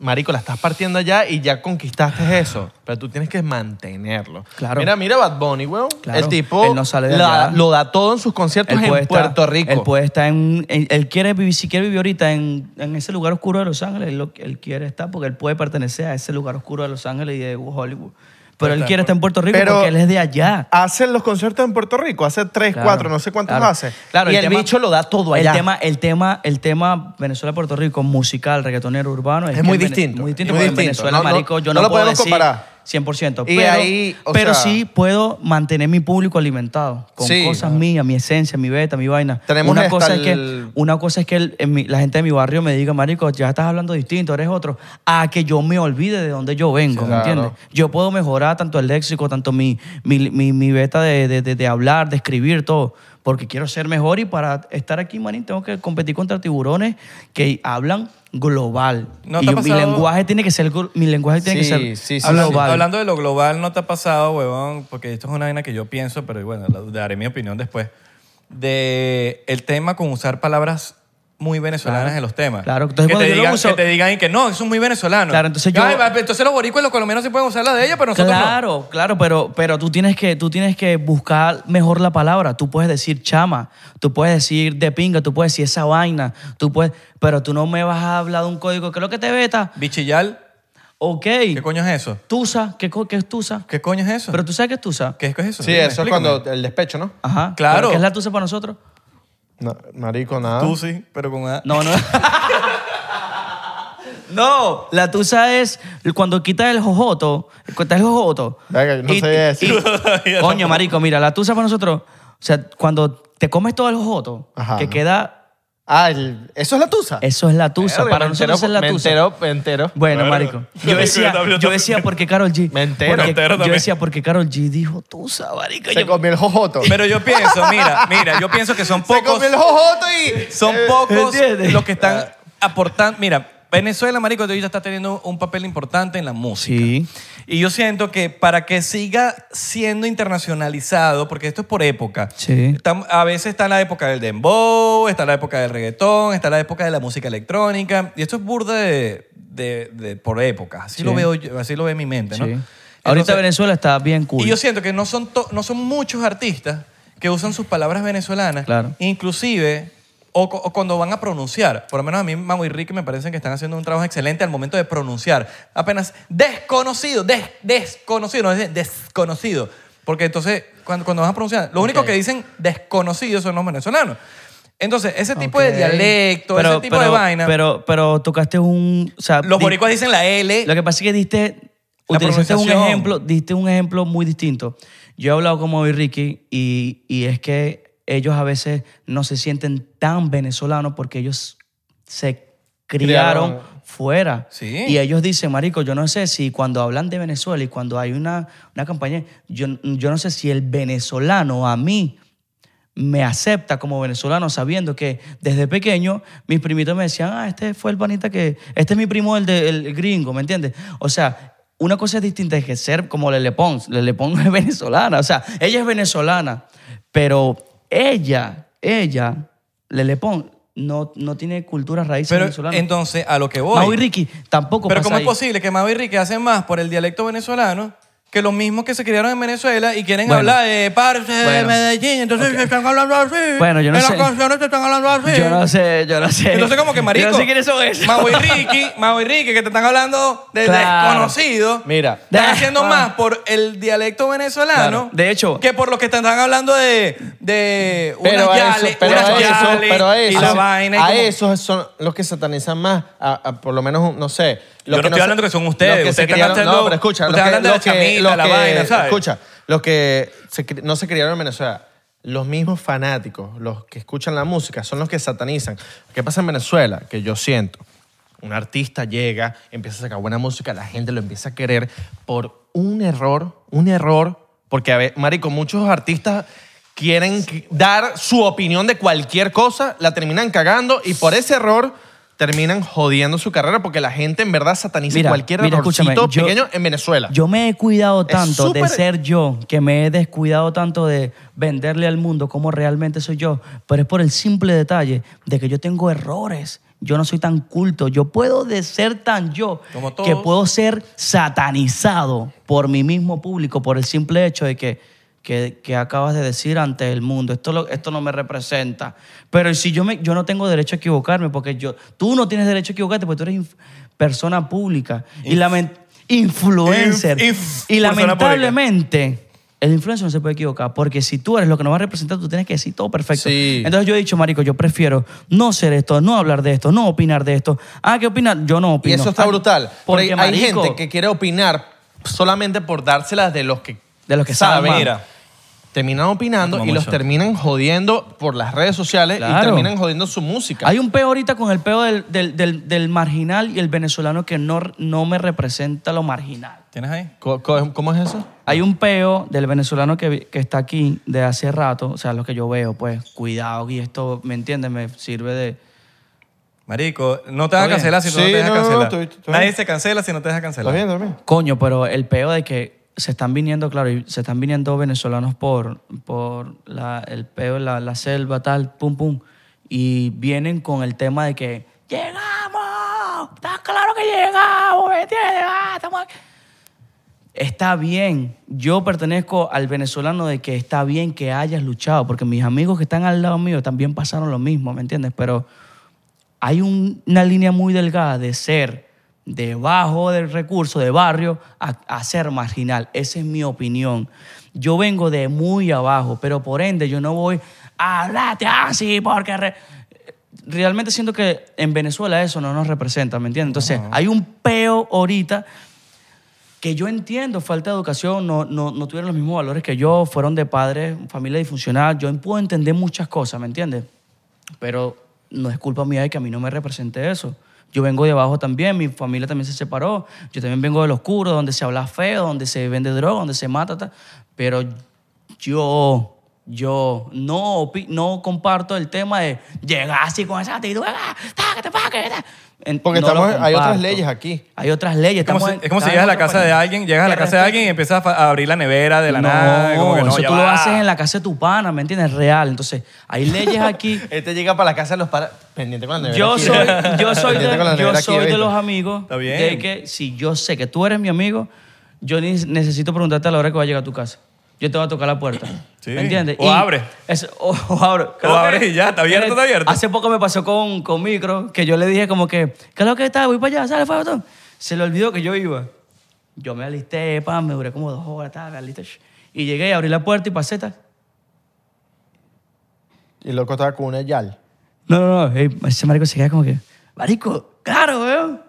Speaker 3: marico, la estás partiendo allá y ya conquistaste eso. Pero tú tienes que mantenerlo.
Speaker 1: Claro.
Speaker 3: Mira, mira Bad Bunny, weón.
Speaker 1: Claro.
Speaker 3: El tipo
Speaker 1: Él no sale de
Speaker 3: la-
Speaker 1: allá.
Speaker 3: lo da todo en sus conciertos en
Speaker 1: estar-
Speaker 3: Puerto Rico.
Speaker 1: Él puede estar en. Él, él quiere vivir, si quiere vivir ahorita en, en ese lugar oscuro de Los Ángeles, él, lo- él quiere estar porque él puede pertenecer a ese lugar oscuro de Los Ángeles y de Hollywood. Pero él quiere estar en Puerto Rico
Speaker 3: Pero-
Speaker 1: porque él es de allá.
Speaker 3: Hacen los conciertos en Puerto Rico, hace tres,
Speaker 1: Claro,
Speaker 3: cuatro, no sé cuántos
Speaker 1: claro.
Speaker 3: hace.
Speaker 1: Claro,
Speaker 3: y el,
Speaker 1: tema-
Speaker 3: bicho lo da todo allá.
Speaker 1: El tema, el tema, el tema Venezuela-Puerto Rico, musical, reggaetonero, urbano, es,
Speaker 3: Es
Speaker 1: que
Speaker 3: muy
Speaker 1: en Vene-
Speaker 3: distinto,
Speaker 1: Muy distinto,
Speaker 3: es muy
Speaker 1: porque en
Speaker 3: distinto.
Speaker 1: Venezuela,
Speaker 3: No, no,
Speaker 1: marico, yo
Speaker 3: no
Speaker 1: no,
Speaker 3: lo
Speaker 1: puedo
Speaker 3: podemos
Speaker 1: decir
Speaker 3: comparar.
Speaker 1: 100%.
Speaker 3: Y
Speaker 1: pero
Speaker 3: ahí, o
Speaker 1: pero
Speaker 3: sea-
Speaker 1: sí puedo mantener mi público alimentado con
Speaker 3: Sí.
Speaker 1: cosas mías, mi esencia, mi beta, mi vaina.
Speaker 3: Tenemos
Speaker 1: una
Speaker 3: hasta
Speaker 1: cosa es que
Speaker 3: el-
Speaker 1: una cosa es que el- en mi- la gente de mi barrio me diga, marico, ya estás hablando distinto, eres otro, a que yo me olvide de dónde yo vengo, ¿me
Speaker 3: claro.
Speaker 1: entiendes? Yo puedo mejorar tanto el léxico, tanto mi, mi, mi, mi beta de, de- de- de hablar, de escribir, todo, porque quiero ser mejor y para estar aquí, manín, tengo que competir contra tiburones que hablan global.
Speaker 2: ¿No
Speaker 1: y
Speaker 2: te ha
Speaker 1: yo- mi
Speaker 2: pasado?
Speaker 1: lenguaje tiene que ser, gl- mi lenguaje tiene
Speaker 3: Sí,
Speaker 1: que ser
Speaker 3: sí, sí,
Speaker 1: global.
Speaker 2: Hablando, hablando de lo global, ¿no te ha pasado, huevón? Porque esto es una vaina que yo pienso, pero bueno, la- daré mi opinión después. De el tema con usar palabras muy venezolanas en los temas.
Speaker 1: Claro, entonces
Speaker 2: que,
Speaker 1: cuando
Speaker 2: te
Speaker 1: yo lo
Speaker 2: digan,
Speaker 1: uso-
Speaker 2: que te digan y que no, eso es muy venezolano.
Speaker 1: Claro, entonces yo-
Speaker 2: Ay, va, entonces los boricuas y los colombianos sí pueden usar la de ella, pero nosotros no.
Speaker 1: Claro, claro, pero, pero tú, tienes que, tú tienes que buscar mejor la palabra. Tú puedes decir chama, tú puedes decir de pinga, tú puedes decir esa vaina, tú puedes, pero tú no me vas a hablar de un código que es lo que te beta.
Speaker 2: Bichillal,
Speaker 1: Ok,
Speaker 2: ¿qué coño es eso?
Speaker 1: tusa, ¿qué, co- qué es tusa?
Speaker 2: ¿Qué coño es eso?
Speaker 1: Pero tú sabes qué es tusa.
Speaker 2: ¿Qué es eso?
Speaker 3: sí,
Speaker 2: Dime,
Speaker 3: eso es
Speaker 2: explícame.
Speaker 3: cuando el despecho, ¿no?
Speaker 1: Ajá,
Speaker 2: Claro.
Speaker 1: ¿pero ¿Qué es la tusa para nosotros?
Speaker 3: No, marico, nada.
Speaker 2: Tú sí, pero con A.
Speaker 1: No, no. No, la tusa es cuando quitas el jojoto, quitas el jojoto.
Speaker 3: Venga, no
Speaker 1: Y-
Speaker 3: sé eso.
Speaker 1: y- Coño, marico, mira, la tusa para nosotros, o sea, cuando te comes todo el joto
Speaker 3: Ajá,
Speaker 1: que
Speaker 3: ¿no?
Speaker 1: queda,
Speaker 3: Ah, el- eso es la tusa.
Speaker 1: eso es la tusa.
Speaker 3: Verga,
Speaker 1: Para
Speaker 3: me
Speaker 1: nosotros
Speaker 3: entero-
Speaker 1: es la
Speaker 3: me
Speaker 1: tusa.
Speaker 3: entero, me entero.
Speaker 1: Bueno,
Speaker 2: Verga.
Speaker 1: marico. Yo
Speaker 2: Marico,
Speaker 1: decía,
Speaker 2: yo también-
Speaker 1: yo decía porque Carol G.
Speaker 3: Me entero.
Speaker 1: porque-
Speaker 2: Me entero
Speaker 1: yo
Speaker 2: también.
Speaker 1: decía porque Carol G dijo tusa, marico.
Speaker 3: Se
Speaker 1: Yo,
Speaker 3: comió el jojoto.
Speaker 2: Pero yo pienso, mira, mira, yo pienso que son
Speaker 3: Se
Speaker 2: pocos.
Speaker 3: comió el jojoto y...
Speaker 2: Son pocos
Speaker 1: Eh, ¿entiendes? Ah.
Speaker 2: los que están aportando. Mira, Venezuela, marico, ya está teniendo un papel importante en la música.
Speaker 1: Sí.
Speaker 2: Y yo siento que para que siga siendo internacionalizado, porque esto es por época.
Speaker 1: Sí.
Speaker 2: Tam- a veces está la época del dembow, está la época del reggaetón, está la época de la música electrónica. Y esto es burda de, de- de- por épocas. Así
Speaker 1: Sí.
Speaker 2: lo veo yo, así lo ve mi mente,
Speaker 1: sí.
Speaker 2: ¿no?
Speaker 1: Ahorita
Speaker 2: Entonces,
Speaker 1: Venezuela está bien cool.
Speaker 2: y yo siento que no son, to- no son muchos artistas que usan sus palabras venezolanas,
Speaker 1: Claro.
Speaker 2: inclusive, o, cu- o cuando van a pronunciar. Por lo menos a mí, Mago y Ricky me parecen que están haciendo un trabajo excelente al momento de pronunciar. Apenas desconocido, des- desconocido, no es desconocido. Porque entonces, cuando, cuando vas a pronunciar, lo único que dicen desconocidos son los venezolanos. Entonces, ese tipo de
Speaker 1: Ok.
Speaker 2: dialecto, ese tipo de vaina,
Speaker 1: Pero, pero tocaste un. o sea,
Speaker 2: los
Speaker 1: di-
Speaker 2: boricuas dicen la L.
Speaker 1: Lo que pasa es que diste.
Speaker 2: La
Speaker 1: Utilizaste un
Speaker 2: pronunciación.
Speaker 1: ejemplo, diste un ejemplo muy distinto. Yo he hablado con Moby Ricky y, y es que ellos a veces no se sienten tan venezolanos porque ellos se criaron,
Speaker 3: Criaron.
Speaker 1: fuera.
Speaker 2: Sí.
Speaker 1: Y ellos dicen, marico, yo no sé si cuando hablan de Venezuela y cuando hay una, una campaña, yo, yo no sé si el venezolano a mí me acepta como venezolano sabiendo que desde pequeño mis primitos me decían, ah, este fue el panita que, este es mi primo el, de, el gringo, ¿me entiendes? O sea, una cosa es distinta es que ser como Lele Pons, Lele Pons es venezolana, o sea, ella es venezolana, pero ella, ella, Lele Pons, no, no tiene cultura raíz
Speaker 2: Pero
Speaker 1: venezolana.
Speaker 2: entonces, a lo que voy.
Speaker 1: Mau y Ricky tampoco
Speaker 2: Pero
Speaker 1: pasa
Speaker 2: ¿cómo
Speaker 1: ahí.
Speaker 2: es posible que Mau y Ricky hacen más por el dialecto venezolano que los mismos que se criaron en Venezuela y quieren
Speaker 1: Bueno.
Speaker 2: hablar de parce de
Speaker 1: Bueno.
Speaker 2: Medellín? Entonces se están hablando así.
Speaker 1: Bueno, yo no
Speaker 2: en
Speaker 1: sé.
Speaker 2: las canciones se están hablando así.
Speaker 1: Yo no sé, yo no sé.
Speaker 2: Entonces como que marico.
Speaker 1: Yo no sé quiénes son esos.
Speaker 2: Mau y Ricky, Mau y Ricky que te están hablando de
Speaker 1: Claro.
Speaker 2: desconocido.
Speaker 3: Mira.
Speaker 1: Ah,
Speaker 2: Están haciendo
Speaker 1: ah.
Speaker 2: más por el dialecto venezolano.
Speaker 1: Claro. De hecho-
Speaker 2: Que por los que te están hablando de. de
Speaker 3: Pero
Speaker 2: unas
Speaker 3: a eso,
Speaker 2: yales,
Speaker 3: pero
Speaker 2: unas
Speaker 3: a eso,
Speaker 2: yales
Speaker 3: pero a eso,
Speaker 2: Y la vaina. y
Speaker 3: a
Speaker 2: como-
Speaker 3: esos son los que satanizan más, a- a por lo menos, no sé. los
Speaker 2: Yo no
Speaker 3: que
Speaker 2: estoy
Speaker 3: se-
Speaker 2: hablando que son ustedes,
Speaker 3: los que
Speaker 2: ustedes
Speaker 3: se
Speaker 2: están
Speaker 3: criaron-
Speaker 2: haciendo-
Speaker 3: No, pero escucha,
Speaker 2: ustedes hablan de la chamita,
Speaker 3: los
Speaker 2: la vaina, ¿sabes?
Speaker 3: Escucha, los que se cri- no se criaron en Venezuela, los mismos fanáticos, los que escuchan la música, son los que satanizan. ¿Qué pasa en Venezuela? Que yo siento, un artista llega, empieza a sacar buena música, la gente lo empieza a querer por un error, un error, porque, a ver, marico, muchos artistas quieren qu- dar su opinión de cualquier cosa, la terminan cagando y por ese error terminan jodiendo su carrera porque la gente en verdad sataniza
Speaker 1: Mira,
Speaker 3: cualquier
Speaker 1: mira, escúchame,
Speaker 3: errorcito
Speaker 1: yo-
Speaker 3: pequeño en Venezuela.
Speaker 1: Yo me he cuidado tanto de
Speaker 3: súper-
Speaker 1: ser yo, que me he descuidado tanto de venderle al mundo como realmente soy yo, pero es por el simple detalle de que yo tengo errores. Yo no soy tan culto. Yo puedo de ser tan yo
Speaker 2: Como todos.
Speaker 1: que puedo ser satanizado por mi mismo público por el simple hecho de que, que, que acabas de decir ante el mundo. Esto, lo- esto no me representa. Pero si yo, me, yo no tengo derecho a equivocarme porque yo, tú no tienes derecho a equivocarte porque tú eres inf- persona pública. y lament- influencer.
Speaker 2: Inf- inf-
Speaker 1: y
Speaker 2: persona
Speaker 1: lamentablemente, el influencer no se puede equivocar, porque si tú eres lo que nos va a representar, tú tienes que decir todo perfecto.
Speaker 3: Sí.
Speaker 1: Entonces yo he dicho, marico, yo prefiero no ser esto, no hablar de esto, no opinar de esto. Ah, ¿qué opinas? Yo no
Speaker 3: y
Speaker 1: opino.
Speaker 3: eso está
Speaker 1: Ah,
Speaker 3: brutal. Porque,
Speaker 1: Porque,
Speaker 3: hay
Speaker 1: marico,
Speaker 3: gente que quiere opinar solamente por dárselas de los que,
Speaker 1: De los que saben más.
Speaker 2: Mira.
Speaker 3: Terminan opinando
Speaker 2: Como
Speaker 3: y los
Speaker 2: mucho.
Speaker 3: terminan jodiendo por las redes sociales y
Speaker 1: Claro.
Speaker 3: terminan jodiendo su música.
Speaker 1: Hay un peo ahorita con el peo del, del- del- del marginal y el venezolano que no, no me representa lo marginal.
Speaker 2: ¿Tienes ahí?
Speaker 3: Co- co- ¿Cómo es eso?
Speaker 1: Hay un peo del venezolano que, vi- que está aquí de hace rato, o sea, lo que yo veo, pues, cuidado, y esto, ¿me entiendes? Me sirve de...
Speaker 2: Marico, no te vas
Speaker 1: Está
Speaker 2: a
Speaker 1: bien.
Speaker 2: cancelar si no,
Speaker 3: Sí,
Speaker 2: te dejas
Speaker 3: no, no,
Speaker 2: cancelar.
Speaker 3: estoy- estoy
Speaker 2: Nadie
Speaker 3: bien.
Speaker 2: se cancela si no te dejas cancelar.
Speaker 3: ¿Estás bien? ¿Estás bien?
Speaker 1: Coño, pero el peo de que se están viniendo, claro, y se están viniendo venezolanos por, por la- el peo, la, la selva, tal, pum, pum. Y vienen con el tema de que llegamos, está claro que llegamos, ¿me entiendes? Ah, estamos aquí". Está bien, yo pertenezco al venezolano de que está bien que hayas luchado, porque mis amigos que están al lado mío también pasaron lo mismo, ¿me entiendes? Pero hay un- una línea muy delgada de ser debajo del recurso, de barrio, a, a ser marginal. Esa es mi opinión. Yo vengo de muy abajo, pero por ende yo no voy a hablarte así porque... re-". Realmente siento que en Venezuela eso no nos representa, ¿me entiendes? Entonces, hay un peo ahorita que yo entiendo, falta de educación, no, no, no tuvieron los mismos valores que yo, fueron de padres, familia disfuncional, yo puedo entender muchas cosas, ¿me entiendes? Pero no es culpa mía de que a mí no me represente eso. Yo vengo de abajo también, mi familia también se separó, yo también vengo del oscuro, donde se habla feo, donde se vende droga, donde se mata, tal. pero yo, yo no, opi- no comparto el tema de llegar así con esa actitud, ¡ah! ¡Tácate, pácate! En-
Speaker 3: Porque
Speaker 1: no lo
Speaker 3: estamos- hay otras
Speaker 1: comparto.
Speaker 3: leyes aquí.
Speaker 1: Hay otras leyes.
Speaker 2: Es como,
Speaker 1: estamos
Speaker 2: si,
Speaker 1: en-
Speaker 2: es como si
Speaker 1: estamos
Speaker 2: llegas a
Speaker 1: en
Speaker 2: la
Speaker 1: otro
Speaker 2: casa de
Speaker 1: país.
Speaker 2: alguien, llegas a la
Speaker 1: Que
Speaker 2: casa de
Speaker 1: respeto-
Speaker 2: alguien y empiezas a fa- a abrir la nevera de la
Speaker 1: no,
Speaker 2: nada. Como que no,
Speaker 1: eso
Speaker 2: ya
Speaker 1: tú lo
Speaker 2: va.
Speaker 1: haces en la casa de tu pana, ¿me entiendes? Real. Entonces, hay leyes aquí.
Speaker 3: Este llega para la casa de los para pendiente con la nevera.
Speaker 1: yo
Speaker 3: aquí,
Speaker 1: soy,
Speaker 3: ¿eh?
Speaker 1: yo soy,
Speaker 3: Pendiente con la
Speaker 1: de, yo
Speaker 3: nevera aquí,
Speaker 1: soy de
Speaker 3: ¿viste?
Speaker 1: los amigos
Speaker 2: Está bien.
Speaker 1: de que si yo sé que tú eres mi amigo, yo ni necesito preguntarte a la hora que va a llegar a tu casa. Yo te voy a tocar la puerta.
Speaker 2: Sí.
Speaker 1: ¿Me entiendes?
Speaker 2: O abre.
Speaker 1: es- o, o abre. Creo que-
Speaker 2: abre y ya, está abierto, está abierto.
Speaker 1: Hace poco me pasó con, con Micro, que yo le dije como que, ¿qué es lo que está? Voy para allá, sale, Fabio. tom". Se le olvidó que yo iba. Yo me alisté, pam, me duré como dos horas, tal, me alisté. sh- Y llegué, abrí la puerta y pasé, tal.
Speaker 3: Y el loco estaba con una yal.
Speaker 1: No, no, no. ey, ese marico se queda como que, marico, claro, weón.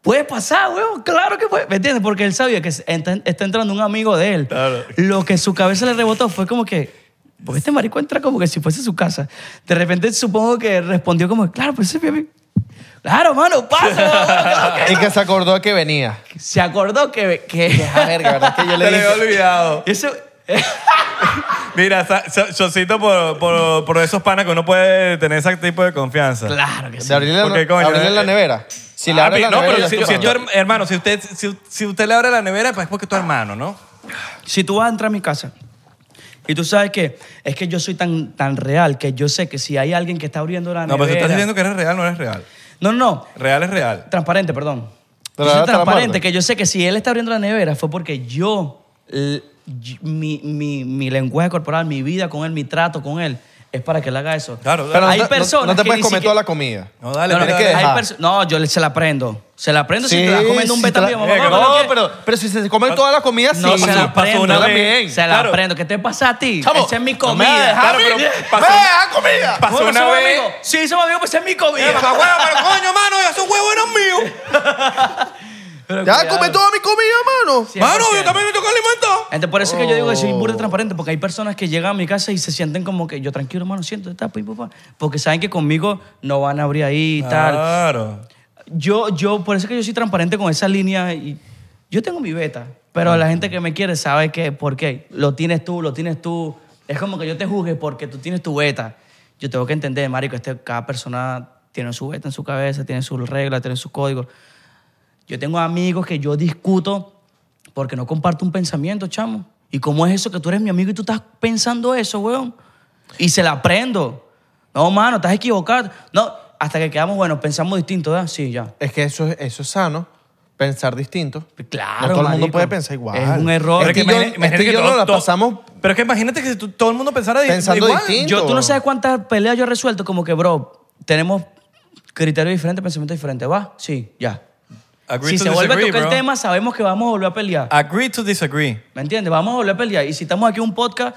Speaker 1: Puede pasar, weón. Claro que puede. ¿Me entiendes? Porque él sabía que ent- está entrando un amigo de él.
Speaker 2: Claro.
Speaker 1: Lo que su cabeza le rebotó fue como que, porque este marico entra como que si fuese su casa. De repente supongo que respondió como, claro, pues ese es mi amigo. Claro, mano, pasa. weón, claro que
Speaker 3: Y que se acordó que venía.
Speaker 1: no. Se acordó que... que
Speaker 3: A ver, ¿verdad? Que yo le
Speaker 2: Se le había
Speaker 3: dije.
Speaker 2: olvidado.
Speaker 1: eso,
Speaker 2: Mira, sa- so- chocito por, por, por esos panas que uno puede tener ese tipo de confianza.
Speaker 1: claro que sí.
Speaker 3: De abrirle,
Speaker 2: Porque, coño,
Speaker 3: abrirle la
Speaker 2: eh,
Speaker 3: nevera. Si le
Speaker 2: Ah,
Speaker 3: abres
Speaker 2: pi-
Speaker 3: la
Speaker 2: no,
Speaker 3: nevera.
Speaker 2: pero
Speaker 3: ya
Speaker 2: si,
Speaker 3: es tu
Speaker 2: si es tu
Speaker 3: pana.
Speaker 2: herma- hermano, si usted, si, si usted le abre la nevera, pues es porque es tu hermano, ¿no?
Speaker 1: Si tú vas a entrar a mi casa y tú sabes que es que yo soy tan, tan real que yo sé que si hay alguien que está abriendo la
Speaker 2: No, pero si
Speaker 1: nevera-
Speaker 2: estás diciendo que eres real, no eres real.
Speaker 1: No, no, no.
Speaker 2: Real es real.
Speaker 1: Transparente, perdón.
Speaker 3: Pero
Speaker 1: yo soy
Speaker 3: ahora te la
Speaker 1: transparente,
Speaker 3: muerde.
Speaker 1: que yo sé que si él está abriendo la nevera fue porque yo, l- y- mi, mi, mi lenguaje corporal, mi vida con él, mi trato con él, es para que él haga eso.
Speaker 2: Claro,
Speaker 3: Pero no
Speaker 1: hay
Speaker 3: te- no-
Speaker 1: personas
Speaker 3: No te
Speaker 1: que
Speaker 3: puedes
Speaker 1: ni
Speaker 3: comer
Speaker 1: siquiera-
Speaker 3: toda la comida.
Speaker 2: No, dale,
Speaker 1: No, no,
Speaker 2: mira,
Speaker 3: tienes que
Speaker 2: dale.
Speaker 1: hay
Speaker 3: dejar.
Speaker 1: perso- no, yo le- se la prendo. Se la prendo si
Speaker 3: Sí,
Speaker 1: te vas comiendo un
Speaker 3: si te la-
Speaker 1: betambién, mamá,
Speaker 2: Eh,
Speaker 1: mamá,
Speaker 3: No,
Speaker 1: ¿qué?
Speaker 3: pero, pero si se comen toda la
Speaker 2: Ah,
Speaker 3: comida,
Speaker 1: No,
Speaker 3: sí.
Speaker 1: se la
Speaker 2: pasó- pasó
Speaker 1: prendo.
Speaker 2: una
Speaker 1: Yo
Speaker 2: vez.
Speaker 3: también.
Speaker 1: Se la
Speaker 2: Claro.
Speaker 1: prendo. ¿Qué te pasa a ti?
Speaker 3: Chamo,
Speaker 1: Esa es mi
Speaker 3: no me
Speaker 1: comida.
Speaker 3: dejas
Speaker 2: Claro, pero pasó,
Speaker 3: ¡Me deja comida!
Speaker 2: pasó
Speaker 1: Bueno,
Speaker 2: una
Speaker 1: somos
Speaker 2: vez.
Speaker 1: amigos. Sí, somos amigos, pues esa es mi
Speaker 2: Eh,
Speaker 1: comida.
Speaker 2: mamá huevo, pero coño, mano, esos huevos eran míos.
Speaker 1: Pero
Speaker 3: ¡Ya
Speaker 1: cuidado.
Speaker 3: come toda mi comida, mano!
Speaker 1: 100%.
Speaker 2: Mano, yo también me toca alimentar.
Speaker 1: Entonces, por eso es que yo digo que soy
Speaker 3: Oh.
Speaker 1: burda de transparente, porque hay personas que llegan a mi casa y se sienten como que yo tranquilo, hermano, siento, está, pim, pum, pam", porque saben que conmigo no van a abrir ahí y tal.
Speaker 2: Claro.
Speaker 1: Yo, yo, por eso es que yo soy transparente con esa línea. Y yo tengo mi beta, pero la gente que me quiere sabe que, ¿por qué? Lo tienes tú, lo tienes tú. Es como que yo te juzgue porque tú tienes tu beta. Yo tengo que entender, marico, este, cada persona tiene su beta en su cabeza, tiene sus reglas, tiene sus códigos. Yo tengo amigos que yo discuto porque no comparto un pensamiento, chamo. ¿Y cómo es eso que tú eres mi amigo y tú estás pensando eso, weón? Y se la aprendo. No, mano, estás equivocado. No, hasta que quedamos, bueno, pensamos distinto, ¿verdad? Sí, ya.
Speaker 3: Es que eso, es- eso es sano, pensar distinto.
Speaker 1: Claro,
Speaker 3: No todo el
Speaker 1: marico.
Speaker 3: mundo puede pensar igual.
Speaker 1: Es un error.
Speaker 3: Pero
Speaker 1: Es que
Speaker 3: que yo-
Speaker 2: imagina-
Speaker 3: es
Speaker 2: imagínate
Speaker 3: que yo
Speaker 2: todo-
Speaker 3: no la
Speaker 2: todo-
Speaker 3: pasamos-
Speaker 2: Pero es que imagínate que si tú- todo el mundo pensara di-
Speaker 3: Pensando
Speaker 2: igual.
Speaker 3: distinto.
Speaker 1: yo, tú no sabes cuántas peleas yo he resuelto, como que, bro, tenemos criterios diferentes, pensamientos diferentes, ¿va? Sí, ya.
Speaker 2: Agree
Speaker 1: si
Speaker 2: to
Speaker 1: se vuelve a
Speaker 2: disagree,
Speaker 1: tocar el
Speaker 2: bro. Ah.
Speaker 1: tema, sabemos que vamos a volver a pelear.
Speaker 2: Agree to disagree.
Speaker 1: ¿Me entiendes? Vamos a volver a pelear. Y si estamos aquí en un podcast,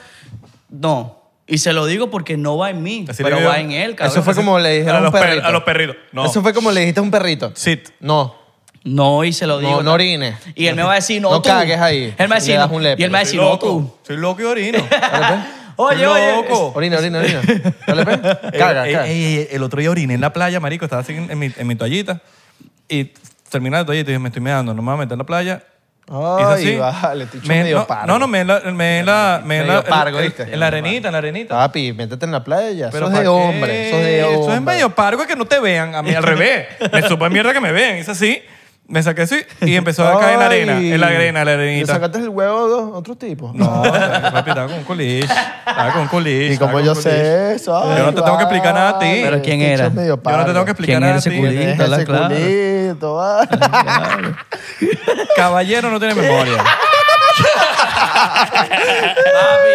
Speaker 1: no. Y se lo digo porque no va en mí,
Speaker 2: Así
Speaker 1: pero
Speaker 2: le digo-
Speaker 1: va en él, cabrón.
Speaker 3: Eso fue como le dijeron
Speaker 2: A
Speaker 3: a
Speaker 2: los
Speaker 3: un
Speaker 2: per-
Speaker 3: perrito.
Speaker 2: a los perritos. No.
Speaker 3: Eso fue como le dijiste a un perrito.
Speaker 2: Sit.
Speaker 3: No.
Speaker 1: No, y se lo digo.
Speaker 3: No, no orines.
Speaker 1: Y él me va a decir, no,
Speaker 3: No
Speaker 1: tú.
Speaker 3: cagues ahí.
Speaker 1: Él me va a
Speaker 3: Le
Speaker 1: decir,
Speaker 3: das
Speaker 1: no.
Speaker 3: un lepe.
Speaker 1: Y él me va a
Speaker 2: Soy
Speaker 1: decir, no, tú.
Speaker 2: loco. Soy loco y orino.
Speaker 1: Oye, oye.
Speaker 2: Loco.
Speaker 3: pues. Orina, orina, orina. Dale, pe.
Speaker 2: Eh,
Speaker 3: Caga,
Speaker 2: eh,
Speaker 3: caga.
Speaker 2: eh, eh, el otro día oriné en la playa, marico, estaba así en, en mi, en mi toallita y terminé la toallita y dije, me estoy meando, no me voy a meter en la playa.
Speaker 3: Ay,
Speaker 2: Hice así.
Speaker 3: vale, te echó
Speaker 2: Me-
Speaker 3: medio
Speaker 2: no,
Speaker 3: pargo.
Speaker 2: No, no, me en la, me en la, me en la,
Speaker 3: Medio pargo,
Speaker 2: en-
Speaker 3: ¿viste?
Speaker 2: en la arenita, en la arenita.
Speaker 3: Papi, métete en la playa.
Speaker 2: Pero
Speaker 3: Sos
Speaker 2: ¿para
Speaker 3: de
Speaker 2: qué?
Speaker 3: hombre. Sos de hombre.
Speaker 2: Eso es medio pargo que no te vean, a mí al revés. Me supo mierda que me vean, es así. Me saqué así y empezó a caer en la arena, en la arena, en la
Speaker 3: ¿Le
Speaker 2: arenita.
Speaker 3: sacaste el huevo de otro tipo?
Speaker 2: No, papi, estaba con un culiche, estaba con un culiche.
Speaker 3: ¿Y
Speaker 2: estaba
Speaker 3: como
Speaker 2: con
Speaker 3: yo
Speaker 2: culiche.
Speaker 3: sé eso?
Speaker 2: Yo no te tengo que explicar nada a ti.
Speaker 1: Pero ¿quién era?
Speaker 2: Yo no te tengo que
Speaker 1: ¿Quién
Speaker 2: explicar nada
Speaker 1: era
Speaker 2: a
Speaker 1: ese
Speaker 2: ti.
Speaker 1: culiche?
Speaker 3: explicar.
Speaker 1: Está la
Speaker 3: Ese
Speaker 1: clara.
Speaker 3: culito, va.
Speaker 2: Caballero no tiene memoria.
Speaker 1: Papi,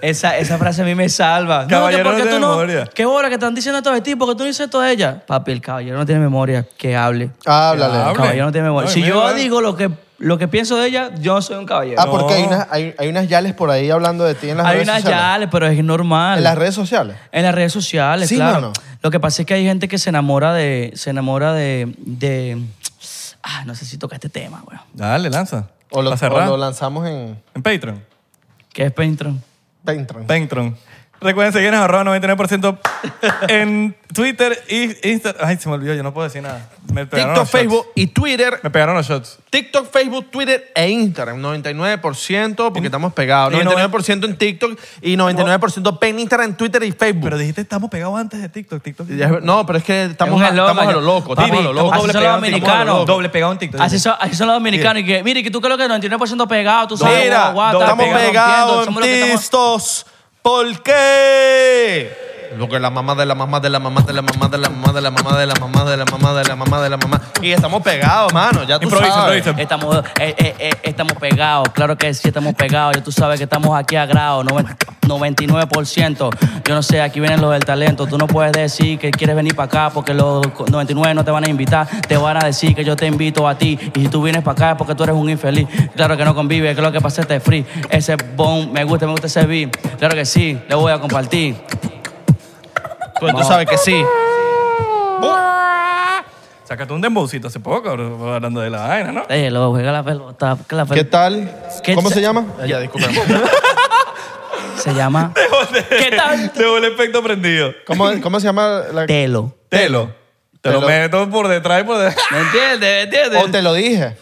Speaker 1: Esa, esa frase a mí me salva.
Speaker 2: Caballero
Speaker 1: que
Speaker 2: no tiene
Speaker 1: no-
Speaker 2: memoria.
Speaker 1: ¿Qué hora que están diciendo todo de ti? Porque tú no dices todo de ella. Papi, el caballero no tiene memoria. Que hable.
Speaker 3: Háblale.
Speaker 2: Hable.
Speaker 1: El caballero no tiene memoria.
Speaker 2: No,
Speaker 1: si
Speaker 2: y
Speaker 1: yo
Speaker 2: mira.
Speaker 1: digo lo que, lo que pienso de ella, yo no soy un caballero.
Speaker 3: Ah, porque hay unas, hay, hay unas yales por ahí hablando de ti en las
Speaker 1: Hay
Speaker 3: redes
Speaker 1: unas
Speaker 3: sociales.
Speaker 1: yales, pero es normal.
Speaker 3: En las redes sociales.
Speaker 1: En las redes sociales,
Speaker 3: Sí,
Speaker 1: claro.
Speaker 3: mano.
Speaker 1: Lo que pasa es que hay gente que se enamora de. Se enamora de. de ah, no sé si toca este tema, weón.
Speaker 2: Dale, lanza.
Speaker 3: O lo,
Speaker 2: Pa'
Speaker 3: o
Speaker 2: cerrar.
Speaker 3: lo lanzamos en
Speaker 2: En Patreon.
Speaker 1: ¿Qué es Patreon?
Speaker 3: Patreon.
Speaker 2: Patreon. Recuerden seguirnos arroba 99% en Twitter y Instagram. Ay, se me olvidó, yo no puedo decir nada. Me pegaron los
Speaker 3: TikTok,
Speaker 2: shots.
Speaker 3: Facebook y Twitter.
Speaker 2: Me pegaron los shots.
Speaker 3: TikTok, Facebook, Twitter e Instagram. 99% porque estamos pegados.
Speaker 2: y no-
Speaker 3: 99% en TikTok y 99% en Instagram, Twitter y Facebook.
Speaker 2: Pero dijiste, estamos pegados antes de TikTok. TikTok.
Speaker 3: Ya es ver- no, pero es que estamos,
Speaker 1: Es un
Speaker 3: estamos
Speaker 1: eslogan,
Speaker 3: a lo
Speaker 1: ya.
Speaker 3: loco.
Speaker 1: Papi,
Speaker 3: Estamos a lo loco.
Speaker 1: Así son los dominicanos.
Speaker 2: Doble pegado en TikTok.
Speaker 1: Así son, así son los dominicanos. Y que, mire, que tú que lo que 99% pegado, tú sabes,
Speaker 3: eh, Mira,
Speaker 1: guau, guau,
Speaker 3: estamos
Speaker 1: rompiendo,
Speaker 3: pegados en
Speaker 1: somos los que estamos-
Speaker 3: tistos. ¿Por qué? Porque la mamá de la mamá de la mamá de la mamá de la mamá de la mamá de la mamá de la mamá de la mamá de la mamá. Y estamos pegados, mano. Ya tú
Speaker 2: Improvisa,
Speaker 3: sabes.
Speaker 2: improvisa.
Speaker 1: Estamos, eh, eh, eh, estamos pegados, claro que sí, estamos pegados. Ya tú sabes que estamos aquí a grado, noven- 99%. Yo no sé, aquí vienen los del talento. Tú no puedes decir que quieres venir para acá porque los 99 no te van a invitar. Te van a decir que yo te invito a ti. Y si tú vienes para acá es porque tú eres un infeliz. Claro que no convive, que lo que pasa este free. Ese bon, me gusta, me gusta ese beat. Claro que sí, le voy a compartir.
Speaker 3: Tú, tú sabes que sí.
Speaker 2: Sácate un dembowcito hace poco, hablando de la vaina, ¿no?
Speaker 1: Déjelo, Eh, juega la pelota. que la pel-
Speaker 3: ¿Qué tal?
Speaker 1: ¿Qué
Speaker 3: ¿Cómo
Speaker 1: sa-
Speaker 3: se llama? Ya, disculpa.
Speaker 1: Se llama. ¿Qué tal?
Speaker 2: Debo el efecto prendido.
Speaker 3: ¿Cómo, cómo se llama la.?
Speaker 1: Telo.
Speaker 2: Telo. Te
Speaker 3: Te
Speaker 2: lo
Speaker 3: lo-
Speaker 2: meto por detrás y por detrás.
Speaker 1: ¿Me entiendes? ¿Me entiendes?
Speaker 3: O te lo dije.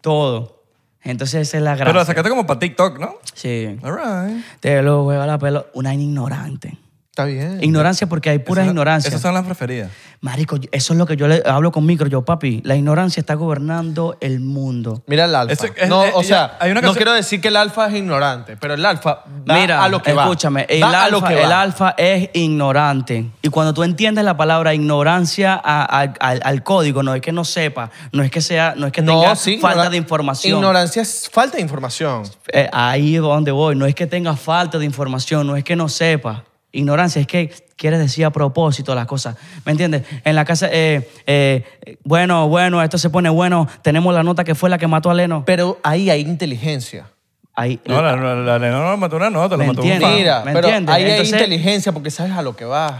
Speaker 1: Todo. Entonces esa es la
Speaker 2: Pero la
Speaker 1: gracia.
Speaker 2: sacaste como para TikTok, ¿no?
Speaker 1: Sí.
Speaker 2: All right.
Speaker 1: Te lo juega la pelota. Una ignorante.
Speaker 3: Está bien.
Speaker 1: Ignorancia porque hay pura
Speaker 2: Esas-
Speaker 1: ignorancia.
Speaker 2: Esas son las preferidas.
Speaker 1: Marico, yo- eso es lo que yo le hablo con micro. Yo, papi, la ignorancia está gobernando el mundo.
Speaker 3: Mira el alfa.
Speaker 2: Eso es-
Speaker 3: no,
Speaker 2: es-
Speaker 3: o
Speaker 2: ya,
Speaker 3: sea,
Speaker 2: hay una
Speaker 3: no
Speaker 2: canción-
Speaker 3: quiero decir que el alfa es ignorante, pero el alfa va
Speaker 1: Mira,
Speaker 3: a lo que
Speaker 1: escúchame,
Speaker 3: va.
Speaker 1: el,
Speaker 3: Va
Speaker 1: alfa,
Speaker 3: a lo que va.
Speaker 1: el alfa es ignorante. Y cuando tú entiendes la palabra ignorancia a- a- al, al código, no es que no sepa, no es que sea, no es que tenga
Speaker 3: sí,
Speaker 1: falta
Speaker 3: ignora-
Speaker 1: de información.
Speaker 3: Ignorancia es falta de información.
Speaker 1: Eh, ahí es donde voy. No es que tenga falta de información, no es que no sepa. Ignorancia es que quieres decir a propósito las cosas. ¿Me entiendes? En la casa, eh, eh, eh, bueno, bueno, esto se pone bueno. Tenemos la nota que fue la que mató a Leno.
Speaker 3: Pero ahí hay inteligencia.
Speaker 1: Ahí,
Speaker 2: No, la, la, la- la- no, no mató una nota, lo
Speaker 1: ¿Me
Speaker 2: mató un
Speaker 1: entiendes?
Speaker 2: fan.
Speaker 3: Mira,
Speaker 1: ¿me
Speaker 3: pero
Speaker 1: entiendes?
Speaker 3: ahí
Speaker 1: Entonces-
Speaker 3: hay inteligencia porque sabes a lo que vas.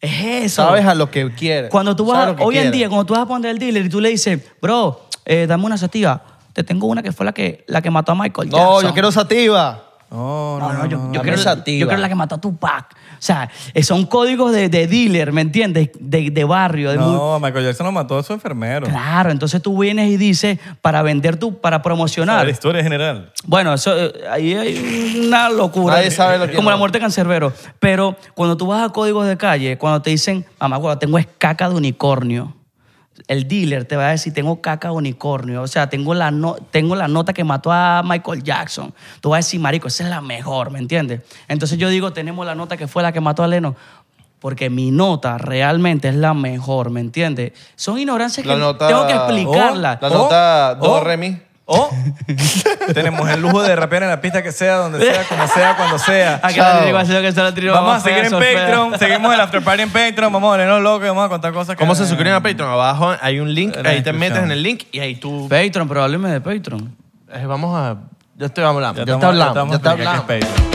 Speaker 1: es eso.
Speaker 3: Sabes a lo que quieres.
Speaker 1: Cuando tú
Speaker 3: sabes
Speaker 1: vas,
Speaker 3: lo que
Speaker 1: hoy en
Speaker 3: quieres.
Speaker 1: día, cuando tú vas a poner el dealer y tú le dices, bro, eh, dame una sativa, te tengo una que fue la que, la que mató a Michael
Speaker 3: No,
Speaker 1: Jackson.
Speaker 3: yo quiero sativa.
Speaker 2: Oh, No,
Speaker 1: No, no, yo, yo
Speaker 3: no,
Speaker 1: creo,
Speaker 3: no. Sativa.
Speaker 1: yo creo la que mató a Tupac. O sea, eh, son códigos de, de dealer, ¿me entiendes? De, de barrio. De muy-
Speaker 2: No, Michael Jackson lo mató a su enfermero.
Speaker 1: Claro, entonces tú vienes y dices para vender tu, para
Speaker 2: La
Speaker 1: promocionar.
Speaker 2: historia general.
Speaker 1: Bueno, eso eh, ahí hay una locura.
Speaker 3: Nadie sabe lo que
Speaker 1: Como la
Speaker 3: no.
Speaker 1: muerte de cancerbero. Pero cuando tú vas a códigos de calle, cuando te dicen, mamá, guau, tengo es caca de unicornio. El dealer te va a decir, tengo caca de unicornio. O sea, tengo la, no- tengo la nota que mató a Michael Jackson. Tú vas a decir, marico, esa es la mejor, ¿me entiendes? Entonces yo digo, tenemos la nota que fue la que mató a Leno. Porque mi nota realmente es la mejor, ¿me entiendes? Son ignorancias
Speaker 3: La
Speaker 1: que
Speaker 3: nota- Oh,
Speaker 1: tengo que Oh, explicarla.
Speaker 3: La nota do, re, mi.
Speaker 2: O tenemos el lujo de rapear en la pista que sea, donde sea, como sea, cuando sea.
Speaker 1: Ah, que
Speaker 3: Chao.
Speaker 1: la digo así, que se la tiro,
Speaker 2: Vamos a
Speaker 1: fea,
Speaker 2: seguir en
Speaker 1: son feas.
Speaker 2: Patreon, seguimos el after party en Patreon, vamos a ponernos locos y vamos a contar cosas que...
Speaker 3: ¿Cómo se suscriben a Patreon? Abajo hay un link,
Speaker 2: En la
Speaker 3: ahí te
Speaker 2: descripción.
Speaker 3: metes en el link y ahí tú...
Speaker 1: Patreon, pero hábleme de Patreon.
Speaker 3: Eh, Vamos a... Ya te hablando, ya, te
Speaker 2: estamos-
Speaker 3: hablamos, ya
Speaker 2: estamos
Speaker 3: te
Speaker 2: explicando
Speaker 3: hablamos.
Speaker 2: qué es Patreon.